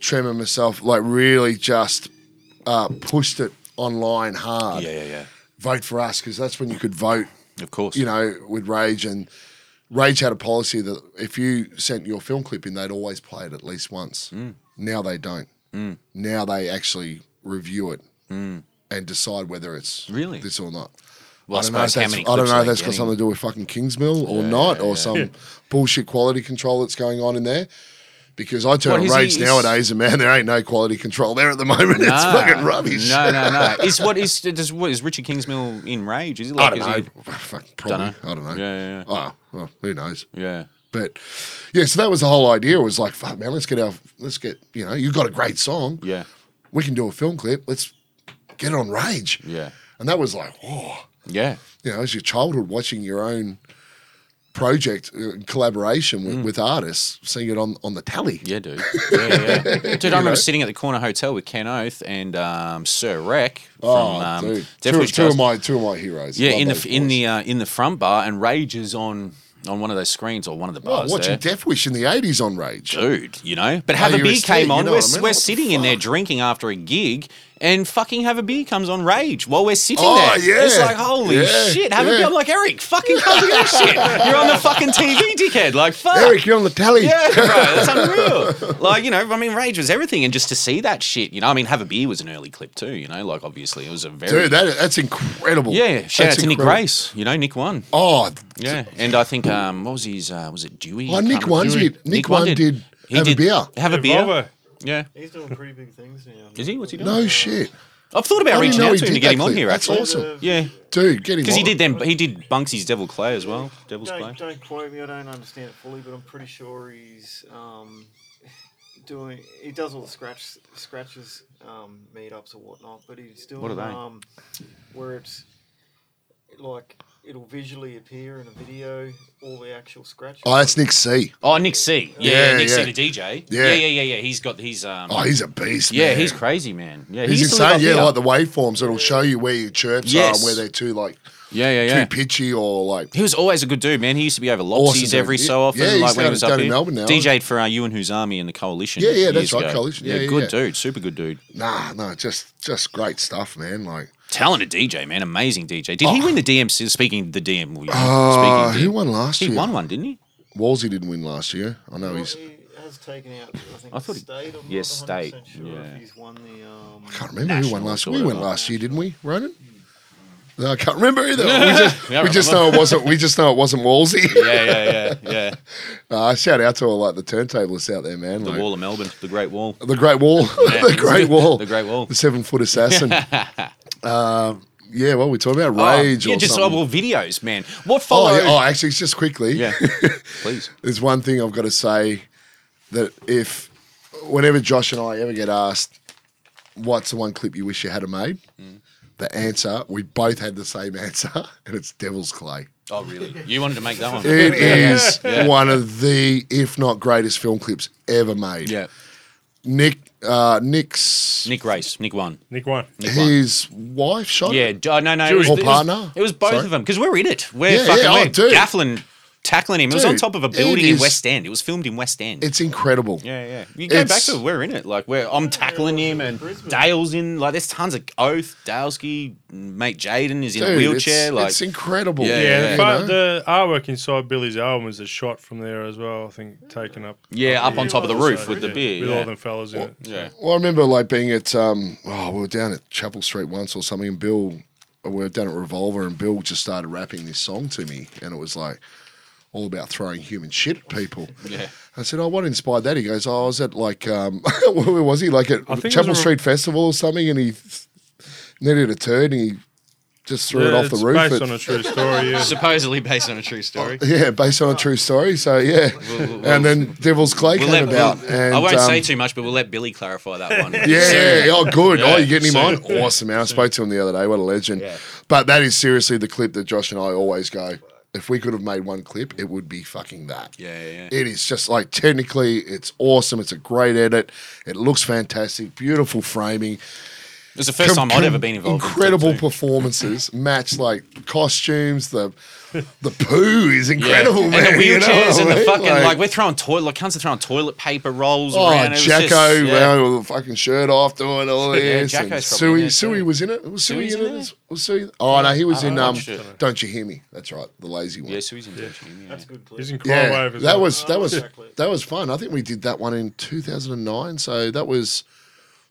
D: Trem and myself like really just uh, pushed it online hard.
B: yeah, yeah, yeah.
D: Vote for us because that's when you could vote.
B: Of course.
D: You know with Rage and Rage had a policy that if you sent your film clip in, they'd always play it at least once.
B: Mm.
D: Now they don't. Now they actually review it and decide whether it's
B: Mm. Really?
D: this or not.
B: Well, I
D: I don't know if
B: suppose how
D: that's,
B: many
D: I don't
B: clips
D: know
B: are
D: if
B: they
D: that's got
B: getting?
D: something to do with fucking Kingsmill or not, or some bullshit quality control that's going on in there. Because I turn
B: Well,
D: on
B: he's-
D: Rage
B: he's-
D: nowadays, and man, there ain't no quality control there at the moment. It's
B: Nah.
D: fucking rubbish.
B: Ah, No, no, no. Is what is does what is Richard Kingsmill in Rage? Is it
D: I
B: like
D: don't
B: is
D: know.
B: he-
D: Fuck, probably.
B: Dunno.
D: I don't know.
B: Yeah, yeah, yeah.
D: Oh, well, who knows?
B: yeah.
D: But yeah, so that was the whole idea. Was like, fuck, man, let's get our, let's get, you know, you got a great song.
B: Yeah.
D: we can do a film clip. Let's get on Rage.
B: Yeah.
D: And that was like, oh,
B: Yeah.
D: you know, as your childhood watching your own project uh, collaboration with, with artists, seeing it on, on the tally.
B: Mm. Yeah, dude. Yeah, yeah. Dude, I remember sitting at the corner hotel with Ken Oath and um, Sir Rec from
D: Oh,
B: um,
D: dude.
B: Death
D: Two,
B: Wish
D: two of
B: Girls.
D: my two of my heroes.
B: Yeah,
D: Love
B: in
D: those
B: the in
D: boys.
B: the uh, in the front bar and Rage is on on one of those screens or one of the
D: oh,
B: bars.
D: watching
B: there.
D: Death Wish in the eighties on Rage.
B: dude, you know. But have
D: Oh,
B: a
D: you're
B: beer
D: a stick,
B: came
D: you
B: on.
D: know
B: we're
D: what I mean?
B: we're
D: What the
B: sitting in there
D: fuck?
B: drinking after a gig, and fucking have a beer comes on rage while we're sitting
D: Oh,
B: there. It's
D: yeah.
B: like holy
D: Yeah,
B: shit. Have a
D: yeah.
B: beer. I'm like Eric, fucking come to that shit. You're on the fucking TV, dickhead. Like fuck.
D: Eric, you're on the tally.
B: Yeah, bro, that's unreal. Like, you know, I mean, Rage was everything, and just to see that shit, you know, I mean, Have a Beer was an early clip too, you know, like obviously it was a very
D: Dude, that, that's incredible.
B: yeah. Shout
D: That's
B: out to Nick
D: incredible.
B: Grace, you know, Nick won.
D: Oh,
B: Yeah, and I think um, what was his? Uh, was it Dewey?
D: Oh,
B: I
D: Nick
B: can't
D: One
B: remember.
D: did- Nick One did Have a Beer.
B: Have a beer.
E: Volvo.
B: Yeah.
C: He's doing pretty big things now.
B: Is he? What's he doing?
D: no shit.
B: I've thought
D: I
B: about
D: didn't
B: reaching
D: know
B: out
D: he
B: to him to
D: did
B: get
D: that
B: him on
D: clip.
B: here.
D: That's
B: Actually,
D: awesome.
B: yeah,
D: Dude, get him
B: because he
D: on.
B: did them. He did Bunksy's Devil Clay as well. Devil's Clay.
C: Don't, don't quote me. I don't understand it fully, but I'm pretty sure he's um, doing. He does all the scratch scratches, um, meetups or whatnot. But he's doing
B: What are they?
C: um, where it's like it'll visually appear in a video all the actual scratches.
D: Oh, that's Nick C.
B: Oh, Nick C. Yeah, yeah,
D: Yeah,
B: Nick
D: yeah.
B: C. The DJ.
D: Yeah.
B: yeah, yeah, yeah. yeah. He's got. He's um.
D: Oh, he's a beast.
B: yeah,
D: man.
B: he's crazy, man. Yeah, he
D: He's
B: used to live
D: insane.
B: up
D: Yeah,
B: here.
D: like the waveforms. It'll show you where your chirps are
B: Yes.
D: and where they're too like
B: yeah, yeah, yeah.
D: too pitchy or like
B: He was always a good dude, man. He used to be over
D: Awesome
B: Loxies
D: dude.
B: every so
D: Yeah,
B: often.
D: he's
B: like when
D: down-
B: he was up
D: down in
B: here.
D: Melbourne now.
B: DJ'd for uh, Ewan Huzami and the Coalition.
D: Yeah, yeah, that's
B: years
D: right,
B: ago.
D: Coalition. Yeah, yeah,
B: good
D: yeah.
B: dude, super good dude.
D: nah, no, just just great stuff, man. Like
B: Talented DJ, man, amazing DJ.
D: Oh.
B: Did he win the DMC? Speaking the DM, well, you know,
D: uh,
B: speaking
D: who
B: of
D: won last
B: DM,
D: year?
B: he won one, didn't he?
D: Wolsey didn't win last year. I know
C: Well,
D: he's
C: he has taken out. I think
B: I thought he-
C: state. I'm
B: yes,
C: not 100%
B: state,
C: Sure
B: yeah.
C: if he's won the. Um,
D: I can't remember who won
B: National
D: last
B: or
D: year. We went
B: whatever.
D: last year, didn't we, Ronan? No, I can't remember either. We just, we just know it wasn't. We just know it wasn't Wolsey.
B: Yeah, yeah, yeah, yeah.
D: Uh, shout out to all like the turntablists out there, man.
B: The
D: like-
B: Wall of Melbourne, the Great Wall.
D: The Great Wall. the Great Wall.
B: The Great Wall.
D: The seven foot assassin. um, yeah, what are we talking about? Rage
B: Oh, yeah,
D: or
B: just
D: something.
B: oh, well, videos, man. What
D: oh,
B: followed?
D: yeah. oh, actually, it's just quickly.
B: yeah. please.
D: There's one thing I've got to say that if, whenever Josh and I ever get asked, what's the one clip you wish you had made?
B: Mm.
D: The answer, we both had the same answer, and it's Devil's Clay.
B: Oh, really? You wanted to make that one?
D: It is one of the, if not greatest film clips ever made.
B: Yeah.
D: Nick, uh, Nick's,
B: Nick Race, Nick one.
E: Nick one.
D: his wife shot it?
B: Yeah, d- uh, no, no. It
D: Or
B: was, it was-
D: Oh, partner?
B: it was both
D: Sorry.
B: of them because we're in it. We're
D: Yeah,
B: fucking
D: yeah, oh,
B: we're
D: dude.
B: Gafflin tackling him. It was on
D: Dude,
B: top of a
D: it
B: building in
D: is-
B: West End. It was filmed in West End.
D: It's incredible.
B: yeah, yeah. You go back
D: it's-
B: to we're in it. Like where I'm tackling him and
C: Brisbane.
B: Dale's in. Like there's tons of Oath, Dalesky, mate Jaden is in a
D: Dude,
B: wheelchair.
D: It's,
B: like
D: it's incredible.
B: Yeah,
E: Yeah, the,
B: you
E: fa-
D: know?
E: the artwork inside Billy's album is a shot from there as well. I think taken up.
B: yeah, up on top of the
E: So,
B: roof with the
E: yeah,
B: beer.
E: with
B: yeah.
E: all them fellas in it.
B: yeah.
D: Well, I remember like being at um, oh, we were down at Chapel Street once or something, and Bill, we were down at Revolver, and Bill just started rapping this song to me, and it was like all about throwing human shit at people.
B: Yeah.
D: I said, "Oh, what inspired that?" He goes, "Oh, I was at like um, where was he? Like at
E: I think it was
D: Chapel
E: a-
D: Street Festival or something, and he needed a turd, and he just threw it off the
E: it's
D: roof.
E: Based
D: It-
E: on a true story, yeah.
F: Supposedly based on a true story.
D: yeah, based on a true story. So yeah, and then Devil's Clay
B: We'll
D: came
B: let-
D: about.
B: we'll-
D: and,
B: I won't
D: um,
B: say too much, but we'll let Billy clarify that one.
D: Yeah, yeah, yeah. Oh, good.
B: Yeah,
D: oh, you getting him
B: soon.
D: on? Awesome, man. I spoke to him the other day. What a legend. But that is seriously the clip that Josh and I always go. If we could have made one clip, it would be fucking that.
B: Yeah, yeah, yeah.
D: It is just like technically, it's awesome. It's a great edit. It looks fantastic. Beautiful framing.
B: It was the first
D: Com-
B: time I'd
D: com-
B: ever been involved. in
D: Incredible
B: tattoo.
D: performances, match like costumes. The the poo is
B: Yeah.
D: incredible, man.
B: And the
D: you know
B: wheelchairs
D: what I
B: and the
D: mean?
B: fucking like, we're throwing toilet like cunts are throwing toilet paper rolls
D: Oh,
B: around. It was just-
D: Jacko,
B: yeah.
D: man, with the fucking shirt off, doing all
B: Yeah,
D: this. and
B: Jacko's probably in
D: Suey,
B: there
D: Suey
B: too.
D: was in it. Was Suey
B: Suey's
D: in
B: in
D: it?
B: there?
D: as- Was Suey? Oh no, he was
B: I
D: in. Um,
B: watched it.
D: Don't you hear me? That's right, the lazy one.
B: Yeah, Sue's in touch, yeah.
C: That's a good clip.
E: He's in crime
D: Yeah,
E: wave as
D: that
E: well.
D: was that
C: Oh,
D: was
C: exactly.
D: that was fun. I think we did that one in 2009. So that was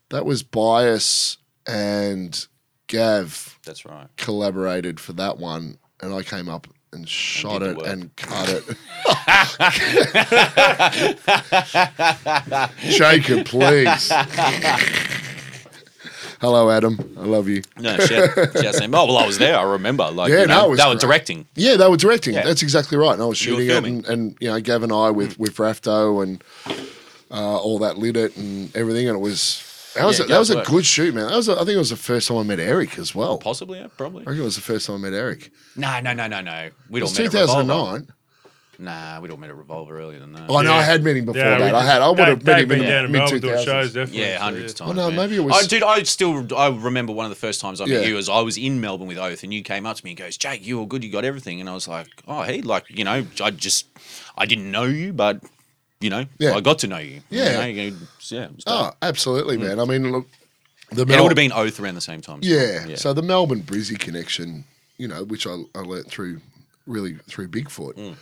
D: that was Bias and Gav
B: That's right.
D: collaborated for that one, and I came up and shot
B: the
D: it
B: work.
D: and cut it. Jacob, please. Hello, Adam. I love you.
B: No, shout, shout out. Oh well, I was there. I remember. Like,
D: Yeah,
B: you know,
D: no, it was
B: they were
D: great.
B: directing.
D: Yeah, they were directing.
B: Yeah.
D: That's exactly right. And I was
B: You were
D: shooting it,
B: filming.
D: and, and you know, Gav and I with with Rafto and uh, all that lit it and everything, and it was that was
B: Yeah,
D: a, that was a
B: Gav's work.
D: good shoot, man. That was a, I think it was the first time I met Eric as well. I
B: Possibly, yeah, probably.
D: reckon it was the first time I met Eric.
B: No, no, no, no, no. We'd
D: It
B: all
D: was
B: met a revolver.
D: 2009.
B: Nah, we'd all met a revolver earlier than that.
D: Oh no, I
E: Yeah.
D: had met him before
E: Yeah,
D: that.
E: we-
D: I had. I would
E: they-
D: have met
E: they've
D: him in
E: been down to
D: mid
E: Melbourne doing
D: 2000s.
E: shows, definitely.
B: Yeah,
E: so,
B: hundreds of times.
D: Oh, no,
B: man.
D: maybe it was-
B: I, dude, I still I remember one of the first times I met
D: Yeah.
B: you is I was in Melbourne with Oath, and you came up to me and goes, "Jake, you all good? You got everything?" And I was like, "Oh, hey, like you know, I just I didn't know you, but you know,
D: Yeah.
B: I got to know you. You
D: Yeah.
B: know, you- yeah, it was dope.
D: Oh, absolutely, man. I mean, look, the
B: And it
D: Mel-
B: would have been Oath around the same time. as
D: Yeah.
B: well.
D: So the Melbourne Brizzy connection, you know, which I, I learnt through really through Bigfoot,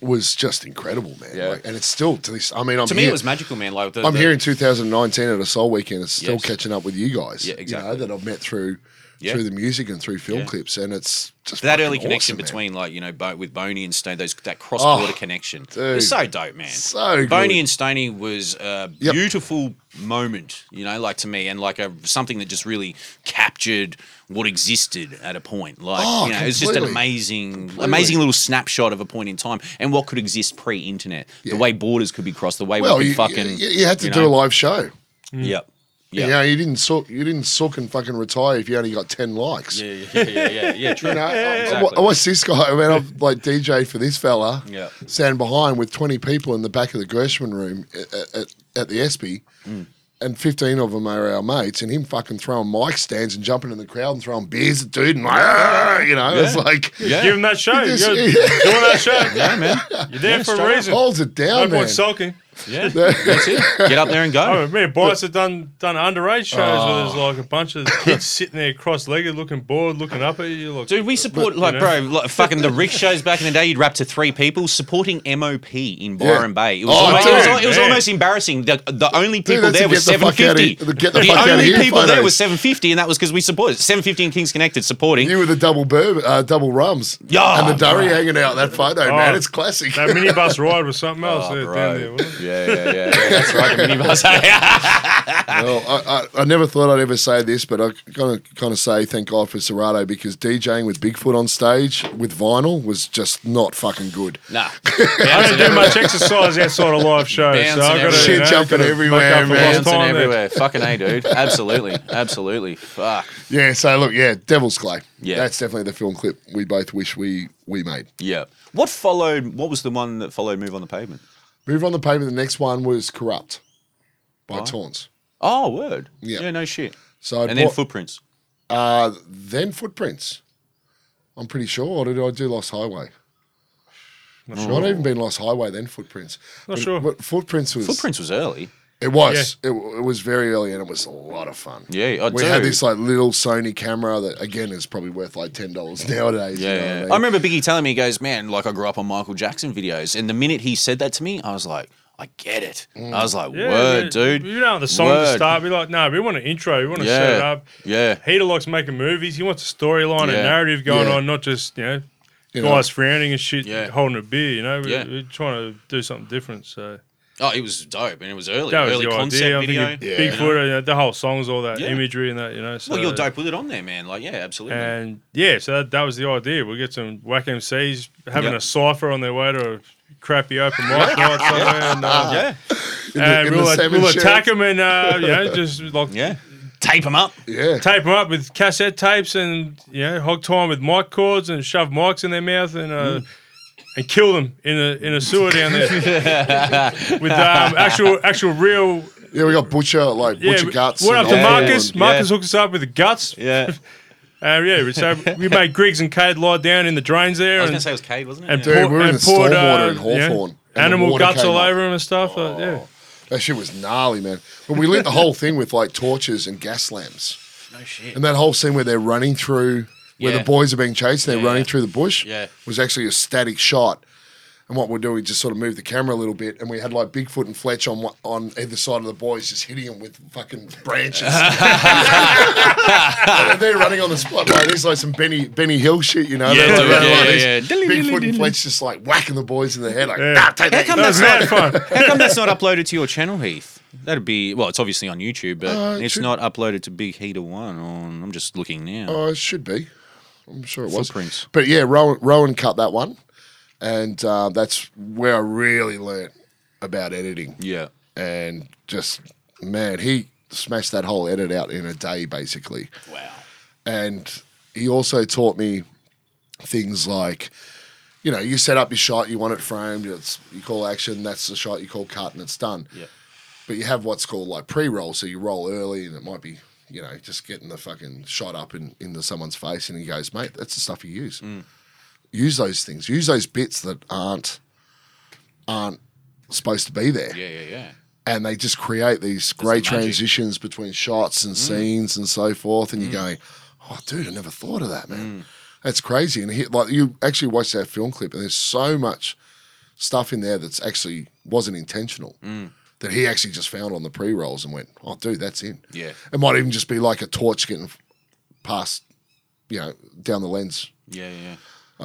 D: was just incredible, man.
B: Mm. Yeah.
D: Like, and it's still to this. I mean, I'm
B: to me,
D: here,
B: it was magical, man. Like the,
D: I'm
B: the-
D: here in 2019 at a Soul Weekend. It's still
B: Yes.
D: catching up with you guys.
B: Yeah, exactly.
D: You know, that I've met through
B: Yeah.
D: through the music and through film
B: Yeah.
D: clips, and it's just
B: that
D: fucking
B: early connection
D: awesome, man.
B: between like you know Bo- with Boney and Stoney, those that cross border
D: Oh,
B: connection.
D: dude.
B: it's so dope, man.
D: So good.
B: Boney and Stoney was a
D: Yep.
B: beautiful moment, you know, like to me, and like a something that just really captured what existed at a point. Like
D: Oh,
B: you know, it's just an
D: completely.
B: amazing, amazing little snapshot of a point in time and what could exist pre-internet. The way borders could be crossed, the way
D: Well,
B: we
D: you,
B: could fucking
D: you, you had to
B: you
D: do
B: know.
D: a live show.
B: yep.
D: Yeah.
B: Yeah.
D: You know, you didn't suck. You didn't suck and fucking retire if you only got ten likes.
B: Yeah, yeah, yeah, yeah, yeah, true.
D: You know, I-
B: Exactly.
D: I, watched this guy. I mean, I've like DJ for this fella.
B: Yeah.
D: Stand behind with twenty people in the back of the Gershman room at, at, at the ESPY,
B: Mm.
D: and fifteen of them are our mates, and him fucking throwing mic stands and jumping in the crowd and throwing beers at dude and like, "Ah," you know, it's
B: Yeah.
D: like
B: Yeah.
E: Give him that show. You're
D: Yes,
E: doing
D: yeah.
E: that show.
B: yeah, man.
E: You're there for a
B: straight up.
E: reason.
D: holds it
E: No
D: down, man.
E: point sulking.
B: Yeah, that's it. Get up there and go.
E: Oh, man, Bice have done done underage shows where there's
B: Oh.
E: like a bunch of kids sitting there cross-legged, looking bored, looking up at you. Like,
B: Dude, we support like
E: know.
B: bro, like fucking the rickshaws back in the day. You'd rap to three people supporting MOP in Byron Bay. It was,
D: Oh,
B: almost, it was,
E: dude,
B: al- it was
E: man.
B: almost embarrassing. The, the only people
D: that's
B: there
D: a
B: were
D: get the
B: seven
D: fuck outta
B: fifty.
D: here- the get the fuck outta
B: only
D: here
B: people there were
D: photos.
B: seven fifty, and that was because we supported seven fifty and Kings Connected supporting.
D: You with the double bourbon, uh, double rums,
B: Yeah,
D: and the durry hanging out. That photo, man, it's classic.
E: Oh, that minibus ride was something else
B: Oh,
E: there,
B: bro.
E: down there. Wasn't it?
B: yeah, yeah, yeah, yeah. That's right. The minibus.
D: Well, I, I, I never thought I'd ever say this, but I kind of kind of say thank God for Serato because DJing with Bigfoot on stage with vinyl was just not fucking good.
B: nah.
E: I don't do much exercise outside of live shows,
B: Bouncing
E: so I got to
B: everywhere.
D: Shit jumping everywhere, man.
B: Bouncing everywhere. Fucking A, dude. Absolutely. Absolutely. Fuck.
D: Yeah, so look, yeah, Devil's Clay.
B: Yeah.
D: that's definitely the film clip we both wish we we made.
B: Yeah. What followed? What was the one that followed Move on the Pavement?
D: Move on the pavement. The next one was Corrupt by Taunts.
B: Oh, word.
D: Yeah.
B: Yeah, no shit.
D: So I
B: And then
D: bought-
B: Footprints.
D: uh, then Footprints. I'm pretty sure. Or did I do Lost Highway? Not sure. Not even been Lost Highway then Footprints. Not
E: sure.
D: But Footprints was
B: Footprints was early.
D: It was. It, it was very early, and it was a lot of fun.
B: Yeah, I
D: we
B: do.
D: had this like little Sony camera that again is probably worth like ten dollars nowadays. you know what
B: Yeah,
D: I
B: yeah.
D: mean?
B: I remember Biggie telling me, he goes, Man, like I grew up on Michael Jackson videos. And the minute he said that to me, I was like, I get it. I was like,
E: Yeah,
B: Word,
E: yeah.
B: dude.
E: You know the song
B: Word.
E: to start. Be like, no, we want an intro. We want to set it
B: Yeah.
E: up.
B: Yeah.
E: Heater likes making movies. He wants a storyline
B: Yeah.
E: and narrative going
D: Yeah.
E: on, not just you know
D: You know,
E: guys frowning and shit,
B: Yeah.
E: holding a beer. You know, we're,
B: Yeah.
E: we're trying to do something different. So
B: Oh, it was dope, and it was early,
E: That was
B: early
E: your
B: concept
E: idea.
B: video.
E: I'm thinking
D: Yeah.
E: Bigfoot, you know, the whole song is all that
B: Yeah.
E: imagery and that, you know. So,
B: Well, you're dope with it on there, man. Like, yeah, absolutely.
E: And yeah, so that, that was the idea. We get some whack MCs having
B: Yep.
E: a cipher on their way to a crappy open mic night somewhere, and, uh,
B: yeah,
E: and
D: in the
E: we'll, at-
D: salmon
E: we'll
D: shed.
E: attack them and uh, you know just like
B: yeah. Tape them up.
D: Yeah.
E: tape them up with cassette tapes and you know hog tie 'em with mic cords and shove mics in their mouth and uh, and kill them in a in a sewer down there with um, actual actual real
D: Yeah, we got Butcher, like
E: yeah.
D: Butcher Guts.
E: What
D: and
E: up to
D: all that
E: Marcus?
D: one.
E: Marcus hooks us up with the guts.
B: Yeah,
E: Uh, yeah, so we made Griggs and Cade lie down in the drains there
B: I was
E: and
B: gonna say it was Cade, wasn't it?
E: and
B: Yeah.
D: Dude,
E: pour-
D: we were in
E: and
D: the
E: poured,
D: stormwater in
E: uh, yeah,
D: Hawthorne, and the
E: Animal
D: water
E: guts
D: came
E: all
D: up.
E: over him and stuff. uh, yeah.
B: Oh.
D: That shit was gnarly, man. But we lit the whole thing with like torches and gas lamps.
B: no shit.
D: And that whole scene where they're running through, where
B: Yeah.
D: the boys are being chased, and they're
B: Yeah.
D: running through the bush,
B: Yeah.
D: was actually a static shot. And what we're doing, we just sort of moved the camera a little bit, and we had like Bigfoot and Fletch on one- on either side of the boys, just hitting them with fucking branches. and they're running on the spot like this, like some Benny Benny Hill shit, you know?
B: Yeah,
D: They're, like,
B: dude,
D: running
B: yeah,
D: like
B: yeah,
D: this.
B: yeah.
D: Bigfoot and Fletch just like whacking the boys in the head, like,
E: Yeah.
D: nah, take that.
B: How come
E: That
B: that's
E: was
B: not?
E: mad fun.
B: How come that's not uploaded to your channel, Heath? That'd be well. It's obviously on YouTube, but
D: Uh, it
B: it's
D: should-
B: not uploaded to Big Heater One. On I'm just looking now.
D: Oh, it should be. I'm sure it was.
B: Footprints.
D: But yeah, Rowan, Rowan cut that one, and uh, that's where I really learnt about editing.
B: Yeah.
D: And just man, he smashed that whole edit out in a day, basically.
B: Wow.
D: And he also taught me things like, you know, you set up your shot, you want it framed, it's you call action, that's the shot, you call cut, and it's done.
B: Yeah.
D: But you have what's called like pre-roll, so you roll early, and it might be you know just getting the fucking shot up in, into someone's face, and he goes, mate, that's the stuff you use.
B: Mm.
D: Use those things. Use those bits that aren't aren't supposed to be there,
B: Yeah, yeah, yeah.
D: and they just create these great
B: the magic. Mm.
D: transitions between shots and scenes and so forth. And you're going, oh, dude, I never thought of that, man.
B: Mm.
D: That's crazy. And he, like you actually watch that film clip, and there's so much stuff in there that's actually wasn't intentional
B: Mm.
D: that he actually just found on the pre rolls and went, oh, dude, that's in.
B: Yeah.
D: It might even just be like a torch getting past, you know, down the lens
B: Yeah, yeah, yeah.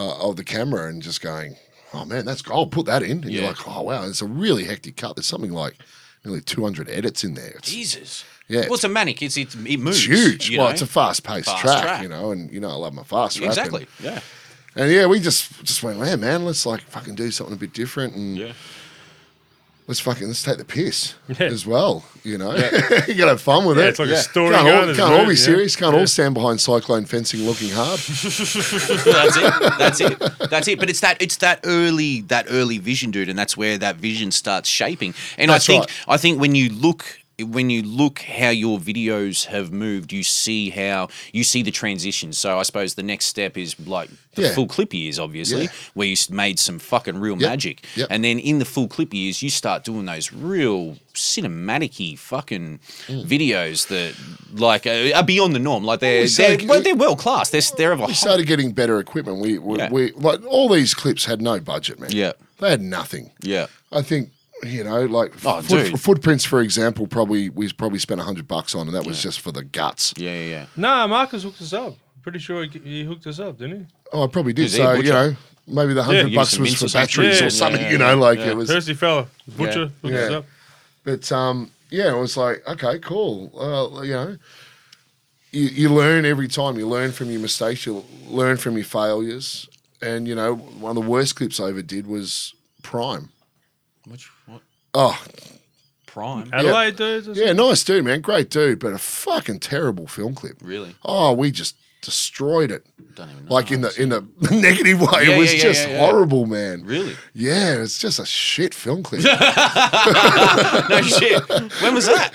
D: uh, of the camera and just going, oh man, that's cool. I'll put that in. And you're
B: Yeah.
D: like, oh wow, it's a really hectic cut. There's something like nearly 200 edits in there. It's,
B: Jesus.
D: Yeah,
B: Well, it's a manic. It's, it's it moves.
D: it's huge.
B: you
D: Well,
B: know?
D: it's a fast paced
B: Fast
D: track,
B: track.
D: you know, and you know, I love my fast rap.
B: exactly.
D: And,
B: Yeah.
D: and yeah, we just just went, man, man, let's like fucking do something a bit different and
B: Yeah.
D: let's fucking let's take the piss
E: Yeah.
D: as well. You know, you gotta have fun with
E: Yeah,
D: it.
E: it's like a story
D: Can't
E: going
D: all,
E: as
D: can't
E: well,
D: all be
E: yeah.
D: serious. Can't all stand behind cyclone fencing looking hard.
B: that's it. That's it. That's it. But it's that it's that early that early vision, dude, and that's where that vision starts shaping. And
D: That's
B: I think
D: right.
B: I think when you look when you look how your videos have moved, you see how you see the transition. So I suppose the next step is like the
D: Yeah.
B: full clip years, obviously,
D: Yeah.
B: where you s- made some fucking real
D: Yep.
B: magic,
D: Yep.
B: and then in the full clip years, you start doing those real cinematic-y fucking
D: Mm.
B: videos that like uh, are beyond the norm. Like they're
D: we
B: they're,
D: say-
B: well, they're well class. They're s- they're of a
D: we
B: high
D: started getting better equipment. We we,
B: Yeah.
D: we like all these clips had no budget, man.
B: Yeah.
D: they had nothing.
B: yeah.
D: I think you know, like
B: Oh,
D: foot-
B: dude.
D: footprints, for example, probably we probably spent hundred bucks on, and that was just for the guts.
B: Yeah, yeah, yeah.
E: Nah, Marcus hooked us up. Pretty sure he, he hooked us up, didn't
D: Oh, I probably did.
B: Is he
D: So
B: a
D: you
B: butcher?
D: know, maybe the hundred
B: give
D: bucks
B: some
D: was
B: mints
D: for
B: or something.
D: batteries
E: Yeah,
D: or something.
B: yeah,
D: you know, like it
E: he?
D: was.
E: Thirsty fella, butcher hooked us
D: Yeah.
E: up.
D: But um, yeah, it was like okay, cool. Uh, you know, you, you learn every time. You learn from your mistakes. You learn from your failures. And you know, one of the worst clips I ever did was Prime.
B: Which what
D: Oh,
B: prime?
E: Adelaide dudes. or
D: yeah, nice dude, man, great dude, but a fucking terrible film clip.
B: Really?
D: Oh, we just destroyed it.
B: Don't even know.
D: like in the in the negative way.
B: Yeah,
D: it was
B: yeah, yeah,
D: just
B: yeah, yeah.
D: horrible, man.
B: Really?
D: Yeah, it's just a shit film clip.
B: No shit. When was that?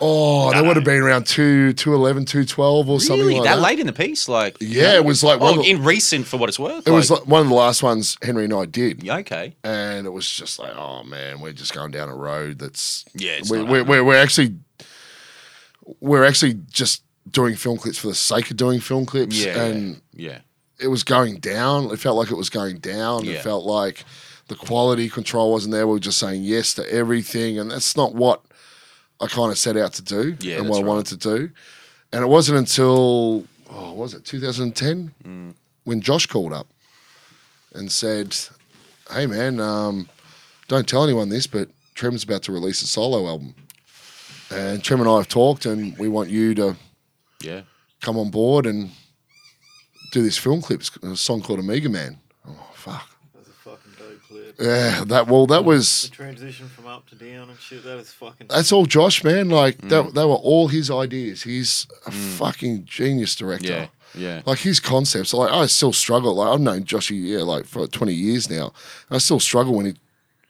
D: oh, that would have been around 2, 211, 212 or something
B: really?
D: like
B: that,
D: that.
B: late in the piece? Like
D: Yeah, it was like one
B: Oh,
D: of the,
B: in recent for what it's worth.
D: it was like one of the last ones Henry and I did.
B: yeah, okay.
D: And it was just like, oh man, we're just going down a road that's
B: Yeah, it's
D: we're,
B: not
D: we're, we're, we're actually we're actually just doing film clips for the sake of doing film clips.
B: Yeah.
D: And
B: Yeah.
D: it was going down. It felt like it was going down.
B: Yeah.
D: It felt like the quality control wasn't there. We were just saying yes to everything, and that's not what I kind of set out to do
B: Yeah,
D: and what
B: that's
D: I wanted to do. And it wasn't until oh, what was it 2010
B: Mm.
D: when Josh called up and said, "Hey, man, um, don't tell anyone this, but Trem's about to release a solo album, and Trem and I have talked, and we want you to
B: Yeah.
D: come on board and do this film clip. It's a song called Amiga Man. Oh fuck.
C: That's a fucking dope clip.
D: Yeah, that well,
B: Mm.
D: that
C: The
D: was
C: transition from up to down and shit. That is fucking.
D: that's all Josh, man. Like
B: Mm.
D: that, they were all his ideas. He's a fucking genius director.
B: Yeah. Yeah.
D: Like his concepts, like I still struggle. Like I've known Joshy, yeah, like for twenty years now. I still struggle when he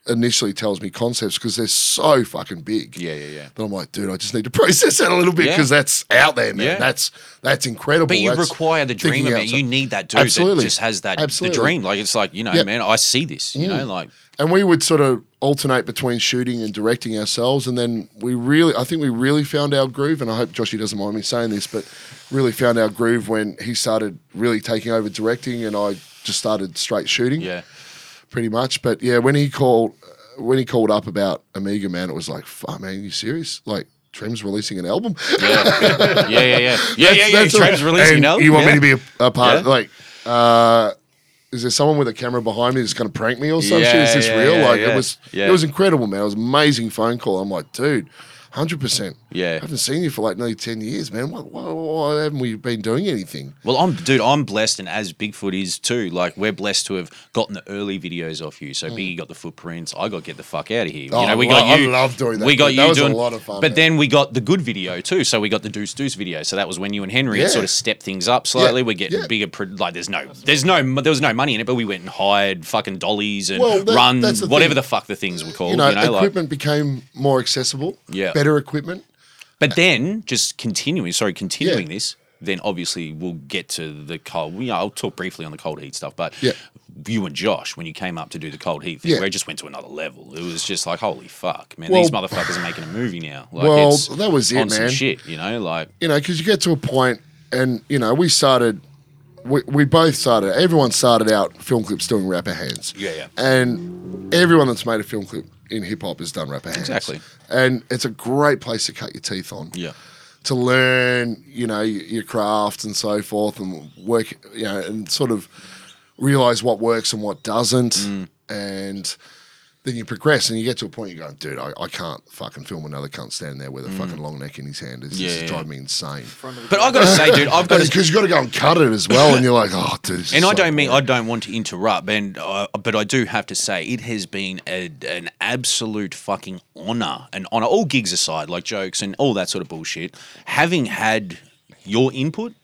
D: initially tells me concepts because they're so fucking big.
B: Yeah, yeah, yeah.
D: That I'm like, dude, I just need to process that a little bit
B: Yeah.
D: because that's out there, man.
B: Yeah.
D: That's that's incredible.
B: But you
D: That's
B: require the dream
D: thinking
B: of it.
D: outside.
B: You need that dude
D: Absolutely.
B: that just has that
D: Absolutely.
B: the dream. Like it's like, you know,
D: Yep.
B: man, I see this. You know,
D: Mm.
B: like
D: and we would sort of alternate between shooting and directing ourselves and then we really i think we really found our groove and i hope joshy doesn't mind me saying this but really found our groove when he started really taking over directing and i just started straight shooting
B: yeah.
D: pretty much but yeah when he called when he called up about amiga man it was like fuck man you serious like Trem's releasing an album.
B: Yeah, yeah, yeah. Yeah, yeah, yeah. yeah.
D: That's all-
B: Trem's releasing,
D: and
B: you know?
D: You want
B: yeah.
D: me to be a, a part?
B: Yeah.
D: Like, uh, is there someone with a camera behind me that's going to prank me or some shit? Is
B: Yeah,
D: this
B: yeah,
D: real?
B: yeah,
D: like,
B: yeah.
D: it was,
B: Yeah.
D: it was incredible, man. It was an amazing phone call. I'm like, dude, hundred percent.
B: Yeah.
D: I haven't seen you for like nearly ten years, man. Why, why, why haven't we been doing anything?
B: Well, I'm dude. I'm blessed, and as Bigfoot is too. Like we're blessed to have gotten the early videos off you. So Biggie got the footprints. I got get the fuck out of here.
D: Hmm. Oh,
B: you know, we
D: I
B: got
D: lo- I
B: you.
D: love doing that,
B: We got
D: dude.
B: you
D: That was a
B: doing
D: lot of fun,
B: But
D: man.
B: then we got the good video too. So we got the Deuce Deuce video. So that was when you and Henry had
D: Yeah.
B: sort of stepped things up slightly.
D: Yeah,
B: We're getting
D: yeah.
B: bigger. Pro- like there's no, there's no, there was no money in it. But we went and hired fucking dollies and
D: Well, that-
B: run
D: that's the
B: whatever
D: thing.
B: the fuck the things were called.
D: you know,
B: like
D: equipment became more accessible.
B: Yeah.
D: better equipment.
B: but then, just continuing, sorry, continuing
D: Yeah.
B: this, then obviously we'll get to the cold. We, I'll talk briefly on the cold heat stuff, but
D: Yeah.
B: you and Josh, when you came up to do the cold heat thing,
D: Yeah.
B: we just went to another level. It was just like, holy fuck, man,
D: Well-
B: these motherfuckers are making a movie now. Like,
D: Well,
B: it's
D: that was it,
B: on some
D: man.
B: shit, you know, like,
D: you know, because you get to a point, and you know, we started, we, we both started. Everyone started out film clips doing rapper hands.
B: Yeah, yeah.
D: And everyone that's made a film clip in hip hop has done rapper hands.
B: Exactly.
D: And it's a great place to cut your teeth on.
B: yeah.
D: To learn, you know, y- your craft and so forth, and work, you know, and sort of realize what works and what doesn't,
B: Mm.
D: and then you progress and you get to a point you go, dude, I, I can't fucking film another cunt standing there with a fucking long neck in his hand. It's
B: Mm. Yeah,
D: just
B: yeah.
D: driving me insane.
B: But I gotta say, dude, I've got to
D: Because you got to go and cut it as well, and you're like, oh, dude. this is
B: And I
D: so
B: don't mean I
D: boring."
B: don't want to interrupt, and uh, but I do have to say it has been a, an absolute fucking honor, and honor. All gigs aside, like jokes and all that sort of bullshit, having had your input,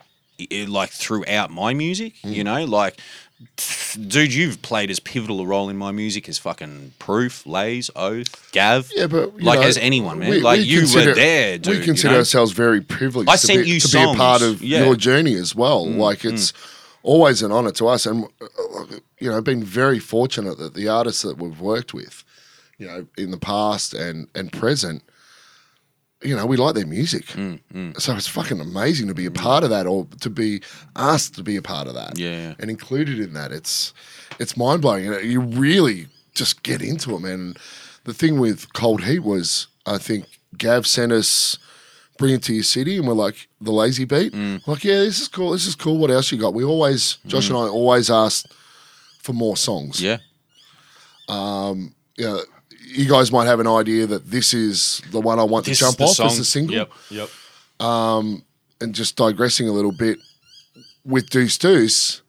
B: i- i- like throughout my music,
D: Mm.
B: you know, like. Dude, you've played as pivotal a role in my music as fucking Proof, Lays, Oath, Gav.
D: Yeah, but you
B: like
D: know,
B: as anyone, man.
D: we-
B: like
D: we
B: you
D: consider-
B: were there, dude.
D: We consider
B: you know?
D: ourselves very privileged.
B: I
D: to
B: sent
D: be,
B: you
D: to be a part
B: songs,
D: of
B: yeah. Mm,
D: your journey as well. Like it's always an honor to us, and uh, you know, been very fortunate that the artists that we've worked with, you know, in the past and and present. You know, we like their music,
B: Mm,
D: so it's fucking amazing to be a part of that, or to be asked to be a part of that,
B: Yeah.
D: and included in that. It's it's mind blowing, and you really just get into it, man. And the thing with cold heat was, I think Gav sent us bring it to your city, and we're like the lazy beat.
B: Mm.
D: Like, yeah, this is cool. This is cool. What else you got? We always Josh and I always asked for more songs.
B: Yeah.
D: You, know, you guys might have an idea that this is the one I want
B: This
D: to
B: is
D: jump
B: the
D: off
B: song.
D: as a single.
E: Yep, yep.
D: and just digressing a little bit with Deuce Deuce,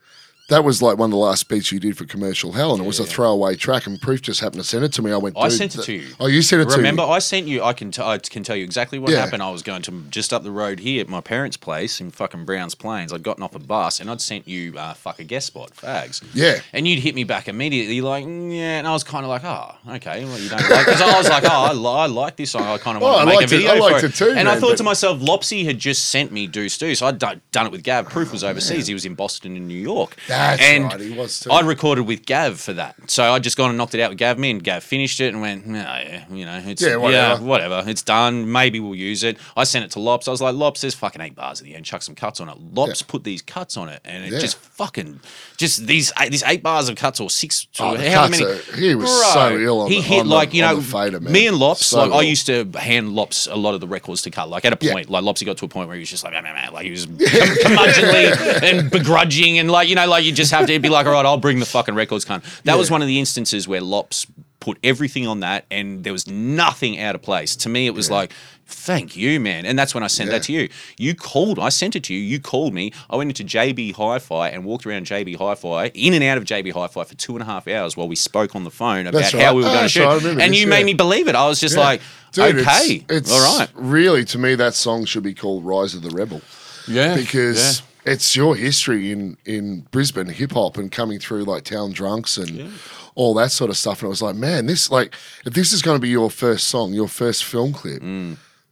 D: that was like one of the last beats you did for Commercial Hell, and it was a throwaway track. And Proof just happened to send it to me. I went,
B: I
D: "Dude,
B: sent it
D: th-
B: to you.
D: Oh, you sent it to me.
B: Remember, I sent you. I can t- I can tell you exactly what
D: Yeah.
B: happened. I was going to just up the road here at my parents' place in fucking Browns Plains. I'd gotten off a bus and I'd sent you uh, fuck a guest spot fags.
D: Yeah.
B: and you'd hit me back immediately like "Mm, yeah, and I was kind of like oh okay, well you don't like because I was like oh I, li- I like this song. I kind of
D: Well,
B: want to make a
D: I liked it-
B: video
D: I
B: for
D: liked it too,
B: And I
D: man,
B: thought
D: but-
B: to myself, Lopsy had just sent me Deuce Deuce. I'd done, done it with Gav. Proof was overseas. He was in Boston and New York.
D: That's
B: and
D: right, he was too.
B: I recorded with Gav for that. So I just gone and knocked it out with Gav. Me and Gav finished it and went, no, yeah, you know, it's
D: Yeah,
B: yeah,
D: whatever.
B: whatever. It's done. Maybe we'll use it. I sent it to Lops. I was like, Lops, there's fucking eight bars at the end. Chuck some cuts on it. Lops put these cuts on it, and it
D: Yeah.
B: just fucking just these eight, these eight bars of cuts or six.
D: Oh,
B: or
D: the
B: how
D: cuts
B: many?
D: are- he was so ill on
B: He
D: the-
B: hit
D: on the-
B: like you
D: on
B: know
D: the fader, man.
B: me and Lops.
D: So
B: like I
D: ill.
B: used to hand Lops a lot of the records to cut. Like at a
D: Yeah.
B: point, like Lopsy got to a point where he was just like, "Meh, meh, meh," like he was curmudgeonly and begrudging, and like you know, like you just have to be like, all right, I'll bring the fucking records, cunt. That was one of the instances where Lops put everything on that, and there was nothing out of place. To me, it was like, thank you, man. And that's when I sent that to you. You called, I sent it to you. You called me. I went into JB Hi Fi and walked around JB Hi Fi, in and out of JB Hi Fi for two and a half hours while we spoke on the phone about
D: That's
B: how
D: right.
B: we were
D: Oh,
B: going to
D: that's right. I
B: shoot.
D: remember
B: And
D: this,
B: you
D: yeah.
B: made me believe it. I was just
D: Yeah.
B: like,
D: Dude, it's-
B: okay,
D: it's,
B: all right.
D: Really, to me, that song should be called "Rise of the Rebel."
B: Yeah,
D: because it's your history in in Brisbane hip hop and coming through like town drunks and all that sort of stuff. And I was like, man, this like if this is going to be your first song, your first film clip,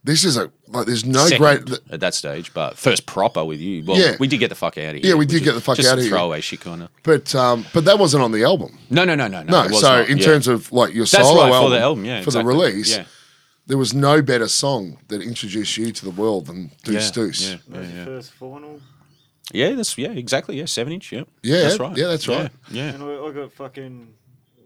D: this is a like. There's no
B: Mm. Second
D: Oh, great.
B: at that stage, but first proper with you. Well,
D: Yeah.
B: we did get the fuck out of here.
D: Yeah, we did
B: ju-
D: get the fuck
B: just
D: out
B: some
D: of here.
B: Throwaway shit kind of.
D: But um, but that wasn't on the album.
B: No, no, no, no, no.
D: No,
B: it was
D: so
B: not,
D: in
B: yeah.
D: terms of like your
B: That's
D: solo
B: right,
D: album
B: for the album, yeah,
D: for
B: exactly,
D: the release,
B: yeah.
D: there was no better song that introduced you to the world than Deuce
B: yeah,
D: Deuce.
B: Yeah,
C: That
B: yeah,
C: was
B: yeah.
C: your first final.
B: Yeah, that's yeah, exactly. Yeah, seven inch. Yeah,
D: Yeah,
B: that's right.
D: yeah, that's right.
B: Yeah,
C: And I, I got fucking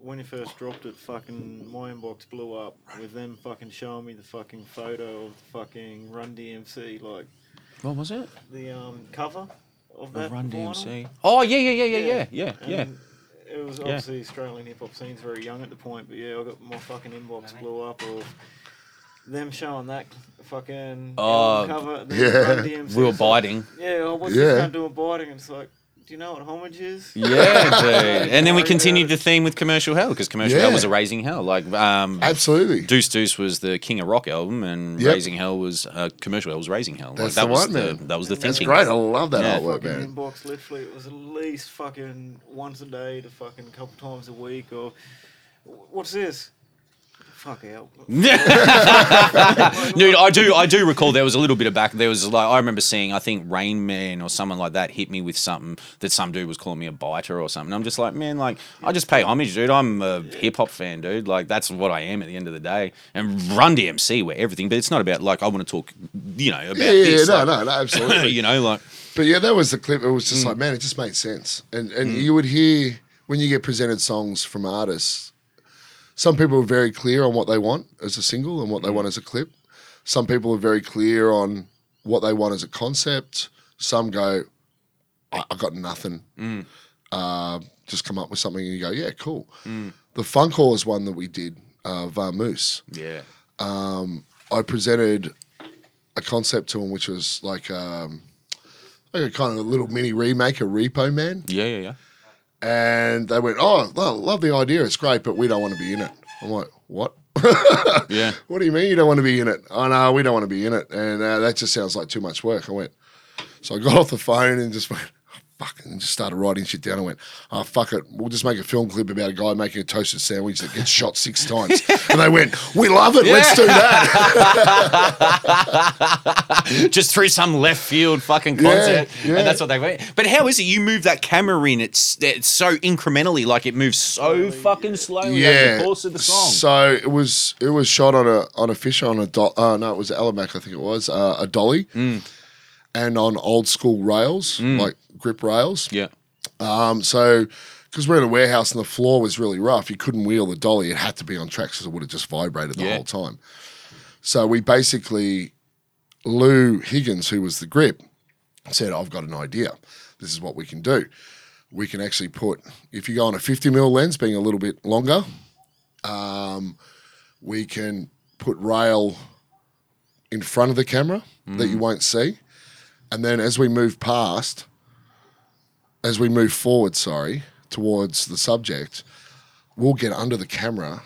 C: when you first dropped it, fucking my inbox blew up with them fucking showing me the fucking photo of the fucking Run DMC like
B: What was it?
C: the um cover of that
B: Run
C: vinyl.
B: DMC. Oh yeah, yeah, yeah, yeah, yeah, yeah, yeah.
C: And It was obviously Australian hip hop scene's very young at the point, but yeah, I got my fucking inbox blew up of them showing that fucking
B: Oh,
C: album cover. then
D: yeah.
C: Run DMC,
B: We were
C: it's like,
B: biting.
C: Yeah, oh, what's
D: Yeah.
C: this guy doing biting? And it's like, do you know what homage is?
B: Yeah, dude. And then we
C: Sorry,
B: continued
C: yeah.
B: the theme with commercial hell because commercial hell
D: Yeah.
B: was a raising hell. Like um,
D: Absolutely.
B: Deuce Deuce was the King of Rock album, and
D: Yep.
B: Raising Hell was uh, commercial. Hell was Raising Hell.
D: That's
B: that
D: the
B: was
D: one,
B: the,
D: man.
B: That was the
D: That's
B: thinking.
D: great. I love that
B: Yeah.
D: artwork,
C: fucking
D: man.
C: inbox literally it was at least fucking once a day to fucking couple times a week or what's this fuck out
B: Dude, I do, I do recall there was a little bit of back. There was like I remember seeing, I think Rain Man or someone like that hit me with something that some dude was calling me a biter or something. I'm just like, man, like I just pay homage, dude. I'm a hip hop fan, dude. Like that's what I am at the end of the day. And Run DMC, where everything, but it's not about like I want to talk, you know, about
D: Yeah, yeah,
B: this.
D: no,
B: like,
D: no, no, absolutely.
B: You know, like
D: But yeah, that was the clip. It was just like, man, it just made sense. And and you would hear when you get presented songs from artists, some people are very clear on what they want as a single and what they want as a clip. Some people are very clear on what they want as a concept. Some go, I, I got nothing. Uh, just come up with something and you go, yeah, cool. The Funk Hallers one that we did, uh, Vamoose.
B: yeah,
D: I presented a concept to him, which was like um, like a kind of a little mini remake of Repo Man,
B: yeah, yeah, yeah.
D: and they went, "Oh, lo- love the idea, it's great, but we don't want to be in it." I'm like, "What?
B: yeah.
D: what do you mean you don't want to be in it?" Oh no, we don't want to be in it, and uh, that just sounds like too much work. I went, so I got off the phone and just went. "Oh, Fuck, and just started writing shit down. I went, oh, fuck it. We'll just make a film clip about a guy making a toasted sandwich that gets shot six times. And they went, we love it. Let's do that.
B: just through some left field fucking
D: Yeah,
B: concept,
D: yeah.
B: and that's what they went. But how is it you move that camera in? It's, it's so incrementally, like it moves so fucking slowly over the course of the song.
D: So it was it was shot on a on a fish on a do- uh, no, it was Alamac, I think it was uh, a dolly,
B: Mm.
D: and on old school rails like grip rails.
B: yeah,
D: Um, so because we're in a warehouse and the floor was really rough, you couldn't wheel the dolly. It had to be on tracks because it would have just vibrated the
B: Yeah.
D: whole time. So we basically, Lou Higgins, who was the grip, said, "I've got an idea. This is what we can do. We can actually put if you go on a 50 mil lens, being a little bit longer." um, we can put rail in front of the camera that you won't see. And then as we move past, as we move forward, sorry, towards the subject, we'll get under the camera,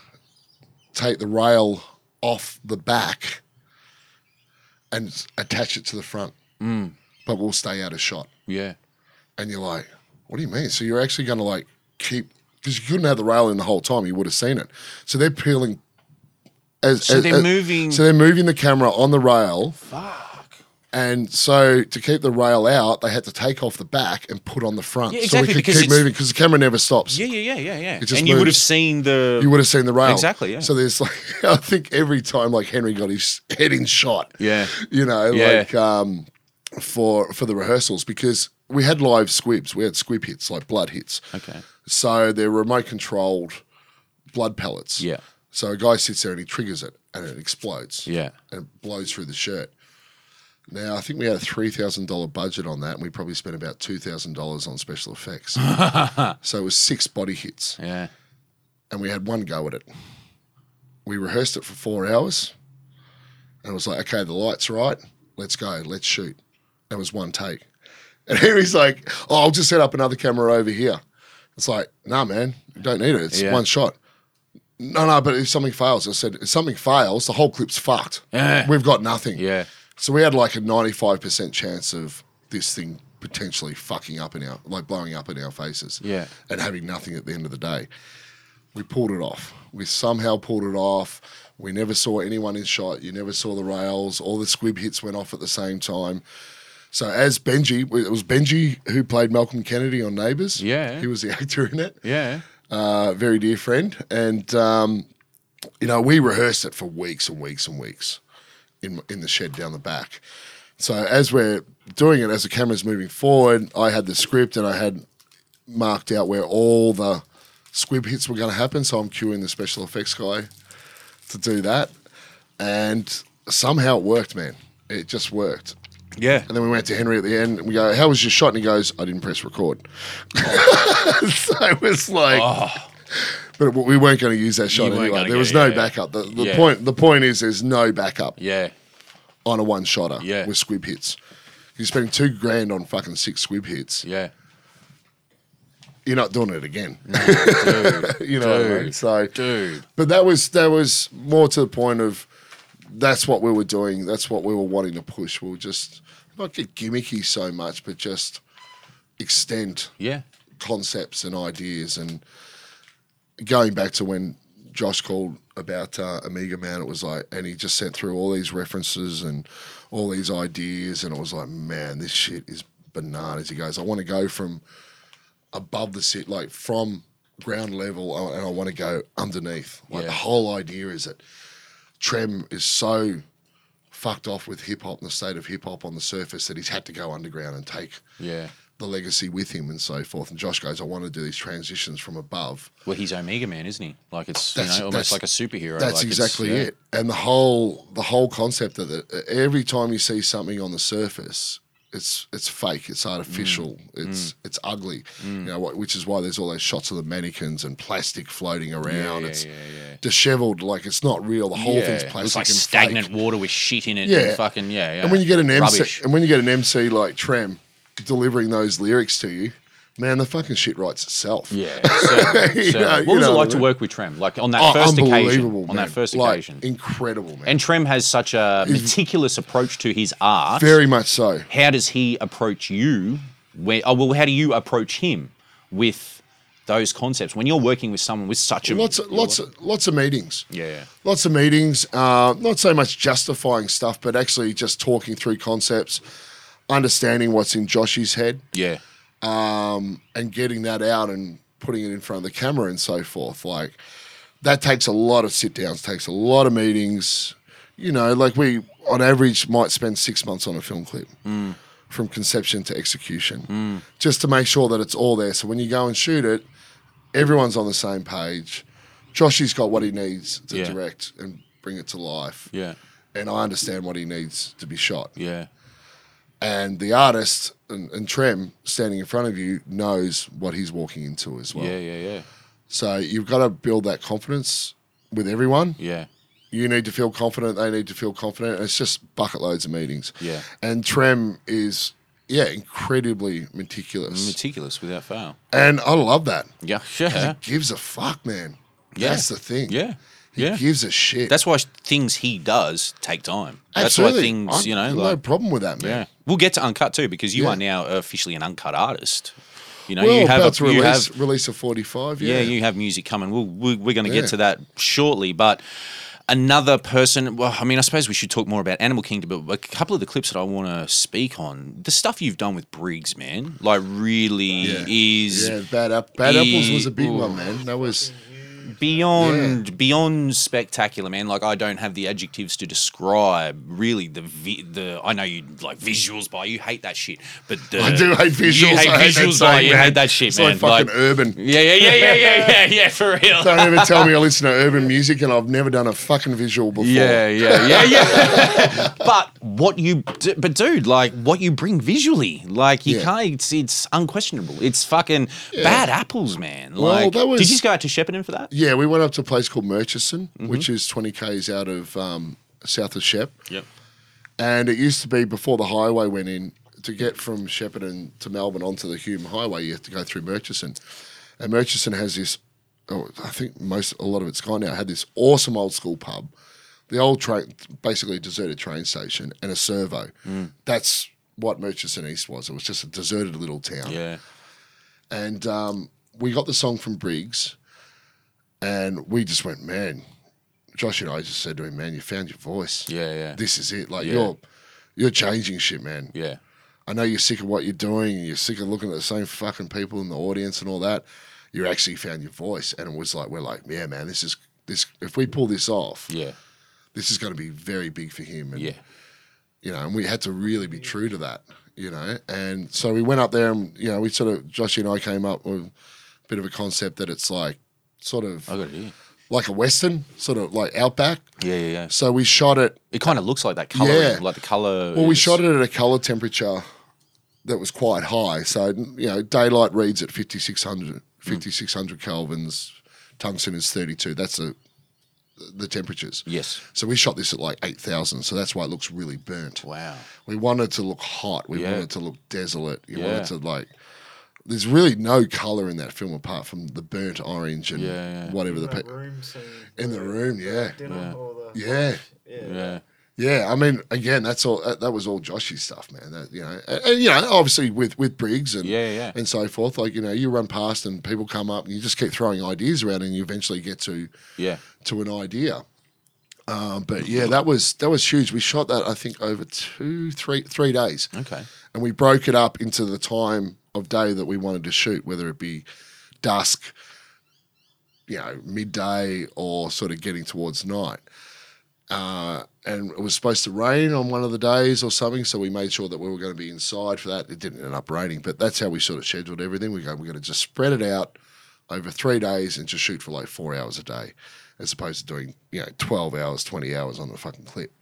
D: take the rail off the back, and s- attach it to the front. But we'll stay out of shot.
B: yeah,
D: And you're like, what do you mean? So you're actually going to like keep, because you couldn't have the rail in the whole time, you would have seen it. So they're peeling. As,
B: So
D: as-
B: they're
D: as-
B: moving-
D: So they're moving the camera on the rail. Fuck. And so to keep the rail out, they had to take off the back and put on the front,
B: Yeah,
D: so
B: exactly,
D: we could
B: because
D: keep
B: it's-
D: moving because the camera never stops.
B: yeah, yeah, yeah, yeah, yeah. And
D: just
B: you would have
D: moves.
B: seen the.
D: You would have seen the rail.
B: Exactly, yeah.
D: So there's like, I think every time like Henry got his head in shot.
B: Yeah.
D: You know,
B: Yeah.
D: like um, for for the rehearsals because we had live squibs. We had squib hits like blood hits.
B: Okay.
D: So they're remote controlled blood pellets.
B: Yeah.
D: So a guy sits there and he triggers it and it explodes.
B: Yeah.
D: And it blows through the shirt. Now I think we had a three thousand dollar budget on that, and we probably spent about two thousand dollars on special effects. so it was six body hits
B: Yeah.
D: and we had one go at it. We rehearsed it for four hours, and it was like, okay, the light's right, let's go, let's shoot. That was one take. And Henry's like, oh, I'll just set up another camera over here. It's like, nah, man, you don't need it. It's
B: Yeah.
D: one shot. No, no, but if something fails, I said, if something fails, the whole clip's fucked.
B: Yeah.
D: We've got nothing.
B: Yeah.
D: So we had like a 95% chance of this thing potentially fucking up in our, like blowing up in our faces.
B: Yeah.
D: And having nothing at the end of the day. We pulled it off. We somehow pulled it off. We never saw anyone in shot. You never saw the rails. All the squib hits went off at the same time. So as Benji, it was Benji who played Malcolm Kennedy on Neighbours.
B: Yeah.
D: He was the actor in it
B: Yeah.
D: uh, very dear friend. And, um, you know, we rehearsed it for weeks and weeks and weeks in, in the shed down the back. So as we're doing it, as the camera's moving forward, I had the script and I had marked out where all the squib hits were going to happen. So I'm cueing the special effects guy to do that. And somehow it worked, man. It just worked.
B: Yeah.
D: And then we went to Henry at the end and we go, How was your shot? And he goes, I didn't press record. so it was like, But we weren't going to use that shot
B: Oh. weren't
D: anyway.
B: gonna
D: There
B: go-
D: was no
B: yeah.
D: backup. The, the
B: Yeah.
D: point the point is there's no backup
B: Yeah.
D: on a one shotter
B: Yeah.
D: with squib hits. You're spending two grand on fucking six squib hits.
B: Yeah.
D: You're not doing it again.
B: Dude.
D: you know what I mean?
B: Dude.
D: So
B: Dude.
D: But that was that was more to the point of that's what we were doing. That's what we were wanting to push. We'll just not get gimmicky so much, but just extend
B: Yeah.
D: concepts and ideas. And going back to when Josh called about uh, Amiga Man, it was like, and he just sent through all these references and all these ideas, and it was like, man, this shit is bananas. He goes, I want to go from above the sit, like from ground level, I- and I want to go underneath. Like the
B: Yeah.
D: whole idea is that Trem is so fucked off with hip hop and the state of hip hop on the surface that he's had to go underground and take
B: Yeah.
D: the legacy with him and so forth. And Josh goes, I want to do these transitions from above.
B: Well, he's Omega Man, isn't he? Like it's you
D: That's-
B: know,
D: that's-
B: almost like a superhero.
D: That's
B: like it's-
D: exactly
B: yeah.
D: it. And the whole the whole concept of it. Every time you see something on the surface, it's it's fake. It's artificial.
B: Mm.
D: It's it's ugly. You know, wh- which is why there's all those shots of the mannequins and plastic floating around.
B: yeah,
D: it's
B: yeah, yeah.
D: disheveled. Like it's not real. The whole
B: Yeah.
D: thing's
B: It
D: plastic
B: looks like
D: and
B: stagnant
D: fake.
B: water with shit in it.
D: Yeah.
B: And fucking yeah, yeah.
D: And when you get an MC,
B: Rubbish.
D: and when you get an MC like Trem delivering those lyrics to you, man, the fucking shit writes itself.
B: yeah. certainly,
D: You know-
B: certainly.
D: you
B: what was
D: know
B: it
D: what
B: like
D: I
B: to
D: mean?
B: work with Trem? Like on that
D: Oh,
B: first occasion.
D: unbelievable,
B: On
D: man.
B: that first
D: Like,
B: occasion.
D: incredible, man.
B: And Trem has such a meticulous approach to his art.
D: Very much so.
B: how does he approach you? Where oh well, how do you approach him with those concepts when you're working with someone with such a
D: Lots of lots of lots of meetings.
B: yeah
D: Lots of meetings. Uh, not so much justifying stuff, but actually just talking through concepts, understanding what's in Josh's head,
B: yeah
D: and getting that out and putting it in front of the camera and so forth. Like that takes a lot of sit downs, takes a lot of meetings. You know, like we on average might spend six months on a film clip
B: Mm.
D: from conception to execution, just to make sure that it's all there. So when you go and shoot it, everyone's on the same page. Joshy's got what he needs to
B: Yeah.
D: direct and bring it to life.
B: yeah
D: And I understand what he needs to be shot
B: yeah
D: and the artist and, and Trem standing in front of you knows what he's walking into as well.
B: yeah yeah yeah
D: So you've got to build that confidence with everyone.
B: yeah
D: You need to feel confident. They need to feel confident. And it's just bucket loads of meetings.
B: Yeah.
D: And Trem is, yeah, incredibly meticulous.
B: meticulous without fail
D: and I love that.
B: yeah yeah
D: Gives a fuck, man.
B: Yeah.
D: That's the thing.
B: yeah
D: He
B: yeah
D: gives a shit.
B: that's why things he does take time
D: Absolutely.
B: that's why things
D: I'm-
B: you know
D: no
B: like
D: problem with that, man.
B: yeah we'll get to uncut too because you
D: Yeah.
B: are now officially an uncut artist you know
D: Well,
B: you have
D: about
B: a,
D: to
B: you have
D: release release a forty five.
B: yeah, you have music coming. We'll, we we're going to
D: Yeah.
B: get to that shortly, but another person. Well, I mean, I suppose we should talk more about Animal Kingdom, but a couple of the clips that I want to speak on, the stuff you've done with Briggs, man, like really is
D: Yeah, bad, app- bad apples was a big
B: Ooh.
D: one, man. That was
B: beyond beyond spectacular, man. Like I don't have the adjectives to describe really the vi- the. I know you like visuals, by you hate that shit, but the,
D: I do hate visuals.
B: You hate
D: I hate that
B: visuals,
D: saying,
B: by you
D: man.
B: hate that shit,
D: it's
B: man.
D: like fucking urban.
B: yeah, yeah, yeah, yeah, yeah, yeah, yeah, for real.
D: Don't ever tell me I listen to urban music and I've never done a fucking visual before.
B: Yeah, yeah, yeah, yeah. but what you, d- but dude, like what you bring visually, like you
D: Yeah.
B: can't. It's, it's unquestionable. It's fucking bad apples, man.
D: Well,
B: Like,
D: that was-
B: did you just go out to Shepparton for that? Mm-hmm.
D: Yeah, we went up to a place called Murchison, which is 20 k's out of um, south of Shep.
B: Yep.
D: And it used to be before the highway went in, to get from Shepparton to Melbourne onto the Hume Highway, you have to go through Murchison. And Murchison has this, oh, I think most, a lot of it's gone now, had this awesome old school pub, the old train, basically deserted train station, and a servo.
B: Mm.
D: That's what Murchison East was. It was just a deserted little town
B: Yeah.
D: and um, we got the song from Briggs, and we just went, man. Josh and I just said to him, man, you found your voice.
B: Yeah, yeah.
D: This is it. Like
B: Yeah.
D: you're, you're changing shit, man.
B: Yeah.
D: I know you're sick of what you're doing, and you're sick of looking at the same fucking people in the audience and all that. You actually found your voice, and it was like we're like, yeah, man, this is this. If we pull this off,
B: Yeah.
D: this is going to be very big for him. And
B: Yeah.
D: you know, and we had to really be true to that, you know. And so we went up there and, you know, we sort of, Joshy and I came up with a bit of a concept that it's like sort of
B: I got it here.
D: like a Western, sort of like outback.
B: Yeah, yeah, yeah.
D: So we shot it,
B: It kind of looks like that color,
D: Yeah.
B: like the color.
D: well, we shot it at a color temperature that was quite high. So, you know, daylight reads at
B: Mm.
D: 5,600 5,600 Kelvins, tungsten is 32. That's a, the temperatures.
B: Yes.
D: So we shot this at like 8,000. So that's why it looks really burnt.
B: Wow.
D: We wanted to look hot. We
B: Yeah.
D: wanted to look desolate. You
B: Yeah.
D: wanted to like. There's really no color in that film apart from the burnt orange and
B: Yeah, yeah.
D: whatever the
C: that
D: pe-
C: room scene.
D: in the
C: where
D: room. Yeah,
C: Dinner
B: Yeah.
C: or the
D: yeah,
C: yeah.
B: Yeah.
D: yeah. I mean, again, that's all. That, that was all Joshy's stuff, man. That you know, and, and, you know, obviously with with Briggs and
B: Yeah, yeah.
D: and so forth. Like you know, you run past and people come up and you just keep throwing ideas around and you eventually get to
B: Yeah.
D: to an idea. Um, but yeah, that was that was huge. We shot that I think over two, three, three days.
B: Okay.
D: and we broke it up into the time of day that we wanted to shoot, whether it be dusk, you know, midday, or sort of getting towards night. Uh, and it was supposed to rain on one of the days or something, so we made sure that we were going to be inside for that. It didn't end up raining, but that's how we sort of scheduled everything. We go, we're going to just spread it out over three days and just shoot for like four hours a day, as opposed to doing you know twelve hours, twenty hours on the fucking clip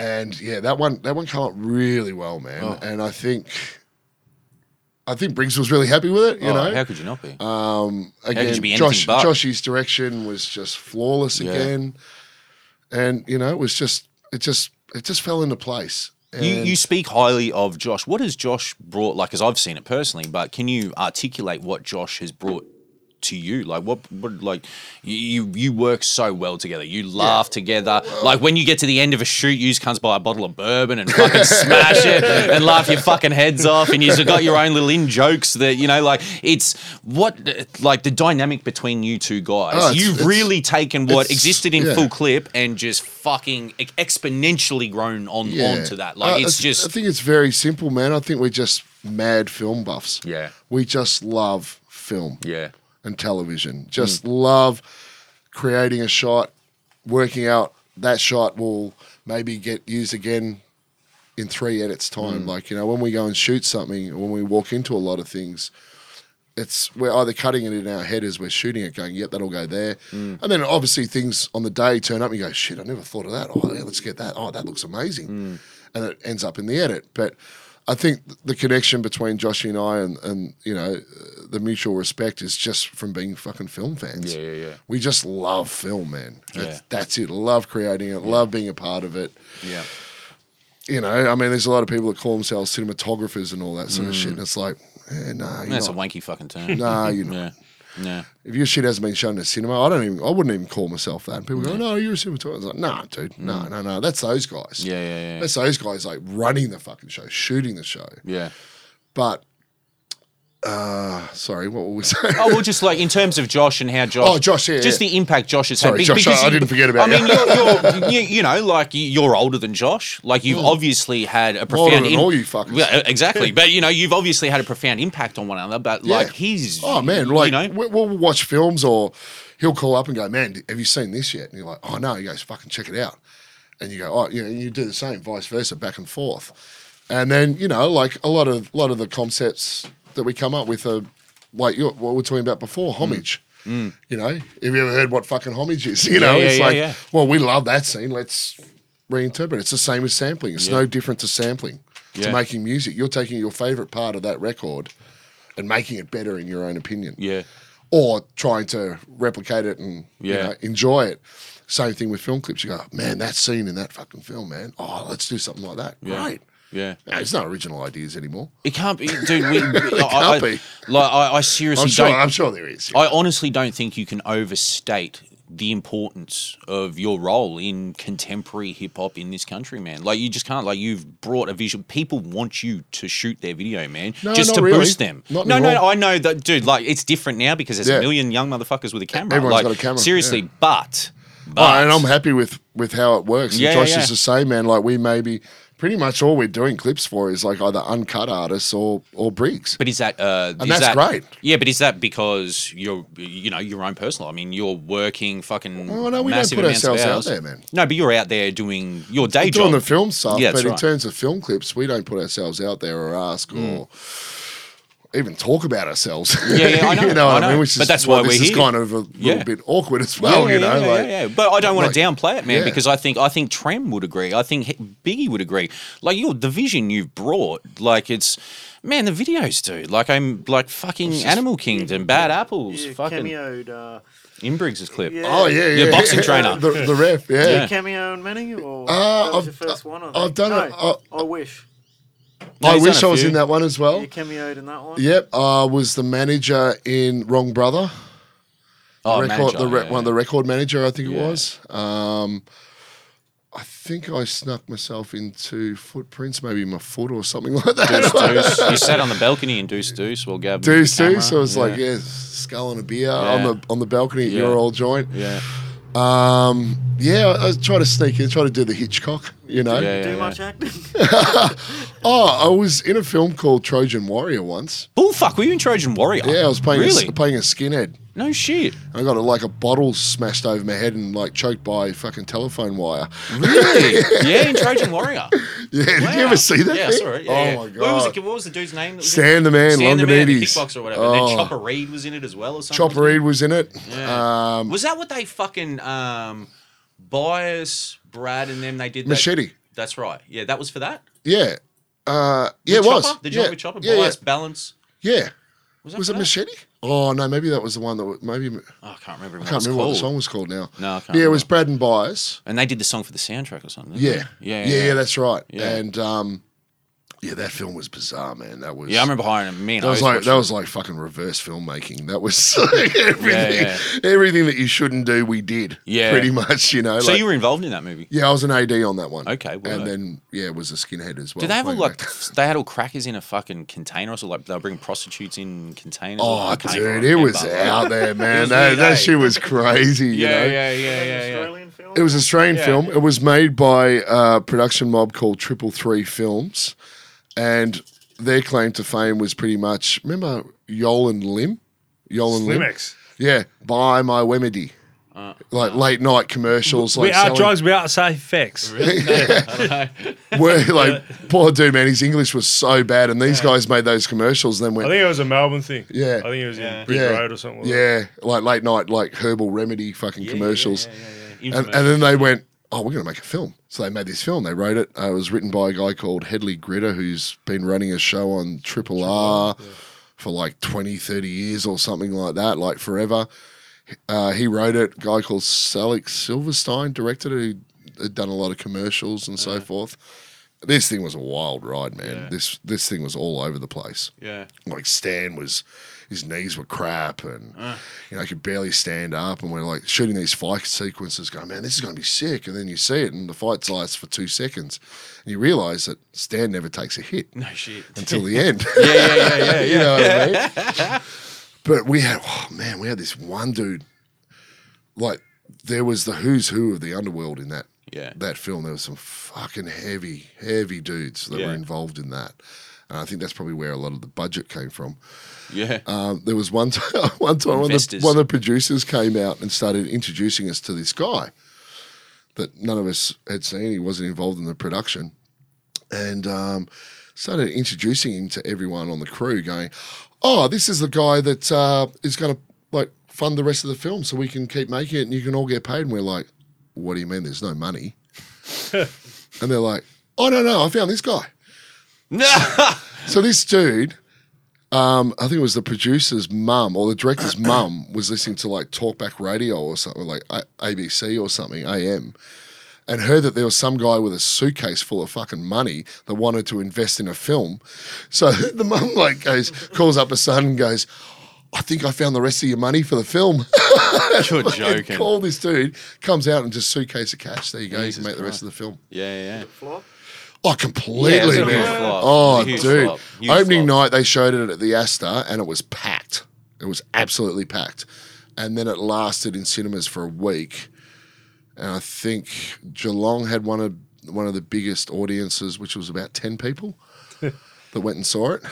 D: and yeah, that one that one came up really well, man.
B: Oh.
D: And I think, I think Briggs was really happy with it. You
B: Oh,
D: know,
B: how could you not be?
D: again,
B: you be anything
D: Josh
B: but?
D: Joshy's direction was just flawless
B: Yeah.
D: again, and you know, it was just it just it just fell into place. And
B: you, you speak highly of Josh. What has Josh brought? Like, as I've seen it personally, but can you articulate what Josh has brought to you? Like, what, what like, you you- you work so well together. You laugh together. Like when you get to the end of a shoot, you just comes by a bottle of bourbon and fucking smash it and laugh your fucking heads off, and you've got your own little in jokes that you know. Like, it's what like the dynamic between you two guys.
D: Oh, it's-
B: you've
D: it's-
B: really taken what
D: it's-
B: existed in
D: yeah.
B: full clip and just fucking ex- exponentially grown on onto that. Like
D: Uh,
B: it's
D: I th-
B: just
D: I think it's very simple, man. I think we're just mad film buffs.
B: Yeah.
D: we just love film.
B: yeah, Mm.
D: and television. Just love creating a shot, working out that shot will maybe get used again in three edits
B: Mm.
D: time. Like, you know, when we go and shoot something, or when we walk into a lot of things, it's we're either cutting it in our head as we're shooting it, going, "Yep, that'll go there,"
B: Mm.
D: and then obviously things on the day turn up. and You go, "Shit, I never thought of that." Oh, yeah, let's get that. Oh, that looks amazing,
B: Mm.
D: and it ends up in the edit. But I think the connection between Joshy and I, and, and you know, uh, the mutual respect is just from being fucking film fans.
B: Yeah, yeah, yeah.
D: We just love film, man. That's,
B: Yeah.
D: that's it. Love creating it. Love being a part of it
B: yeah,
D: you know, I mean, there's a lot of people that call themselves cinematographers and all that sort of shit. And it's like, eh, nah, you're
B: Mm. that's
D: not.
B: a wanky fucking term.
D: nah, you're not.
B: yeah, yeah,
D: If your shit hasn't been shown in a cinema, I don't even, I wouldn't even call myself that. And people go, no, you're a cinematographer. I was like, nah, dude, no, no, no. That's those guys.
B: Mm. yeah, yeah, yeah,
D: That's those guys like running the fucking show, shooting the show.
B: yeah.
D: But, uh, sorry, what were we saying?
B: Oh well, just like in terms of Josh and how Josh,
D: Oh, Josh, yeah,
B: just
D: yeah.
B: the impact Josh has
D: Sorry,
B: had. be-
D: Josh, I- I
B: you-
D: didn't forget about
B: I
D: you.
B: mean, you're, you're, you, you know, like you- you're older than Josh. Like you've obviously had a
D: More
B: profound.
D: Mm. than
B: im-
D: all you fuckers.
B: Yeah, exactly. But you know, you've obviously had a profound impact on one another. But like
D: Yeah.
B: he's,
D: Oh man, like
B: you know,
D: we- we'll watch films or he'll call up and go, "Man, d- have you seen this yet?" And you're like, "Oh no," he goes, "Fucking check it out," and you go, "Oh," you know, and you do the same, vice versa, back and forth, and then you know, like a lot of lot of the concepts that we come up with are like you're, what we were talking about before,
B: Mm.
D: homage. You know, have you ever heard what fucking homage is? You know,
B: yeah,
D: it's
B: yeah,
D: like,
B: yeah.
D: well, we love that scene. Let's reinterpret. it. It's the same as sampling. It's no different to sampling
B: Yeah.
D: to making music. You're taking your favorite part of that record and making it better in your own opinion.
B: yeah,
D: or trying to replicate it and you
B: Yeah.
D: know, enjoy it. Same thing with film clips. You go, man, that scene in that fucking film, man. Oh, let's do something like that.
B: Yeah.
D: Great.
B: Yeah.
D: Yeah, it's no original ideas anymore.
B: It can't be, dude. We, it I,
D: can't be.
B: I, like, I, I seriously
D: I'm sure.
B: don't.
D: I'm sure there is.
B: I honestly don't think you can overstate the importance of your role in contemporary hip hop in this country, man. Like you just can't. Like you've brought a visual. People want you to shoot their video, man,
D: No,
B: just
D: not
B: to
D: really.
B: boost them.
D: Not
B: no, no,
D: anymore.
B: I know that, dude. Like it's different now because there's
D: Yeah.
B: a million young motherfuckers with a camera.
D: Everyone's
B: like,
D: got a camera,
B: Seriously,
D: yeah.
B: but.
D: Oh,
B: But,
D: and I'm happy with with how it works. And
B: Yeah,
D: Josh
B: yeah, yeah.
D: is the same, man. Like we maybe pretty much all we're doing clips for is like either uncut artists or or Briggs.
B: But is that uh,
D: And
B: is that,
D: that's great.
B: Yeah, but is that because you're you know your own personal? I mean, you're working fucking.
D: Oh, no, we don't
B: massive
D: put
B: amounts of
D: ourselves out
B: hours.
D: there, man.
B: No, but you're out there doing your day
D: We're
B: job
D: doing the film stuff,
B: Yeah, that's
D: but in
B: right. Mm.
D: terms of film clips, we don't put ourselves out there or ask or even talk about ourselves.
B: Yeah, yeah, I know,
D: you know what
B: I
D: I mean?
B: know.
D: Which is
B: But that's
D: why
B: why
D: this
B: we're
D: is
B: here.
D: kind of a little
B: Yeah.
D: bit awkward as well. you know, like
B: But I don't want
D: like-
B: to downplay it, man,
D: Yeah.
B: because I think I think Trem would agree. I think he- Biggie would agree. Like your the vision you've brought, like it's man, the videos do. Like I'm like fucking Animal Kingdom, Bad Apples,
C: Yeah,
B: fucking
C: cameoed. Uh,
B: Inbriggs' clip.
C: yeah.
D: oh yeah, yeah,
B: Your boxing trainer.
D: the, the ref, yeah.
B: Yeah.
C: Cameo in many, or
D: Uh,
C: that was
D: I've-
C: your first one? I
D: I've
C: think.
D: done
C: no,
D: it, uh,
C: I wish
B: No,
D: I
B: he's
D: wish I
B: done a
D: was
B: few.
D: in that one as well.
C: you cameoed in that one.
D: Yep, I was the manager in Wrong Brother.
B: Oh,
D: record,
B: manager,
D: the re-
B: yeah.
D: one of the record manager, I think it
B: Yeah.
D: was. Um, I think I snuck myself into footprints, maybe my foot or something like
B: Deuce
D: that.
B: Deuce. You sat on the balcony in Deuce Deuce while Gab.
D: Deuce,
B: with the
D: Deuce. So I
B: camera.
D: was like, yeah, skull and a beer on
B: Yeah.
D: the on the balcony at
B: Yeah.
D: your old joint.
B: yeah.
D: Um, yeah, I, I was trying to sneak in, trying to do the Hitchcock, you know.
B: Yeah,
C: Do
B: yeah,
C: much
B: yeah.
C: acting.
D: Oh, I was in a film called Trojan Warrior once.
B: Bullfuck, Oh, were you in Trojan Warrior?
D: Yeah, I was playing
B: Really?
D: a, playing a skinhead.
B: no shit.
D: I got a, like a bottle smashed over my head and like choked by a fucking telephone wire.
B: Really? yeah, in Trojan Warrior.
D: Yeah, did you
B: Wow.
D: ever see that?
B: Yeah, I
D: thing?
B: saw it. Yeah,
D: oh
B: yeah.
D: my god!
B: What was, it, what was the dude's name? That was in it?
D: Stan the Man,
B: Stan the Man, the
D: Longinides.
B: kickboxer or whatever.
D: Oh,
B: And then Chopper Reed was in it as well or something.
D: Chopper Reed was in it.
B: Yeah.
D: Um,
B: Was that what they fucking um, Bias, Brad, and them they did? That?
D: Machete.
B: That's right. Yeah, that was for that.
D: yeah. Uh, yeah, it
B: Chopper?
D: was.
B: The
D: yeah.
B: joint with Chopper.
D: Yeah, yeah.
B: Bias, Balance.
D: yeah.
B: Was, that
D: Was
B: for
D: it
B: that?
D: Machete? Oh no, maybe that was the one that was, maybe
B: Oh, I can't remember.
D: I
B: What
D: can't remember what the
B: called.
D: song was called now.
B: No, I can't
D: yeah, it was Brad and Bias.
B: And they did the song for the soundtrack or something.
D: Yeah.
B: didn't they? Yeah.
D: yeah, that's right.
B: Yeah.
D: And um, yeah, that film was bizarre, man. That was
B: Yeah, I remember hiring him. Me and
D: That
B: I
D: was
B: used to
D: like
B: watch
D: that
B: it.
D: was like fucking reverse filmmaking. That was like everything,
B: Yeah,
D: everything that you shouldn't do, we did.
B: Yeah.
D: pretty much. You know.
B: So
D: like-
B: you were involved in that movie.
D: Yeah, I was an AD on that one.
B: Okay, well,
D: and
B: uh,
D: then yeah, was a skinhead as well.
B: Do they have all
D: playing
B: like
D: that.
B: they had all crackers in a fucking container or something? Like they'll bring prostitutes in containers. or-
D: Oh,
B: I can't
D: dude,
B: even
D: it was
B: remember.
D: out there, man.
B: was
D: that,
B: weird, eh?
D: that shit was crazy. You
B: Yeah,
D: know?
B: yeah, yeah,
C: An
B: yeah, yeah.
C: Australian film.
D: It was an Australian
B: Yeah.
D: film. It was made by a production mob called Triple Three Films, and their claim to fame was pretty much remember Yolan Lim, Yolan Lim,
E: Limex.
D: yeah, buy my Wemedy. like late night commercials,
E: Uh, We
D: like
E: out
D: selling-
E: drugs, we out safe facts.
D: were like poor dude, man. His English was so bad, and these guys made those commercials, and then
E: I
D: went,
E: think it was a Melbourne thing.
D: Yeah.
E: I think it was
F: Yeah.
E: in Bridge
D: Yeah.
E: Road or something. like that.
D: yeah, like late night, like herbal remedy fucking commercials,
B: yeah.
D: And, and then they went, oh, we're gonna make a film. So they made this film. They wrote it. Uh, it was written by a guy called Headley Gritter, who's been running a show on Triple R for like 20, 30 years or something like that, like forever. Uh, he wrote it. A guy called Salik Silverstein directed it. He had done a lot of commercials and so forth. This thing was a wild ride, man. This this thing was all over the place.
B: Yeah.
D: Like Stan was, his knees were crap, and
B: Ah.
D: you know he could barely stand up. And we're like shooting these fight sequences, going, man, this is going to be sick. And then you see it, and the fight lasts for two seconds, and you realise that Stan never takes a hit
B: No shit.
D: until the end.
B: Yeah, yeah, yeah, yeah.
D: you know what I mean? But we had, oh man, we had this one dude. Like there was the who's who of the underworld in that
B: Yeah.
D: that film. There was some fucking heavy, heavy dudes that were
B: Yeah.
D: involved in that, and I think that's probably where a lot of the budget came from.
B: Yeah.
D: Um, there was one time, one time one of, the,
B: Investors.
D: one of the producers came out and started introducing us to this guy that none of us had seen. He wasn't involved in the production, and um, started introducing him to everyone on the crew, going, "Oh, this is the guy that uh, is going to like fund the rest of the film, so we can keep making it, and you can all get paid." And we're like, "What do you mean? There's no money?" and they're like, "Oh no, no, I found this guy."
B: No.
D: So this dude um, I think it was the producer's mum or the director's mum was listening to like talkback radio or something like A- ABC or something AM, and heard that there was some guy with a suitcase full of fucking money that wanted to invest in a film. So the mum like goes calls up her son and goes. I think I found the rest of your money for the film.
B: You're
D: And
B: joking.
D: Call this dude, comes out and just suitcase of cash. There you go. you can make the rest of the film.
B: Yeah, yeah.
C: Flop.
D: Oh,
B: Yeah, it was
D: completely,
B: a huge
D: man.
B: flop. It
D: Oh,
B: was a huge
D: dude.
B: flop. Huge
D: Opening
B: flop.
D: night, they showed it at the Astor and it was packed. It was absolutely packed. And then it lasted in cinemas for a week. And I think Geelong had one of one of the biggest audiences, which was about 10 people that went and saw it.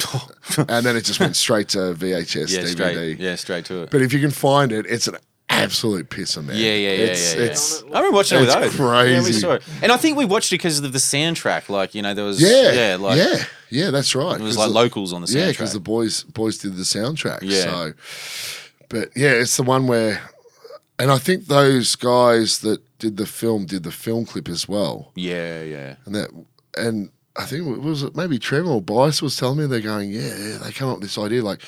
D: and then it just went straight to VHS,
B: Yeah,
D: DVD.
B: straight. Yeah, straight to it.
D: But if you can find it, it's an absolute pisser, man.
B: Yeah, yeah, yeah,
D: It's,
B: yeah, yeah.
D: it's
B: I remember watching it with
D: It's
B: Oath. Yeah, we
D: crazy.
B: saw it. And I think we watched it because of the soundtrack. Like, you know, there was
D: yeah,
B: yeah, like
D: yeah, yeah, That's right.
B: it was like locals on the soundtrack.
D: Yeah, because the boys boys did the soundtrack.
B: Yeah.
D: So, but yeah, it's the one where, and I think those guys that did the film did the film clip as well,
B: yeah, yeah.
D: and that and. I think it was maybe Trevor or Bice was telling me they're going, yeah, yeah, they come up with this idea like,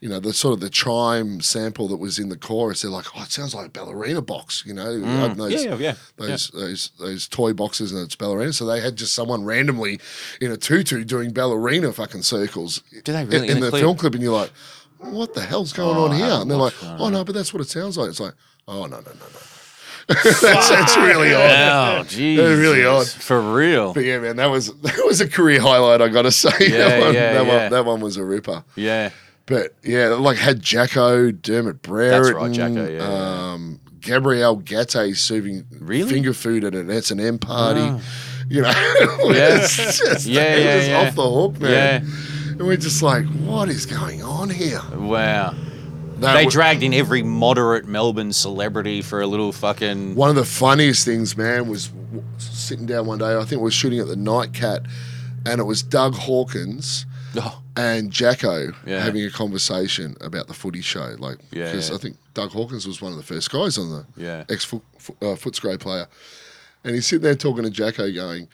D: you know, the sort of the chime sample that was in the chorus. They're like, oh, it sounds like a ballerina box, you know, I don't know,
B: Mm. Yeah, yeah, yeah.
D: those those those toy boxes and it's ballerina. So they had just someone randomly in a tutu doing ballerina fucking circles.
B: Do they
D: in-
B: really?
D: in,
B: In the
D: the
B: clip?
D: film clip? And you're like, what the hell's going
B: Oh,
D: on
B: I
D: here?
B: haven't
D: And they're like,
B: watched that.
D: oh no, but that's what it sounds like. It's like, oh no no no no. that's that's really odd.
B: Oh, jeez.
D: They're really odd.
B: For real.
D: But yeah, man, that was that was a career highlight. I gotta say,
B: Yeah,
D: that one,
B: yeah,
D: that,
B: yeah.
D: One, that one was a ripper.
B: Yeah.
D: But yeah, like had Jacko, Dermot Brereton,
B: That's right, Jacko, yeah, yeah.
D: um, Gabrielle Gatte serving
B: Really?
D: finger food at an S and M party. You know, it's just,
B: Yeah,
D: it was
B: yeah,
D: just
B: yeah.
D: off the hook,
B: Yeah.
D: man. And we're just like, what is going on here?
B: Wow.
D: That
B: They
D: wa-
B: dragged in every moderate Melbourne celebrity for a little fucking.
D: One of the funniest things, man, was w- sitting down one day. I think we were shooting at the Night Cat, and it was Doug Hawkins.
B: Oh,
D: and Jacko
B: Yeah.
D: having a conversation about the footy show. Like,
B: Yeah,
D: because
B: yeah.
D: I think Doug Hawkins was one of the first guys on the
B: Yeah.
D: ex foot, uh, Footscray player. And he's sitting there talking to Jacko, going,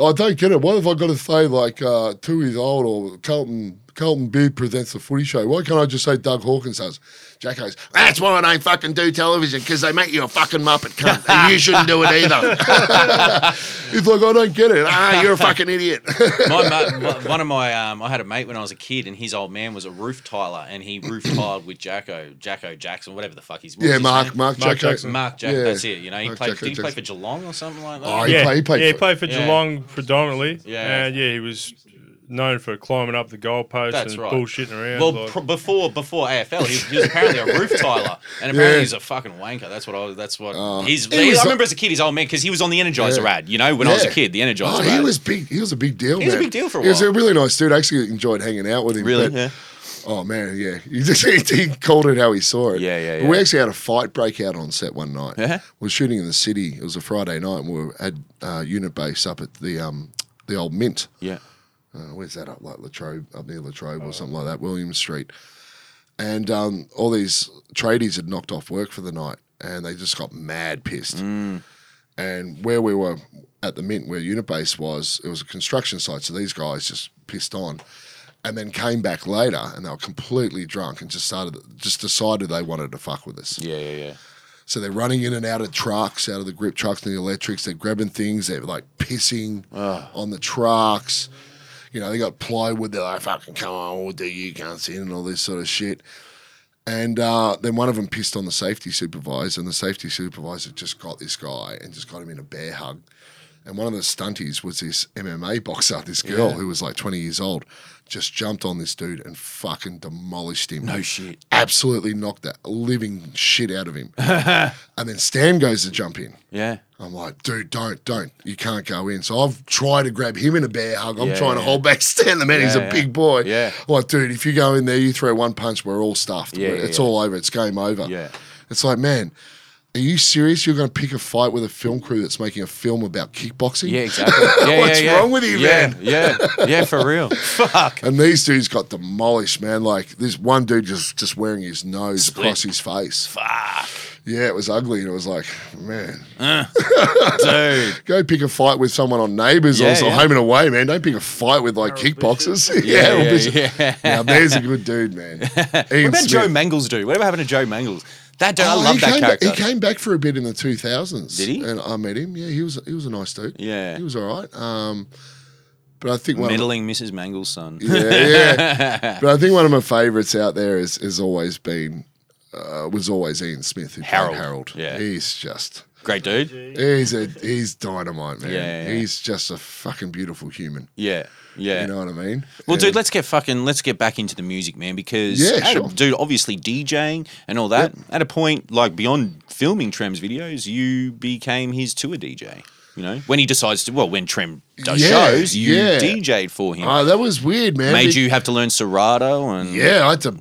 D: I don't get it. What have I got to say, like, uh, two years old or Carlton, Carlton Beard presents the footy show? Why can't I just say Doug Hawkins does? Jacko's, that's why I don't fucking do television, because they make you a fucking muppet cunt, and you shouldn't do it either. he's like, I don't get it. Ah, you're a fucking idiot.
B: my, ma- one of my um, I had a mate when I was a kid, and his old man was a roof tiler, and he roof tiled with Jacko, Jacko Jackson, whatever the fuck he's. what's
D: yeah,
B: his
D: Mark,
B: name?
D: Mark,
E: Mark
D: Jacko.
E: Jackson.
B: Mark Jackson.
D: Yeah.
B: That's it. You know, he
D: Mark
B: played.
D: Jacko
B: did he play for
D: Jackson.
B: Geelong or something like that?
D: Oh, he
E: yeah,
D: played- he played
E: yeah, he
D: for-
E: played for
B: Yeah.
E: Geelong predominantly.
B: Yeah.
E: and yeah, he was known for climbing up the goalposts
B: That's
E: and
B: right.
E: bullshitting around.
B: Well,
E: like-
B: pr- before before AFL, he, he was apparently a roof tiler, and apparently
D: Yeah. Oh.
B: he's a fucking wanker. That's what I. was- That's what he's.
D: he was
B: I
D: a-
B: remember as a kid, his old man, because he was on the Energizer
D: Yeah.
B: ad. You know, when I was a
D: Yeah.
B: kid, the Energizer.
D: Oh,
B: ad.
D: he was big. He was a big deal.
B: He was a
D: man.
B: big deal for a
D: He was
B: while.
D: a really nice dude. I actually enjoyed hanging out with him.
B: really.
D: but- Oh man, yeah. He just he, he called it how he saw it.
B: Yeah, yeah,
D: But We
B: yeah.
D: actually had a fight break out on set one night.
B: Yeah?
D: We were shooting in the city. It was a Friday night, and we were, had uh, unit base up at the um the old Mint.
B: Yeah. Oh.
D: uh, where's that up like Latrobe up near Latrobe or something like that, Williams Street. And um, all these tradies had knocked off work for the night, and they just got mad pissed. And where we were at the Mint, where Unibase was, it was a construction site, so these guys just pissed on. And then came back later, and they were completely drunk, and just started, just decided they wanted to fuck with us.
B: Yeah, yeah, yeah.
D: So they're running in and out of trucks, out of the grip trucks and the electrics. They're grabbing things. They're like pissing on the trucks. You know, they got plywood. They're like, fucking come on, we'll do you cunts in and all this sort of shit. And uh, then one of them pissed on the safety supervisor, and the safety supervisor just got this guy and just got him in a bear hug. And one of the stunties was this MMA boxer, this girl who was like 20 years old, just jumped on this dude and fucking demolished him. No
B: shit.
D: Absolutely knocked that living shit out of him. and then Stan goes to jump in.
B: Yeah.
D: I'm like, dude, don't, don't. You can't go in. So I've tried to grab him in a bear hug. I'm
B: Yeah,
D: trying to
B: yeah.
D: hold back Stan the man. He's a
B: Yeah, yeah.
D: big boy.
B: Yeah.
D: I'm Like, dude, if you go in there, you throw one punch, we're all stuffed.
B: Yeah,
D: We're-
B: yeah,
D: it's
B: yeah.
D: all over. It's game over.
B: Yeah.
D: It's like, man, are you serious? You're going to pick a fight with a film crew that's making a film about kickboxing?
B: Yeah, exactly. Yeah,
D: What's
B: yeah, yeah.
D: wrong with you,
B: yeah,
D: man?
B: Yeah, yeah, for real. Fuck.
D: And these dudes got demolished, man. Like this one dude just just wearing his nose across his face.
B: Fuck.
D: Yeah, it was ugly, and it was like, man,
B: Dude.
D: go pick a fight with someone on Neighbours
B: Yeah,
D: or some
B: yeah.
D: Home and Away, man. Don't pick a fight with like
C: Harold
D: kickboxers.
B: Yeah,
D: Harold
B: yeah,
D: Bishop.
B: yeah.
D: Now there's a good dude, man. Ian
B: What about
D: Smith.
B: Joe Mangles, dude? Whatever happened to Joe Mangles? That dude, I
D: Oh,
B: love
D: he
B: that
D: came
B: character.
D: Back, he came back for a bit in the 2000s.
B: Did he?
D: And I met him. Yeah, he was he was a nice dude.
B: Yeah.
D: he was all right. Um, but I think one of-
B: Meddling Mrs. Mangles' son.
D: yeah, yeah. but I think one of my favourites out there is has always been uh, was always Ian Smith who played
B: Harold,
D: Harold.
B: yeah.
D: he's just
B: Great dude.
D: he's a he's dynamite man.
B: Yeah, yeah.
D: he's just a fucking beautiful human.
B: Yeah. Yeah.
D: You know what I mean?
B: Well, dude,
D: And-
B: let's get fucking let's get back into the music, man, because
D: Yeah,
B: at a-
D: sure.
B: dude, obviously DJing and all that. At a point, like beyond filming Trem's videos, you became his tour DJ. You know, when he decides to, well, when Trem does
D: Yeah,
B: shows, you
D: yeah.
B: DJ'd for him.
D: Oh, that was weird, man.
B: Made
D: Be-
B: you have to learn Serato and
D: Yeah, I had to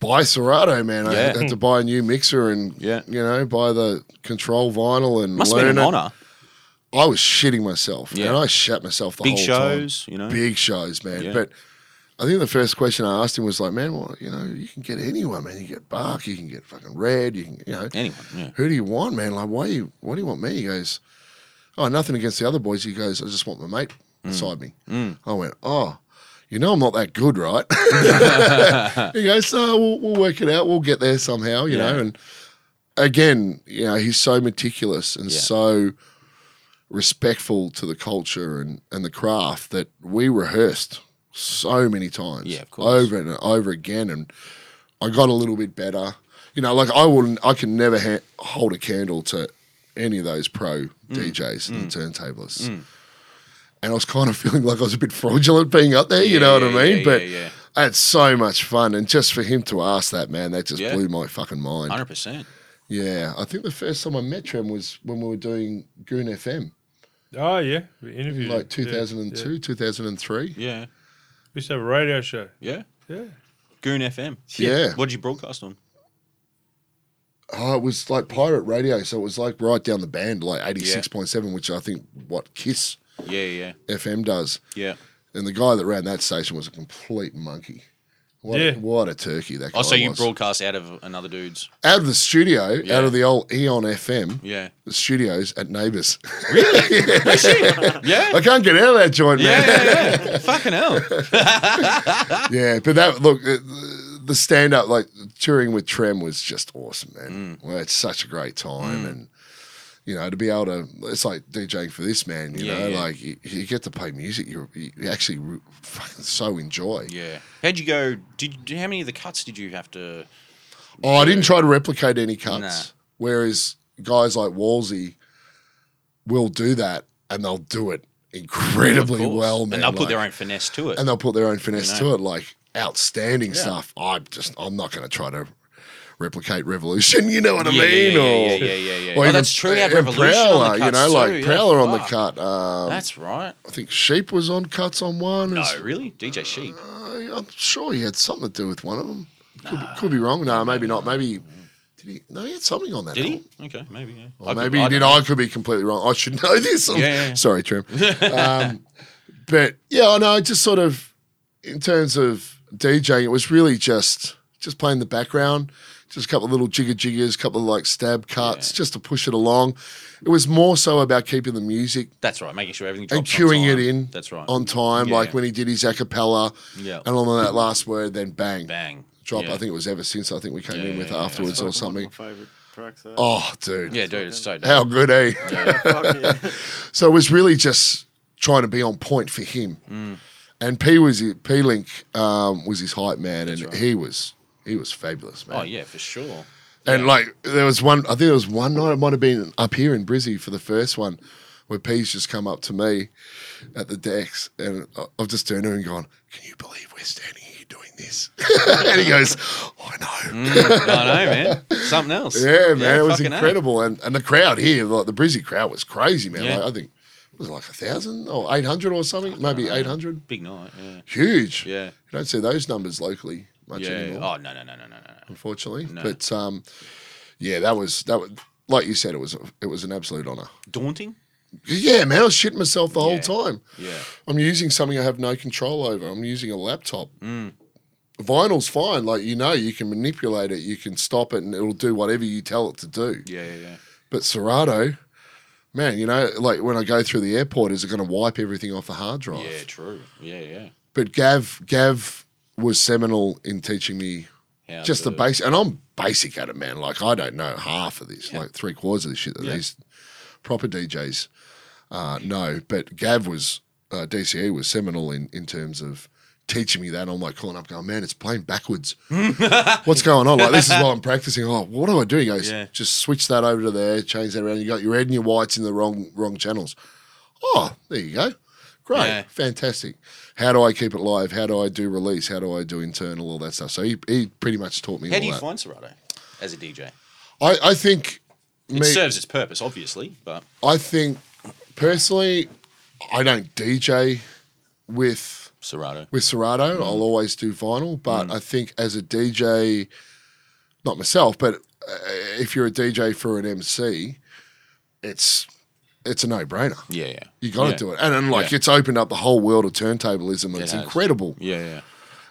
D: buy Serato, man. I
B: Yeah.
D: had to buy a new mixer and
B: Yeah.
D: you know, buy the control vinyl and
B: must have
D: learn
B: been an
D: it.
B: honor.
D: I was shitting myself,
B: Yeah.
D: and I shat myself the
B: Big
D: whole
B: shows,
D: time.
B: you know?
D: big shows, man.
B: Yeah.
D: But I think the first question I asked him was like, "Man, well, you know, you can get anyone, man. You can get Bark, you can get fucking Red, you can, you know,
B: Anyone, yeah.
D: Who do you want, man? Like, why you? What do you want me?" He goes, "Oh, nothing against the other boys." He goes, "I just want my mate
B: Mm.
D: beside me." I went, "Oh." You know I'm not that good, right? he goes, "No, we'll, we'll work it out. We'll get there somehow." You know,
B: Yeah.
D: and again, you know, he's so meticulous and
B: Yeah.
D: so respectful to the culture and, and the craft that we rehearsed so many times.
B: Yeah, of course.
D: Over and over again. And I got a little bit better. You know, like I wouldn't, I can never ha- hold a candle to any of those pro
B: Mm.
D: DJs and turntablists. And I was kind of feeling like I was a bit fraudulent being up there, you know what
B: yeah,
D: I mean?
B: yeah,
D: but
B: yeah, yeah.
D: I had so much fun. And just for him to ask that, man, that just
B: Yeah.
D: blew my fucking mind.
B: hundred percent.
D: Yeah, I think the first time I met Trem was when we were doing Goon FM,
E: Oh yeah, we interviewed him.
D: like
E: Yeah,
D: 2002, 2003.
B: Yeah,
E: yeah. We used to have a radio show.
B: yeah.
E: Yeah.
B: Goon FM.
D: Yeah.
B: What did you broadcast on?
D: Oh, it was like pirate radio, so it was like right down the band, like 86.7, which I think what Kiss
B: Yeah, yeah,
D: FM does.
B: yeah.
D: And the guy that ran that station was a complete monkey. What,
E: Yeah.
D: a, what a turkey that guy
B: Oh, so you
D: was.
B: broadcast out of another dude's?
D: out of the studio,
B: Yeah.
D: out of the old Eon FM
B: Yeah.
D: studios at Neighbours.
B: Yeah.
D: I can't get out of that joint, man.
B: yeah, yeah, yeah. Fucking hell.
D: Yeah, but that look, uh, the stand up like touring with Trem was just awesome,
B: Mm.
D: man. Well, it's such a great time, and you know to be able to, it's like DJing for this man. You
B: Yeah,
D: know,
B: yeah.
D: like you, you get to play music you, you actually re- fucking so enjoy.
B: Yeah. How'd you go? Did how many of the cuts did you have to?
D: Oh, I didn't try to replicate any cuts. Whereas guys like Wolsey will do that, and they'll do it
B: Of
D: incredibly
B: course.
D: well, man.
B: And they'll put their
D: like-
B: own finesse to it.
D: and they'll put their own finesse
B: You know?
D: to it, like outstanding stuff. I'm just, I'm not going to try to replicate Revolution. You know what I
B: yeah,
D: mean?
B: yeah,
D: or,
B: yeah, yeah, yeah, yeah.
D: or
B: oh,
D: even-
B: that's true. You had
D: and
B: Revolution
D: Prowler,
B: on the
D: you
B: cuts
D: know, like
B: too, yeah,
D: Prowler on the
B: fuck.
D: cut. Um,
B: That's right.
D: I think Sheep was on cuts on one.
B: No,
D: It's-
B: really, DJ Sheep.
D: I- I'm sure he had something to do with one of them. Could, be, could be wrong. No, maybe not. Maybe did he? No, he had something on that.
B: Did he?
D: album.
B: Okay, maybe. Yeah. I
D: Or
B: could-
D: maybe
B: I
D: he did.
B: don't know.
D: I could be completely wrong. I should know this. I'm-
B: Yeah, yeah, yeah.
D: Sorry, Trim. um, but yeah, I know. Just sort of in terms of DJing, it was really just just playing the background, just a couple of little jigger jiggers, couple of like stab cuts, just to push it along. It was more so about keeping the music
B: That's right. Making sure everything.
D: and
B: drops on
D: queuing it
B: time.
D: in
B: That's right.
D: on time,
B: Yeah.
D: like when he did his a cappella.
B: Yeah.
D: And on that last word, then bang,
B: bang.
D: drop.
B: Yeah.
D: I think it was ever since. I think we came
B: Yeah,
D: in with
B: yeah, yeah.
D: afterwards or
C: Fucking one of
D: something.
C: My favorite tracks. that.
D: Oh, dude.
B: Yeah, dude, it's so. dope.
D: How good, eh?
C: Yeah, fuck yeah.
D: So it was really just trying to be on point for him.
C: Mm.
D: And P was P Link um, was his hype man, and he was he was fabulous, man.
B: Oh yeah, for sure.
D: And like there was one, I think there was one night it might have been up here in Brizzy for the first one, where P's just come up to me at the decks, and I- I've just turned to him and gone, "Can you believe we're standing here doing this?" and he goes, "I
C: Mm.
D: know."
B: I know, man. Something else.
D: Yeah, man, it was
B: fucking hell.
D: incredible, and and the crowd here, like the Brizzy crowd, was crazy, man.
B: Yeah.
D: Like, I think it was like a thousand or eight hundred or something, maybe eight hundred.
B: Big night. Yeah.
D: Huge.
B: Yeah.
D: you don't see those numbers locally much
B: Yeah.
D: anymore
B: Oh no no no no no no.
D: unfortunately. But um, yeah, that was that was like you said, it was it was an absolute honor.
B: Daunting.
D: Yeah, man, I was shitting myself the
B: Yeah.
D: whole time.
B: Yeah. Mm.
D: I'm using something I have no control over. I'm using a laptop. vinyl's fine. Like you know, you can manipulate it, you can stop it, and it'll do whatever you tell it to do.
B: Yeah, yeah, yeah.
D: But Serato, man, you know, like when I go through the airport, is it going to wipe everything off the hard drive?
B: Yeah, true. Yeah, yeah.
D: But Gav, Gav was seminal in teaching me
B: How
D: just the
B: to-
D: basic, and I'm basic at it, man. Like I don't know half of this, like three quarters of this shit that
B: Yeah.
D: these proper DJs uh, know. But Gav was uh, DCE was seminal in in terms of teaching me that. I'm like calling up, going, man, it's playing backwards. What's going on? Like this is why I'm practicing. Oh, what do I do? He goes,
B: Yeah.
D: just switch that over to there, change that around. You got your red and your whites in the wrong wrong channels. Oh, there you go. Great,
B: Yeah.
D: fantastic. How do I keep it live? How do I do release? How do I do internal? All that stuff. So he, he pretty much taught me.
B: How
D: all
B: do you
D: that.
B: find Serato as a DJ?
D: I, I think me,
B: It serves its purpose, obviously, but
D: I think personally, I don't DJ with
B: Serato.
D: with Serato. I'll always do vinyl, but I think as a DJ, not myself, but uh, if you're a DJ for an MC, it's it's a no brainer.
B: Yeah, yeah.
D: You got to
B: Yeah.
D: do it, and, and like
B: Yeah.
D: it's opened up the whole world of turntablism. and
B: It
D: it's
B: has.
D: incredible.
B: Yeah, yeah.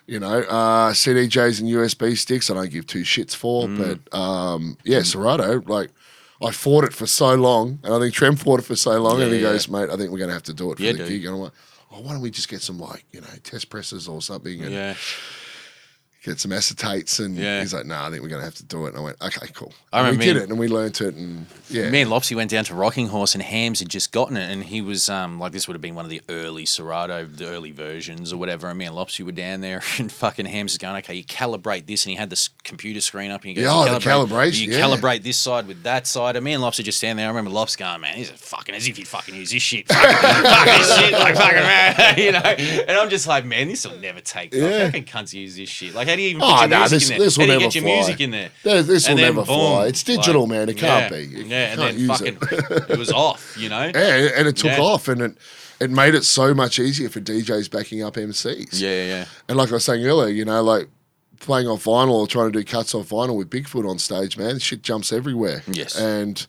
D: you know, uh, CDJs and USB sticks. I don't give two shits for,
B: Mm.
D: but um, yeah, Serato. Like, I fought it for so long, and I think Trem fought it for so long, and he
B: Yeah, yeah.
D: goes, "Mate, I think we're gonna have to do it for
B: Yeah,
D: the
B: dude.
D: gig." And I'm like, "Oh, why don't we just get some like you know test presses or something, and
B: Yeah.
D: get some acetates?" And
B: Yeah.
D: he's like, "No, I think we're gonna have to do it." And I went, "Okay, cool."
B: I
D: And we
B: remember
D: did
B: me-
D: it, and we learnt it, and yeah,
B: Me and Lopsy went down to Rocking Horse, and Hams had just gotten it, and he was um like this would have been one of the early Serato, the early versions or whatever. And me and Lopsy were down there, and fucking Hams is going, okay, you calibrate this, and he had this computer screen up, and he goes,
D: Yeah,
B: you
D: the calibration,
B: you
D: yeah.
B: calibrate this side with that side. And me and Lopsy just stand there. I remember Lops going, man, this is fucking as if you fucking use this shit, fucking, fucking shit, like fucking man, you know. And I'm just like, man, this will never take. off.
D: Yeah.
B: How can cunts use this shit? Like, how do you even
D: Oh,
B: put your
D: nah,
B: music
D: this-
B: in there?
D: this
B: how
D: will
B: do you
D: never
B: get your
D: fly.
B: music in there?
D: This- this
B: And
D: will
B: then
D: never fly. It's digital, man. It can't
B: yeah,
D: be. You
B: yeah, and
D: can't
B: then
D: use
B: fucking it. was off, you know.
D: Yeah, and it took
B: Yeah.
D: off, and it it made it so much easier for DJs backing up MCs.
B: yeah, yeah.
D: And like I was saying earlier, you know, like playing off vinyl or trying to do cuts off vinyl with Bigfoot on stage, man, shit jumps everywhere.
B: Yes.
D: And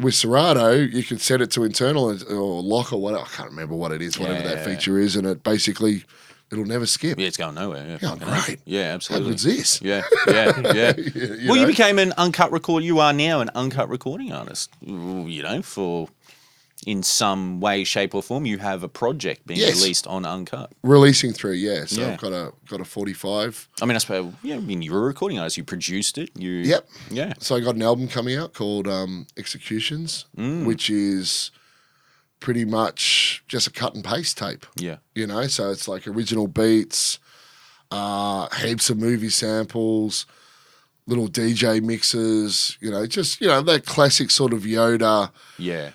D: with Serato, you can set it to internal and- or lock or whatever. I can't remember what it is, whatever
B: Yeah.
D: that feature is, and it basically it'll never skip.
B: Yeah, it's going nowhere. Yeah,
D: Oh,
B: fucking hell.
D: great.
B: Yeah,
D: How
B: absolutely.
D: good's this?
B: Yeah, yeah, yeah. well, you
D: know?
B: became an uncut record. You are now an uncut recording artist. You know, for in some way, shape, or form, you have a project being
D: Yes.
B: released on uncut.
D: Releasing through, yeah. So
B: Yeah.
D: I've got a got a forty five.
B: I mean, I suppose. Yeah, I mean, you're a recording artist. You produced it. You.
D: Yep.
B: Yeah.
D: So I got an album coming out called um, Executions, which is pretty much just a cut and paste tape.
B: Yeah.
D: you know so it's like original beats uh heaps of movie samples little dj mixes you know just you know that classic sort of yoda
B: Yeah.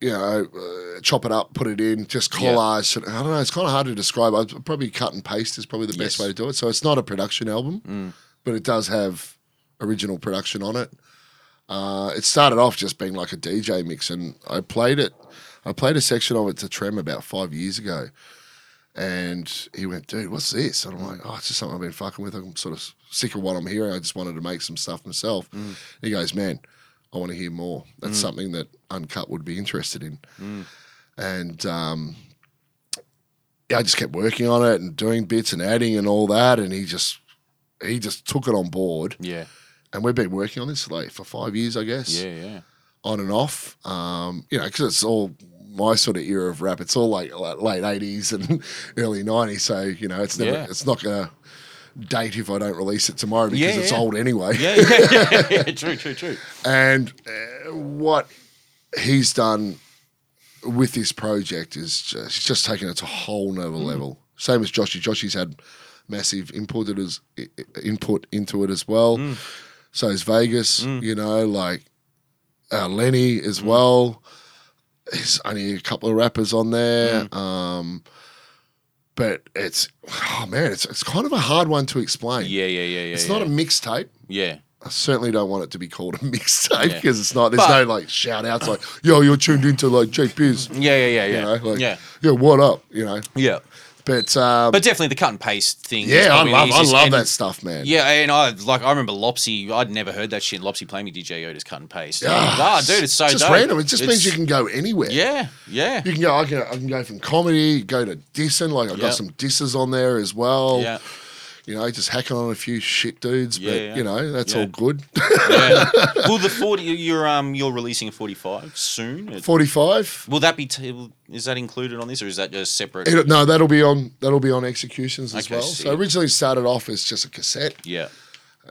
D: you know uh, chop it up put it in just collage and i don't know it's kind of hard to describe i probably cut and paste is probably the best
B: Yes.
D: way to do it so it's not a production album but it does have original production on it uh, it started off just being like a DJ mix, and I played it. I played a section of it to Trem about five years ago, and he went, "Dude, what's this?" And I'm like, "Oh, it's just something I've been fucking with. I'm sort of sick of what I'm hearing. I just wanted to make some stuff myself." He goes, "Man, I want to hear more. That's something that Uncut would be interested in." And um, yeah, I just kept working on it and doing bits and adding and all that, and he just he just took it on board
B: Yeah.
D: and we've been working on this like for five years, I guess,
B: Yeah. Yeah.
D: on and off. Um, you know, because it's all my sort of era of rap. It's all like, like late eighties and early nineties. So you know, it's never,
B: Yeah.
D: it's not gonna date if I don't release it tomorrow because
B: Yeah,
D: it's
B: yeah.
D: old anyway.
B: Yeah. Yeah. Yeah. yeah. True. True. True.
D: And uh, what he's done with this project is just, he's just taken it to a whole nother
B: Mm.
D: level. Same as Joshy. Joshy's had massive input, it as, i- i- input into it as well.
B: Mm.
D: So is Vegas, you know, like uh, Lenny
B: Mm.
D: as well. There's only a couple of rappers on there.
B: Mm.
D: Um, but it's, oh man, it's, it's kind of a hard one to explain.
B: Yeah. Yeah. Yeah. Yeah.
D: It's
B: yeah.
D: not a mixtape.
B: Yeah.
D: I certainly don't want it to be called a mixtape
B: Yeah.
D: because it's not. There's
B: But-
D: no like shout outs like, "Yo, you're tuned into like Jake Biz." You
B: Yeah. Yeah. Yeah. Yeah.
D: know, like,
B: yeah.
D: "Yo, what up?" You know,
B: Yeah.
D: but um,
B: But definitely the cut and paste thing. is
D: yeah, I
B: probably the
D: love, I
B: easiest.
D: love
B: And-
D: that stuff, man.
B: Yeah, and I like I remember Lopsy. I'd never heard that shit. Lopsy playing me DJ Otis cut and paste. Ah, dude, it's so
D: just
B: dope.
D: random. It just
B: It's-
D: means you can go anywhere.
B: Yeah, yeah,
D: you can go. I can, I can go from comedy, go to dissing. Like I have
B: Yeah.
D: got some disses on there as well.
B: yeah.
D: you know, just hacking on a few shit dudes.
B: Yeah,
D: but
B: yeah.
D: you know, that's
B: Yeah.
D: all good.
B: Yeah. Will the forty you're um you're releasing a forty five soon? It-
D: Forty five.
B: Will that be t- is that included on this or is that just separate?
D: It- no, that'll be on that'll be on executions as
B: Okay,
D: well.
B: sick.
D: So originally started off as just a cassette,
B: yeah.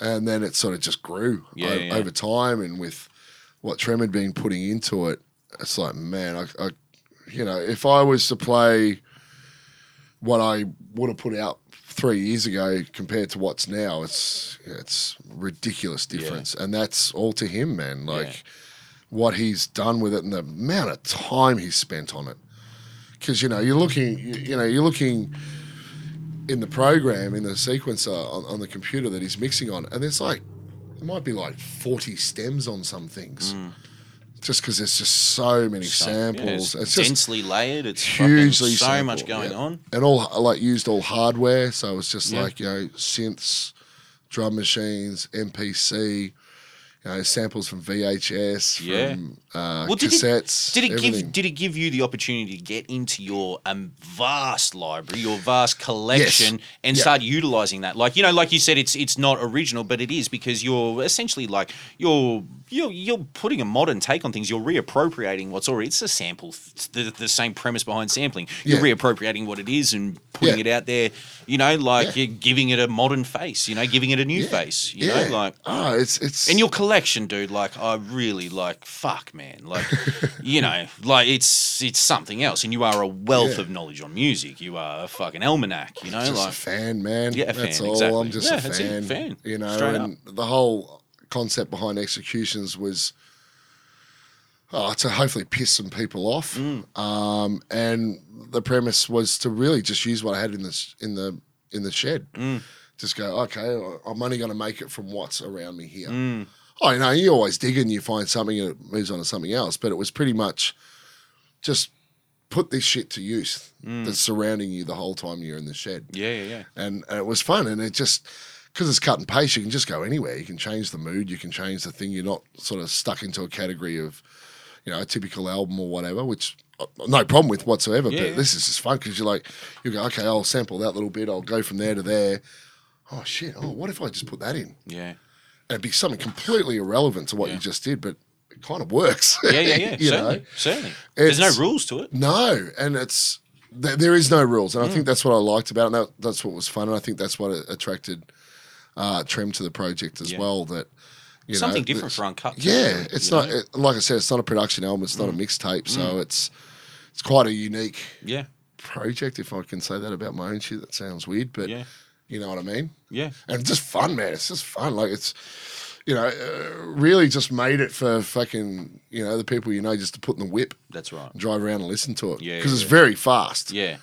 D: and then it sort of just grew
B: Yeah,
D: o-
B: yeah.
D: over time. And with what Trem had been putting into it, it's like man, I, I, you know, if I was to play what I would have put out three years ago compared to what's now, it's it's ridiculous difference, and that's all to him, man. Like what he's done with it and the amount of time he's spent on it. Because you know you're looking, you, you know you're looking in the program in the sequencer on, on the computer that he's mixing on, and there's like there might be like 40 stems on some things, just because there's just so many samples.
B: Mm. Yeah,
D: it's
B: it's
D: just
B: densely layered. It's
D: hugely
B: hugely so
D: sampled,
B: much going
D: yeah.
B: on.
D: and all like used all hardware, so it's just
B: Yeah.
D: like you know synths, drum machines, MPC, you know samples from VHS,
B: Yeah.
D: from uh,
B: Well, did it-
D: cassettes.
B: Did it
D: everything.
B: give did it give you the opportunity to get into your um, vast library, your vast collection, and
D: Yeah.
B: start utilizing that? Like you know, like you said, it's it's not original, but it is because you're essentially like you're you're you're putting a modern take on things. You're reappropriating what's already it's a sample, it's the, the same premise behind sampling. You're
D: Yeah.
B: reappropriating what it is and putting
D: Yeah.
B: it out there. You know, like
D: Yeah.
B: you're giving it a modern face. You know, giving it a new
D: Yeah.
B: face. You
D: yeah.
B: know, like
D: oh, it's it's
B: and your collection, dude, like I really like fuck man. Like you know, like it's it's something else. And you are a wealth
D: Yeah.
B: of knowledge on music. You are a fucking almanac, you know,
D: just
B: like
D: a fan, man.
B: Yeah, a
D: that's
B: fan,
D: all.
B: exactly.
D: I'm just
B: Yeah,
D: a
B: that's it,
D: fan.
B: fan.
D: You know,
B: Straight
D: and the whole concept behind executions was oh, to hopefully piss some people off.
B: Mm.
D: Um, and the premise was to really just use what I had in this in the in the shed.
B: Mm.
D: Just go, okay, I'm only going to make it from what's around me here.
B: Mm.
D: Oh, you know, you always dig and you find something and it moves on to something else. But it was pretty much just put this shit to use
B: Mm.
D: that's surrounding you the whole time you're in the shed.
B: Yeah, yeah, yeah.
D: And, and it was fun. And it just, because it's cut and paste, you can just go anywhere. You can change the mood, you can change the thing. You're not sort of stuck into a category of, you know, a typical album or whatever, which uh, no problem with whatsoever.
B: Yeah,
D: but
B: yeah.
D: this is just fun because you're like, you go, okay, I'll sample that little bit, I'll go from there to there. Oh, shit. Oh, what if I just put that in?
B: Yeah.
D: it'd be something completely irrelevant to what you just did, but it kind of works.
B: Yeah, yeah, yeah.
D: you
B: certainly.
D: know?
B: Certainly. There's
D: It's-
B: no rules to it.
D: No, and it's th- there is no rules, and I
B: Hmm.
D: think that's what I liked about it. And that, that's what was fun, and I think that's what attracted uh, Trem to the project as
B: Yeah.
D: well. That you know,
B: Something different
D: this-
B: for Uncut. too,
D: Yeah, it's
B: you
D: not
B: know? Hmm.
D: it, like I said, it's not a production album. It's not a mixtape, so it's it's quite a unique
B: Yeah.
D: project, if I can say that about my own shit. That sounds weird, but
B: Yeah.
D: you know what I mean
B: Yeah.
D: and just fun, man. It's just fun. Like it's, you know, uh, really just made it for fucking, you know, the people you know just to put in the whip,
B: That's right.
D: drive around and listen to it.
B: Yeah,
D: because it's
B: yeah.
D: very fast.
B: Yeah.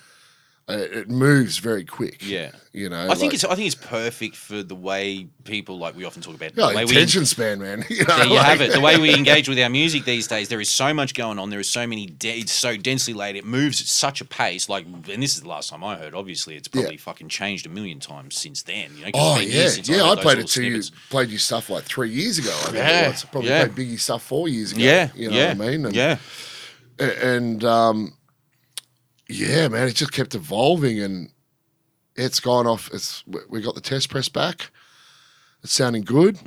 D: Uh, it moves very quick.
B: Yeah.
D: you know.
B: I think it's I think it's perfect for the way people like we often talk about
D: yeah,
B: the way
D: like
B: we
D: attention span, man. You know,
B: There you
D: like-
B: have it. The way we engage with our music these days, there is so much going on. There is so many. De- it's so densely laid. It moves at such a pace. Like, and this is the last time I heard. Obviously, it's probably
D: Yeah.
B: fucking changed a million times since then. You know, 'cause
D: Oh
B: it's been
D: yeah,
B: years since
D: yeah. I,
B: heard those
D: played
B: little
D: it to you,
B: snippets.
D: played you stuff like three years ago. I think
B: Yeah,
D: it was. probably
B: yeah.
D: played Biggie stuff four years ago.
B: Yeah,
D: you know
B: yeah,
D: what I mean. And-
B: yeah,
D: and um, yeah, man, it just kept evolving, and it's gone off. It's we- we got the test press back. It's sounding good.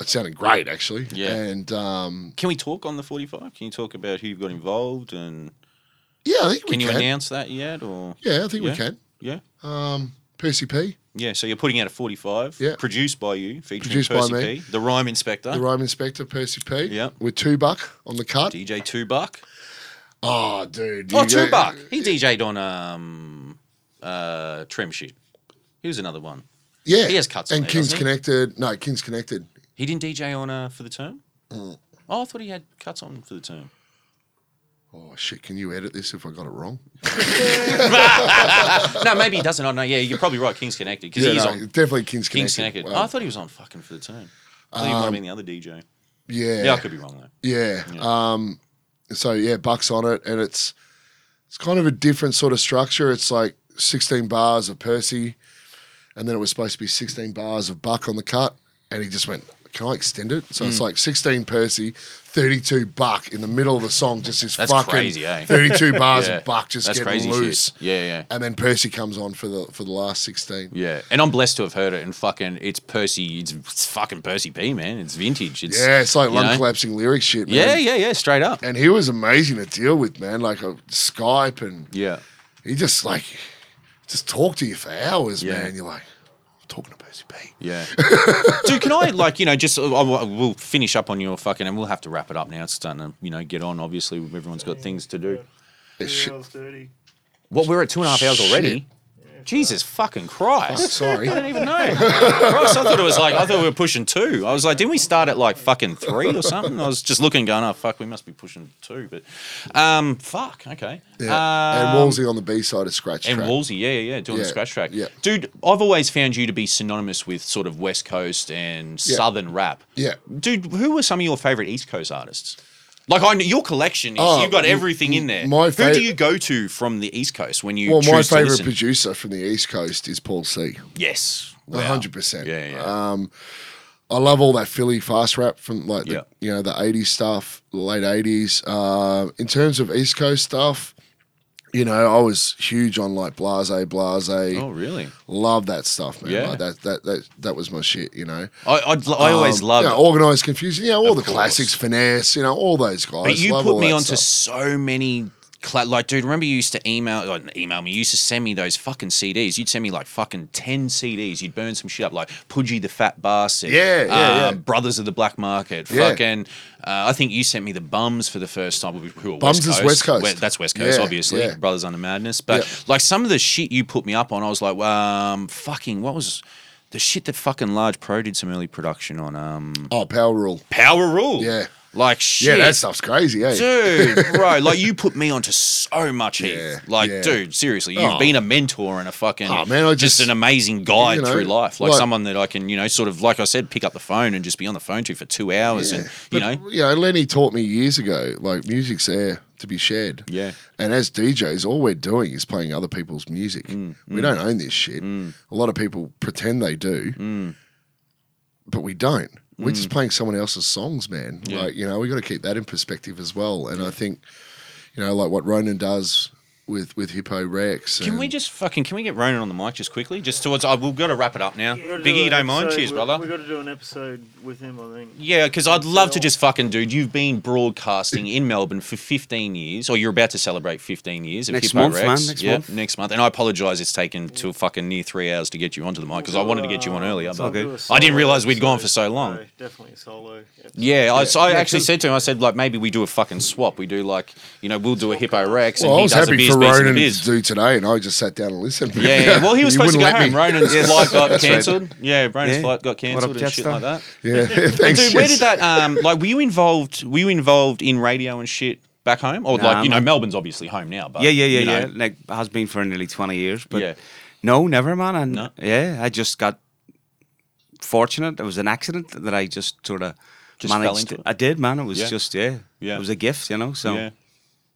D: It's sounding great, actually.
B: Mm. Yeah.
D: and um,
B: Can we talk on the forty-five? Can you talk about who you've got involved and
D: yeah, I think
B: can
D: we
B: you
D: can.
B: announce that yet? Or
D: Yeah, I think
B: Yeah.
D: we can.
B: yeah,
D: Um, Percy P,
B: yeah. So you're putting out a forty-five,
D: Yeah.
B: produced by you, featuring
D: Produced by
B: Percy
D: me.
B: P, the Rhyme Inspector,
D: the rhyme inspector, Percy P.
B: Yeah.
D: with two buck on the cut.
B: DJ Two Buck.
D: Oh, dude.
B: Oh,
D: you go-
B: Tupac. He DJ'd on um uh Trem shit. He was another one.
D: Yeah,
B: He has cuts on
D: And
B: there,
D: Kings
B: doesn't he?
D: Connected. No, Kings Connected.
B: He didn't DJ on uh for the term.
D: Mm.
B: Oh, I thought he had cuts on for the term.
D: Oh shit! Can you edit this if I got it wrong?
B: No, maybe he doesn't. I don't know. Yeah, you're probably right. Kings Connected because he's
D: no,
B: on
D: definitely Kings Connected.
B: Kings Connected.
D: Well,
B: Oh, I thought he was on fucking for the term. I thought he might have been the other DJ.
D: yeah,
B: Yeah, I could be wrong though.
D: Yeah. Um, so yeah, bucks on it, and it's it's kind of a different sort of structure. It's like sixteen bars of Percy, and then it was supposed to be sixteen bars of Buck on the cut, and he just went can I extend it? So
B: Mm.
D: it's like 16 Percy, 32 Buck in the middle of the song, just this
B: That's
D: fucking
B: crazy, eh?
D: 32 bars
B: Yeah.
D: of Buck just
B: That's
D: getting
B: crazy shit.
D: loose.
B: Yeah, yeah.
D: And then Percy comes on for the for the last 16.
B: Yeah, and I'm blessed to have heard it. And fucking, it's Percy. It's, it's fucking Percy P, man. It's vintage. It's
D: Yeah, it's like
B: you
D: lung
B: know?
D: collapsing lyric shit, man.
B: Yeah, yeah, yeah. Straight up.
D: And he was amazing to deal with, man. Like a Skype and
B: Yeah,
D: he just like just talked to you for hours,
B: Yeah.
D: man. You're like, I'm talking to Percy P.
B: yeah. Dude, can I like you know just I, I- we'll finish up on your fucking and we'll have to wrap it up now. It's starting to you know get on. Obviously, everyone's got things to do.
D: Yeah, shit.
C: Two hours thirty.
B: What we're at two and a half hours
D: Shit.
B: already. Jesus fucking Christ!
D: Sorry.
B: I don't even know. Christ, I thought it was like I thought we were pushing two. I was like, didn't we start at like fucking three or something? I was just looking, going, oh fuck, we must be pushing two. But um, fuck, okay. Uh,
D: Yeah. and Wolsey on the B side of Scratch
B: Um, And
D: Track.
B: Wolsey, yeah, yeah, yeah, doing the
D: Yeah,
B: scratch track.
D: yeah.
B: Dude, I've always found you to be synonymous with sort of West Coast and
D: Yeah.
B: Southern rap.
D: Yeah.
B: Dude, who were some of your favorite East Coast artists? Like I know your collection is
D: Oh,
B: you've got
D: m-
B: everything in there.
D: my
B: who
D: fav-
B: do you go to from the East Coast when you
D: Well, my
B: choose to
D: favorite
B: listen?
D: producer from the East Coast is Paul C.
B: yes.
D: A hundred percent.
B: Yeah, yeah.
D: Um, I love all that Philly fast rap from like the,
B: Yeah.
D: you know the '80s stuff, the late '80s. Uh, in terms of East Coast stuff, you know, I was huge on like Blase, Blase.
B: Oh really?
D: Love that stuff, man.
B: Yeah.
D: Like that, that that that was my shit. You know,
B: I I'd, I always
D: Um,
B: loved
D: yeah, organized confusion. Yeah, all
B: Of
D: the
B: course.
D: classics, finesse. You know, all those guys.
B: But you
D: Love
B: put
D: all
B: me
D: that
B: onto
D: stuff.
B: so many. Cla- like, dude, remember you used to email, like, email me. You used to send me those fucking CDs. You'd send me like fucking ten CDs. You'd burn some shit up, like Pudgy the Fat Bastard,
D: Yeah, yeah,
B: uh,
D: yeah.
B: Brothers of the Black Market,
D: Yeah.
B: fucking. Uh, I think you sent me the Bums for the first time. Who are
D: Bums
B: West
D: is
B: Coast.
D: West Coast.
B: We- that's West Coast,
D: Yeah,
B: obviously.
D: yeah.
B: Brothers Under Madness, but
D: Yeah.
B: like some of the shit you put me up on, I was like, um, fucking, what was the shit that fucking Large Pro did some early production on? Um,
D: Oh, Power Rule.
B: Power Rule,
D: Yeah.
B: like shit.
D: Yeah, that stuff's crazy. eh? Yeah.
B: Dude, bro, like you put me onto so much Heath.
D: Yeah,
B: like,
D: yeah.
B: dude, seriously, you've
D: Oh.
B: been a mentor and a fucking,
D: Oh, man, I
B: just,
D: just-
B: an amazing guide
D: you know,
B: through life. Like,
D: like-
B: someone that I can, you know, sort of, like I said, pick up the phone and just be on the phone to for two hours, and you
D: But,
B: know,
D: you know, Lenny taught me years ago, like music's there to be shared.
B: Yeah.
D: And as DJs, all we're doing is playing other people's music.
B: Mm,
D: we don't own this shit. A lot of people pretend they do,
B: Mm.
D: but we don't. We're just playing someone else's songs, man. Like, you know, we got to keep that in perspective as well. And I think, you know, like what Ronan does with with Hippo Rex.
B: can
D: and-
B: we just fucking can we get Ronan on the mic just quickly? Just towards, I we've got to wrap it up now.
C: We gotta do
B: Biggie, you
C: an
B: don't mind?
C: episode
B: Cheers,
C: with-
B: brother.
C: We got to do an episode with him, I think.
B: Yeah, because I'd love to
C: Sell.
B: just fucking, dude. You've been broadcasting in Melbourne for 15 years, or you're about to celebrate 15 years. Of
G: Next
B: Hippo
G: month,
B: Rex.
G: man, next
B: yeah,
G: month.
B: next month. And I apologise, it's taken till fucking near three hours to get you onto the mic because I wanted to get you on earlier.
C: So I'll
B: But
C: do a
B: I didn't
C: Uh, solo
B: realise we'd gone for
C: episode.
B: so long.
C: No, definitely a solo. episode.
B: Yeah, I, so I actually said to him, I said like maybe we do a fucking swap. We do like you know we'll do a Hippo Rex and
D: Well, I
B: he
D: was
B: does a
D: happy
B: beers,
D: for
B: beers, and
D: Ronan to
B: beers.
D: do today, and I just sat down and listened.
B: Yeah, yeah, well, he was supposed to go home.
D: wouldn't let me-
B: Ronan's flight got cancelled. Yeah, Ronan's
G: Yeah.
B: flight got
G: What
B: cancelled
G: up,
B: and shit
G: Jetstar?
B: like that.
D: Yeah,
B: And
D: thanks.
B: dude, where
D: Jess.
B: did that um like were you involved were you involved in radio and shit back home? Or
G: Nah,
B: like, you know,
G: man.
B: Melbourne's obviously home now, but
G: Yeah, yeah, yeah,
B: you know,
G: yeah. Like has been for nearly twenty years, but
B: Yeah.
G: no, never, man. And
B: No.
G: yeah, I just got fortunate. It was an accident that I just sort of
B: Just fell
G: managed.
B: into it?
G: I did, man. It was
B: Yeah.
G: just yeah,
B: Yeah.
G: It was a gift, you know. So
B: yeah.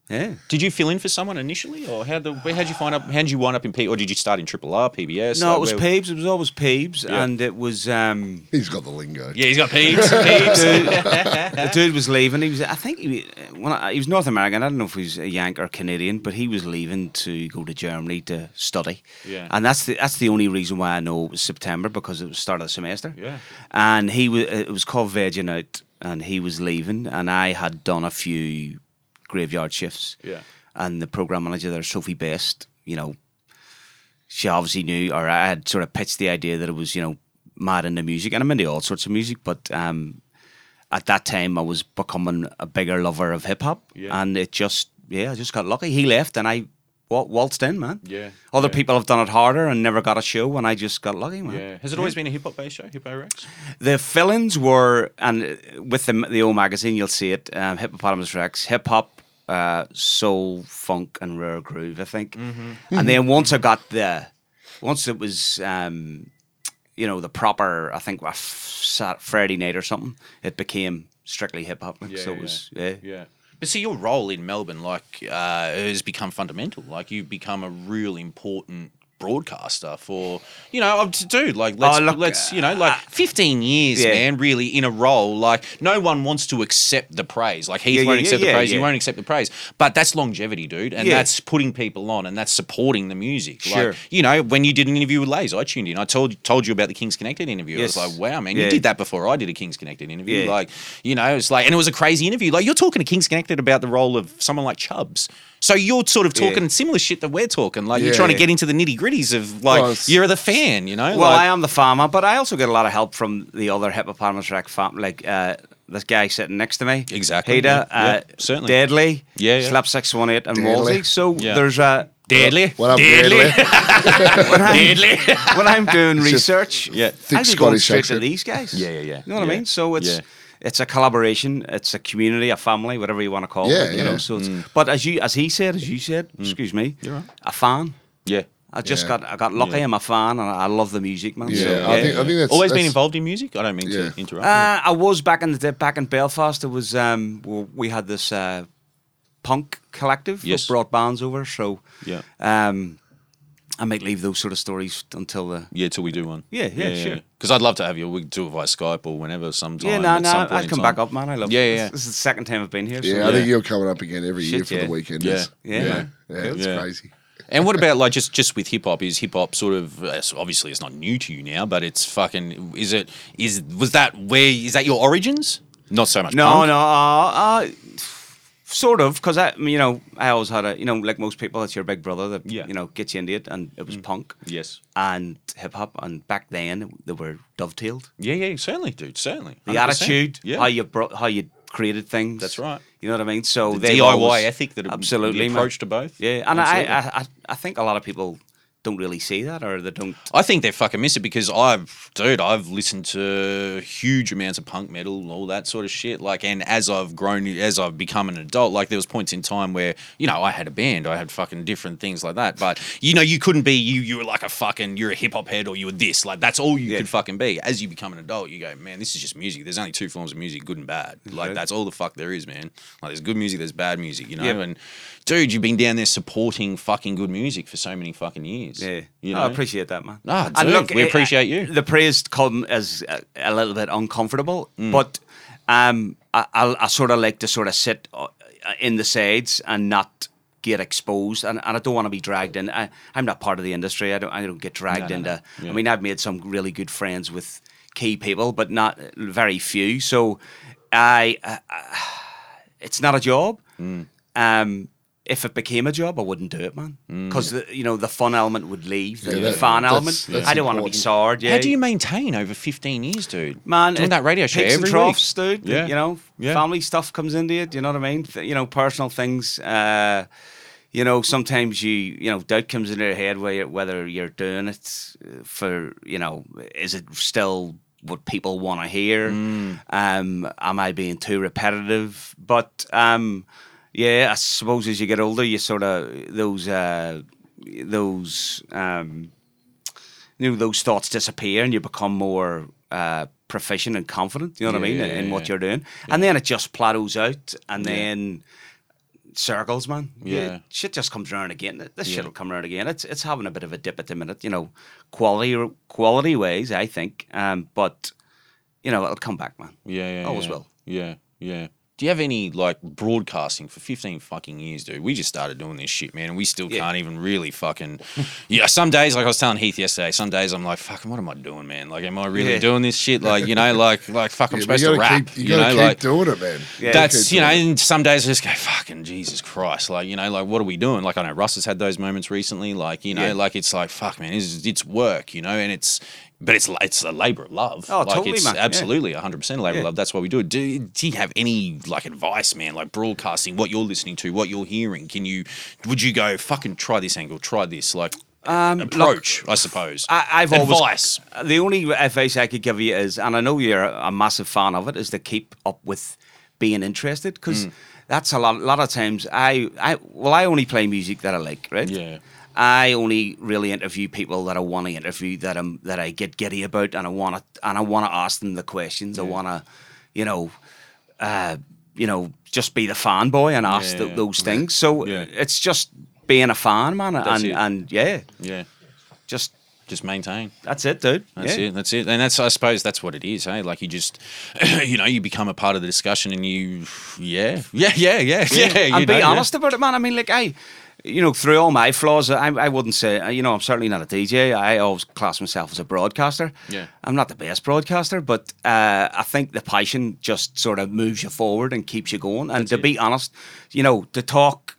G: yeah,
B: Did you fill in for someone initially or how the where how'd you find up how would you wind up in P or did you start in Triple R, PBS?
G: no,
B: Like,
G: it was
B: where-
G: Peebs. It was always Peebs,
B: Yeah.
G: and it was um,
D: He's got the lingo.
B: Yeah, he's got peeps. peeps.
G: the dude was leaving. He was, I think, he when I, he was North American. I don't know if he was uh, a Yank or Canadian, but he was leaving to go to Germany to study.
B: Yeah.
G: and that's the that's the only reason why I know it was September because it was start of the semester.
B: Yeah.
G: and he was it was called Virgin Out, and he was leaving, and I had done a few graveyard shifts.
B: Yeah.
G: and the program manager there, Sophie Best, you know, she obviously knew, or I had sort of pitched the idea that it was, you know, mad into music, and I'm into all sorts of music, but um, at that time I was becoming a bigger lover of hip hop,
B: Yeah.
G: and it just, yeah, I just got lucky. He left, and I wa- waltzed in, man.
B: Yeah,
G: Other
B: yeah.
G: people have done it harder and never got a show, and I just got lucky, man.
B: yeah. Has it always been a hip hop based show, Hippo Rex?
G: The fill-ins were, and uh, with the the old magazine, you'll see it: um, Hippopotamus Rex, hip hop, uh, soul, funk, and rare groove. I think. And then once I got the, once it was, um, you know, the proper, I think, uh, f- Sat- Friday night or something, it became strictly hip hop.
B: Yeah,
G: so
B: yeah,
G: it was, yeah.
B: Yeah. But see, your role in Melbourne, like, uh, has become fundamental. Like, you've become a real important broadcaster for you know, I'm- dude, like let's
G: Oh, look,
B: let's you know, like 15 years,
G: yeah.
B: man, really in a role. Like no one wants to accept the praise. Like Heath
G: Yeah, yeah,
B: won't
G: yeah,
B: accept the
G: yeah,
B: praise. You
G: yeah.
B: won't accept the praise. But that's longevity, dude, and
G: Yeah.
B: that's putting people on, and that's supporting the music.
G: Sure.
B: Like you know, when you did an interview with Lays, I tuned in. I told told you about the Kings Connected interview. I
G: Yes.
B: was like, wow, man,
G: Yeah.
B: you did that before I did a Kings Connected interview.
G: Yeah.
B: Like you know, it's like, and it was a crazy interview. Like you're talking to Kings Connected about the role of someone like Chubbs. So you're sort of
G: Yeah.
B: talking similar shit that we're talking. Like you're
D: Yeah.
B: trying to get into the nitty gritties of like
D: Well, it's-
B: you're the fan, you know.
G: Well,
B: like,
G: I am the farmer, but I also get a lot of help from the other hippopotamus rack farm, like uh, this guy sitting next to me.
B: Exactly,
G: Peter,
B: yeah, yeah,
G: uh,
B: certainly.
G: Deadly,
B: Yeah, yeah.
G: Slap six one eight, and
D: Deadly.
G: Wolsey. So
B: Yeah.
G: there's a
B: deadly,
D: What up, Deadly?
G: when I'm,
B: deadly.
G: when I'm doing
D: just
G: research,
B: Yeah.
G: I
D: thick
G: just go
D: Scottish
G: straight
D: accent.
G: to these guys.
B: Yeah, yeah, yeah.
G: You know what
B: Yeah.
G: I mean? So it's
B: Yeah.
G: it's a collaboration, it's a community, a family, whatever you want to call
D: Yeah,
G: it. You
D: yeah.
G: know, so it's, but as you as he said, as you said, excuse me,
B: Mm. You're right.
G: a fan.
B: yeah.
G: I just
D: Yeah.
G: got I got lucky. I'm a fan, and I love the music, man.
D: Yeah,
G: so,
D: I think I think that's
B: Always been
D: that's-
B: involved in music. I don't mean
D: Yeah.
B: to interrupt.
G: Uh, I was back in the day, back in Belfast. It was um, w- we had this uh, punk collective
B: Yes.
G: that brought bands over. So
B: yeah,
G: um, I might leave those sort of stories until the
B: yeah. Till we do one.
G: Yeah, yeah, sure.
B: Because I'd love to have you. We could do it via Skype or whenever, sometime.
G: yeah. No,
B: at
G: no,
B: some point
G: I
B: in
G: come
B: time.
G: back up, man. I love.
B: Yeah,
G: it.
B: yeah,
G: This-
B: yeah.
G: This is the second time I've been here. So
D: Yeah, I think you're coming up again every
G: Shit,
D: year for
G: yeah.
D: the weekend.
B: Yeah.
G: Yeah,
D: yeah,
G: man.
D: yeah, it's
B: Yeah.
D: crazy.
B: And what about like just just with hip hop? Is hip hop sort of uh, so obviously it's not new to you now, but it's fucking. Is it? Is was that where? Is that your origins? Not so much.
G: No,
B: punk.
G: no, uh, uh, sort of, because I, you know, I always had a, you know, like most people, it's your big brother that,
B: Yeah. Mm.
G: you know, gets you into it, and it was punk
B: Yes.
G: and hip hop, and back then they were dovetailed.
B: Yeah, yeah, certainly, dude, certainly.
G: The
B: 100%.
G: attitude,
B: Yeah.
G: how you brought, how you created things.
B: That's right.
G: You know what I mean? So
B: The
G: they
B: DIY
G: always-
B: ethic that
G: absolutely
B: the
G: man.
B: approach to both.
G: Yeah, and I,
B: Absolutely.
G: I, I, I think a lot of people don't really see that, or they don't.
B: I think they fucking miss it because I've, dude, I've listened to huge amounts of punk metal and all that sort of shit. Like, and as I've grown, as I've become an adult, like there was points in time where, you know, I had a band, I had fucking different things like that. But you know, you couldn't be you. You were like a fucking, you're a hip hop head or you were this. Like that's all you
G: Yeah.
B: could fucking be. As you become an adult, you go, man, this is just music. There's only two forms of music, good and bad. Like
G: Right.
B: that's all the fuck there is, man. Like there's good music, there's bad music, you know.
G: Yeah.
B: And dude, you've been down there supporting fucking good music for so many fucking years.
G: Yeah,
B: you know.
G: No, uh, I appreciate that, man.
B: Ah,
G: And
B: dude, we appreciate you.
G: The praise come as a, a little bit uncomfortable, but um, I, I, I sort of like to sort of sit uh, in the sides and not get exposed, and, and I don't want to be dragged in. I, I'm not part of the industry. I don't. I don't get dragged
B: no, no.
G: into.
B: Yeah.
G: I mean, I've made some really good friends with key people, but not uh, very few. So, I, I it's not a job. Um, if it became a job, I wouldn't do it, man. Because you know the fun element would leave, the,
D: Yeah,
G: the
D: that-
G: fun
D: that's-
G: element.
D: that's
G: I don't want to be
D: important.
G: soured. Yeah,
B: How do you maintain over 15 years, dude?
G: man
B: doing
G: it-
B: that radio show
G: picks
B: every
G: and troughs,
B: week.
G: dude. You know,
B: Yeah.
G: family stuff comes into it. You know what I mean? Th- you know, personal things. Uh, you know, sometimes you you know doubt comes into your head whether whether you're doing it uh, for you know is it still what people want to hear?
B: Mm.
G: Um, am I being too repetitive? But um, yeah, I suppose as you get older, you sort of those uh, those. Um, you know, those thoughts disappear and you become more uh, proficient and confident, you know what I mean,
B: Yeah, yeah,
G: in
B: yeah,
G: what
B: yeah.
G: you're doing. And then it just plateaus out and then circles, man. You-
B: Yeah.
G: Shit just comes around again. This shit will come around again. It's it's having a bit of a dip at the minute, you know, quality quality ways, I think. Um, but, you know, it'll come back, man.
B: Yeah, yeah.
G: Always
B: yeah.
G: will.
B: Yeah, yeah. Do you have any like broadcasting for 15 fucking years, dude? We just started doing this shit, man, and we still
G: Yeah.
B: can't even really fucking. yeah, some days, like I was telling Heath yesterday, some days I'm like, fucking, what am I doing, man? Like, am I really
G: Yeah.
B: doing this shit? Like, you know, like, like, fuck, I'm
D: Yeah, but
B: supposed
D: you
B: to
D: gotta
B: rap.
D: keep, you,
B: you know,
D: gotta keep
B: like,
D: doing it, man.
G: Yeah.
B: that's
D: Okay,
B: you know,
D: cool.
B: and some days I just go, fucking Jesus Christ, like you know, like what are we doing? Like I know Russ has had those moments recently, like you know,
G: Yeah.
B: like it's like fuck, man, it's, it's work, you know, and it's but it's it's a labor of love.
G: Oh,
B: like,
G: totally,
B: it's
G: man, yeah.
B: Absolutely, hundred percent a labor of
G: Yeah.
B: love. That's why we do it. Do, do you have any like advice, man? Like broadcasting, what you're listening to, what you're hearing? Can you? Would you go fucking try this angle, try this like
G: Um, look,
B: approach? I suppose.
G: I, I've always
B: advice.
G: the only advice I could give you is, and I know you're a massive fan of it, is to keep up with being interested because
B: Hmm.
G: that's a lot. A lot of times, I, I, well, I only play music that I like, right?
B: Yeah.
G: I only really interview people that I want to interview that I'm that I get giddy about, and I want to and I want to ask them the questions. I want to, you know, uh, you know, just be the fanboy and ask
B: Yeah,
G: th-
B: yeah.
G: those things. So
B: Yeah.
G: it's just being a fan, man, and
B: it.
G: and yeah,
B: Yeah.
G: Just
B: Just maintain.
G: that's it, dude.
B: That's
G: yeah.
B: it. That's it. And that's I suppose that's what it is, hey. Like you just, you know, you become a part of the discussion, and you, yeah, yeah, yeah, yeah, yeah. you
G: and be
B: know, yeah.
G: honest about it, man. I mean, like I, you know, through all my flaws, I, I wouldn't say, you know, I'm certainly not a DJ. I always class myself as a broadcaster.
B: Yeah.
G: I'm not the best broadcaster, but uh, I think the passion just sort of moves you forward and keeps you going. And to be honest, you know, to talk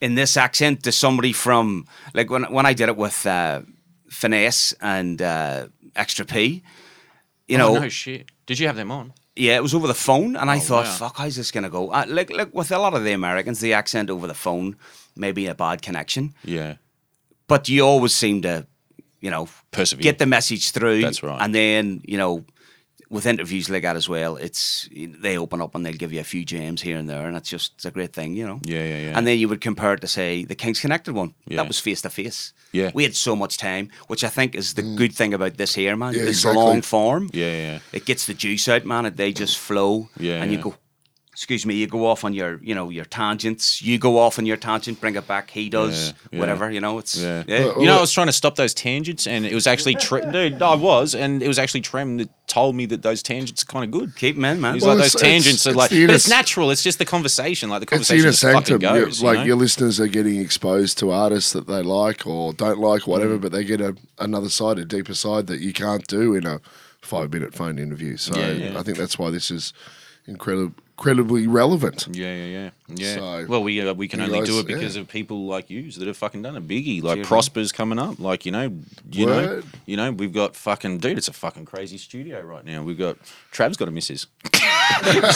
G: in this accent to somebody from like when when I did it with uh, finesse and uh, extra P. You know,
B: Oh, no shit. Did you have them on?
G: yeah, it was over the phone, and I thought,
B: Oh, wow.
G: "Fuck, how's this gonna go?" Uh, like, like with a lot of the Americans, the accent over the phone may be a bad connection,
B: Yeah.
G: but you always seem to, you know,
B: Persevere.
G: get the message through.
B: That's right.
G: And then you know, with interviews like that as well, it's they open up and they'll give you a few gems here and there, and it's just it's a great thing, you know.
B: Yeah, yeah, yeah.
G: And then you would compare it to say the Kings Connected one
B: Yeah.
G: that was face to face.
B: Yeah.
G: we had so much time, which I think is the good thing about this here, man.
D: Mm. Yeah,
G: it's
D: exactly.
G: long form
B: Yeah, yeah.
G: it gets the juice out, man. And they just flow.
B: Yeah,
G: And
B: yeah.
G: you go, excuse me, you go off on your, you know, your tangents. You go off on your tangent, bring it back. He does
B: Yeah, yeah.
G: whatever, you know. It's
B: Yeah.
G: yeah.
B: You know, I was trying to stop those tangents, and it was actually Trem. Dude, I was, and it was actually Trem that told me that those tangents are kind of good.
G: Keep 'em in, man.
B: He's
D: Well,
B: like
D: it's-
B: those tangents
D: it's-
B: are
D: it's
B: like,
D: the
B: but it's
D: inner-
B: natural. It's just the conversation, like the
D: It's
B: conversation
D: inner
B: just fucking
D: sanctum. You're-
B: goes.
D: like
B: you know?
D: your listeners are getting exposed to artists that they like or don't like, whatever,
B: Mm.
D: but they get a, another side, a deeper side that you can't do in a five minute phone interview. So
B: Yeah, yeah.
D: I think that's why this is incredib- incredibly relevant.
B: Yeah, yeah, yeah, yeah.
D: So-
B: well, we uh, we can
D: You
B: only do
D: guys-
B: it because
D: yeah.
B: of people like you that have fucking done it. Biggie, like
G: Seriously.
B: Prosper's coming up, like you know, you know,
D: Word.
B: you know, we've got fucking dude. It's a fucking crazy studio right now. We've got Trav's got a missus.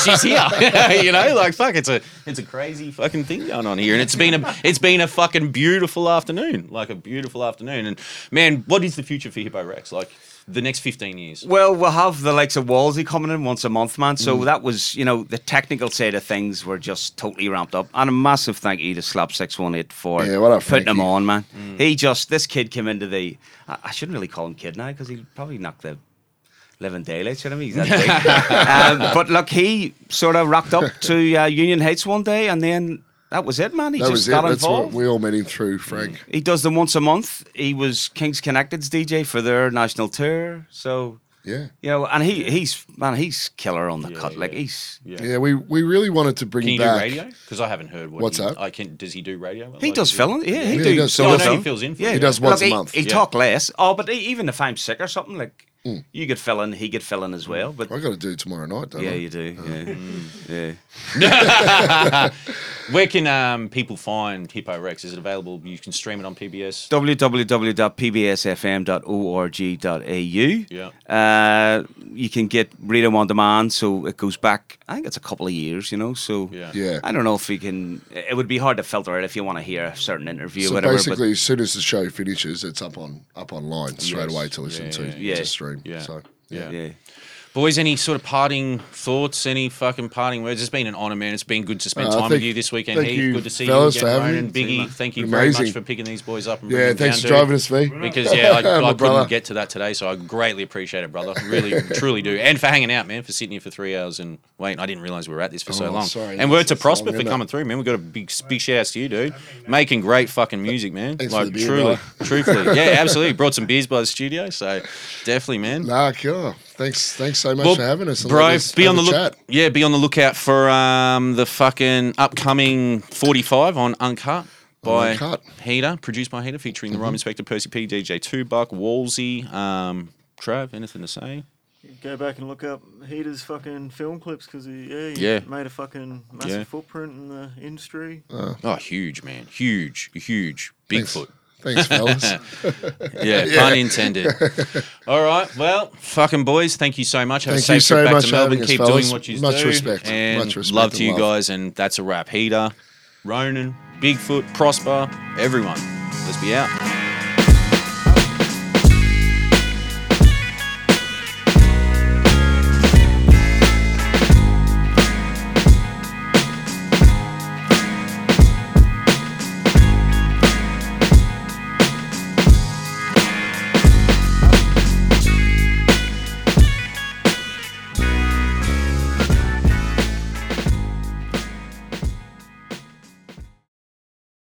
B: She's here, you know, like fuck. It's a it's a crazy fucking thing going on here, and it's been a it's been a fucking beautiful afternoon, like a beautiful afternoon. And man, what is the future for Hippo Rex? Like the next fifteen years.
G: Well, we'll have the likes of Wolsey coming in once a month, man. So
D: Mm.
G: that was, you know, the technical side of things were just totally ramped up. And a massive thank you to Slap618 for
D: Yeah, what up,
G: putting him
D: Frankie?
G: on, man.
D: Mm.
G: He just, this kid came into the, I, I shouldn't really call him kid now because he'll probably knock the living daylights out of me. He's that big. um, but look, he sort of rocked up to uh, Union Heights one day and then that was it, man. He
D: That
G: just
D: was it.
G: got
D: That's what
G: involved.
D: we all met him through, Frank.
B: Mm.
G: He does them once a month. He was Kings Connected's DJ for their national tour. So
D: Yeah.
G: you know, and he he's man, he's killer on the cut. Like he's
D: Yeah, we, we really wanted to bring
B: Can you do
D: back.
B: radio? Because I haven't heard what
D: What's
B: he,
D: that?
B: I can. Does he do radio?
G: he
B: Like,
G: does
B: is he-
G: filling. Yeah, he,
D: Yeah,
G: do
D: he does
G: sort
D: fill
G: of
B: I
D: in.
B: know he
G: filling.
B: fills in. For
G: Yeah,
B: you.
D: He does once
G: Look,
D: a month.
G: He,
B: Yeah.
G: talk less. Oh, but he, even if I'm sick or something, like
D: Mm.
G: you could fill in, he could fill in as well. But
D: I got to do tomorrow night, don't
G: yeah,
D: I?
G: you do.
D: Uh-huh.
G: Yeah, yeah.
B: Where can um, people find Hippo Rex? Is it available? You can stream it on PBS.
G: www.pbsfm.org.au. Yeah. Uh, you can get Read 'em on Demand, so it goes back, I think it's a couple of years, you know. So
B: Yeah.
D: Yeah.
G: I don't know if we can, it would be hard to filter it if you want to hear a certain interview
D: So
G: or whatever.
D: basically, as soon as the show finishes, it's up on up online straight away to listen
B: Yeah,
D: to,
B: yeah,
G: yeah.
D: to stream.
B: Yeah.
D: So
G: but, yeah.
B: Boys, any sort of parting thoughts? Any fucking parting words? It's been an honor, man. It's been good to spend
D: Uh,
B: time with
D: thank-
B: you this weekend.
D: thank
B: Heath.
D: you,
B: good to see
D: fellas,
B: you,
D: for
B: again,
D: having
B: Ronan,
D: me.
B: Biggie. Thank you very much
D: Amazing.
B: for picking these boys up. And
D: yeah,
B: bringing them
D: thanks
B: down,
D: for driving
B: dude.
D: us, V.
B: Because yeah, like, I
D: My
B: couldn't
D: brother.
B: get to that today, so I greatly appreciate it, brother. Really, truly do, and for hanging out, man, for sitting here for three hours and waiting. I didn't realize we were at this for so
D: Oh,
B: long.
D: sorry,
B: and
D: that's-
B: word to
D: that's long,
B: Prosper for
D: isn't it?
B: coming through, man. We got a big, big shout outs to you, dude. Making great fucking music, man.
D: Thanks for
B: like
D: the beer,
B: truly,
D: brother.
B: truthfully, yeah, absolutely. Brought some beers by the studio, so definitely, man.
D: Nah, killer. Thanks, thanks so much
B: Well,
D: for having us. and
B: bro.
D: let us
B: be
D: have
B: on
D: a
B: the look.
D: chat.
B: Yeah, be on the lookout for um, the fucking upcoming 45 on Uncut by
D: Uncut. Mm-hmm.
B: Heater, produced by Heater, featuring the Rhyme Inspector, Percy P, DJ Two Buck, Wolsey, um, Trav. Anything to say?
C: Go back and look up Heater's fucking film clips because he, yeah, he
B: Yeah.
C: made a fucking massive
B: Yeah.
C: footprint in the industry.
B: Oh, huge man, huge, huge,
D: Thanks.
B: Bigfoot.
D: Thanks, fellas.
B: Yeah, pun intended. All right, well, fucking boys, thank you so much. Have a
D: Thank
B: safe
D: you so
B: trip back
D: much
B: to
D: for
B: Melbourne.
D: having us,
B: Keep doing
D: fellas.
B: what you
D: Much
B: do.
D: respect.
B: and
D: Much respect
B: Love to
D: and
B: you
D: love.
B: guys, and that's a wrap. Heater, Ronan, Bigfoot, Prosper, everyone. Let's be out.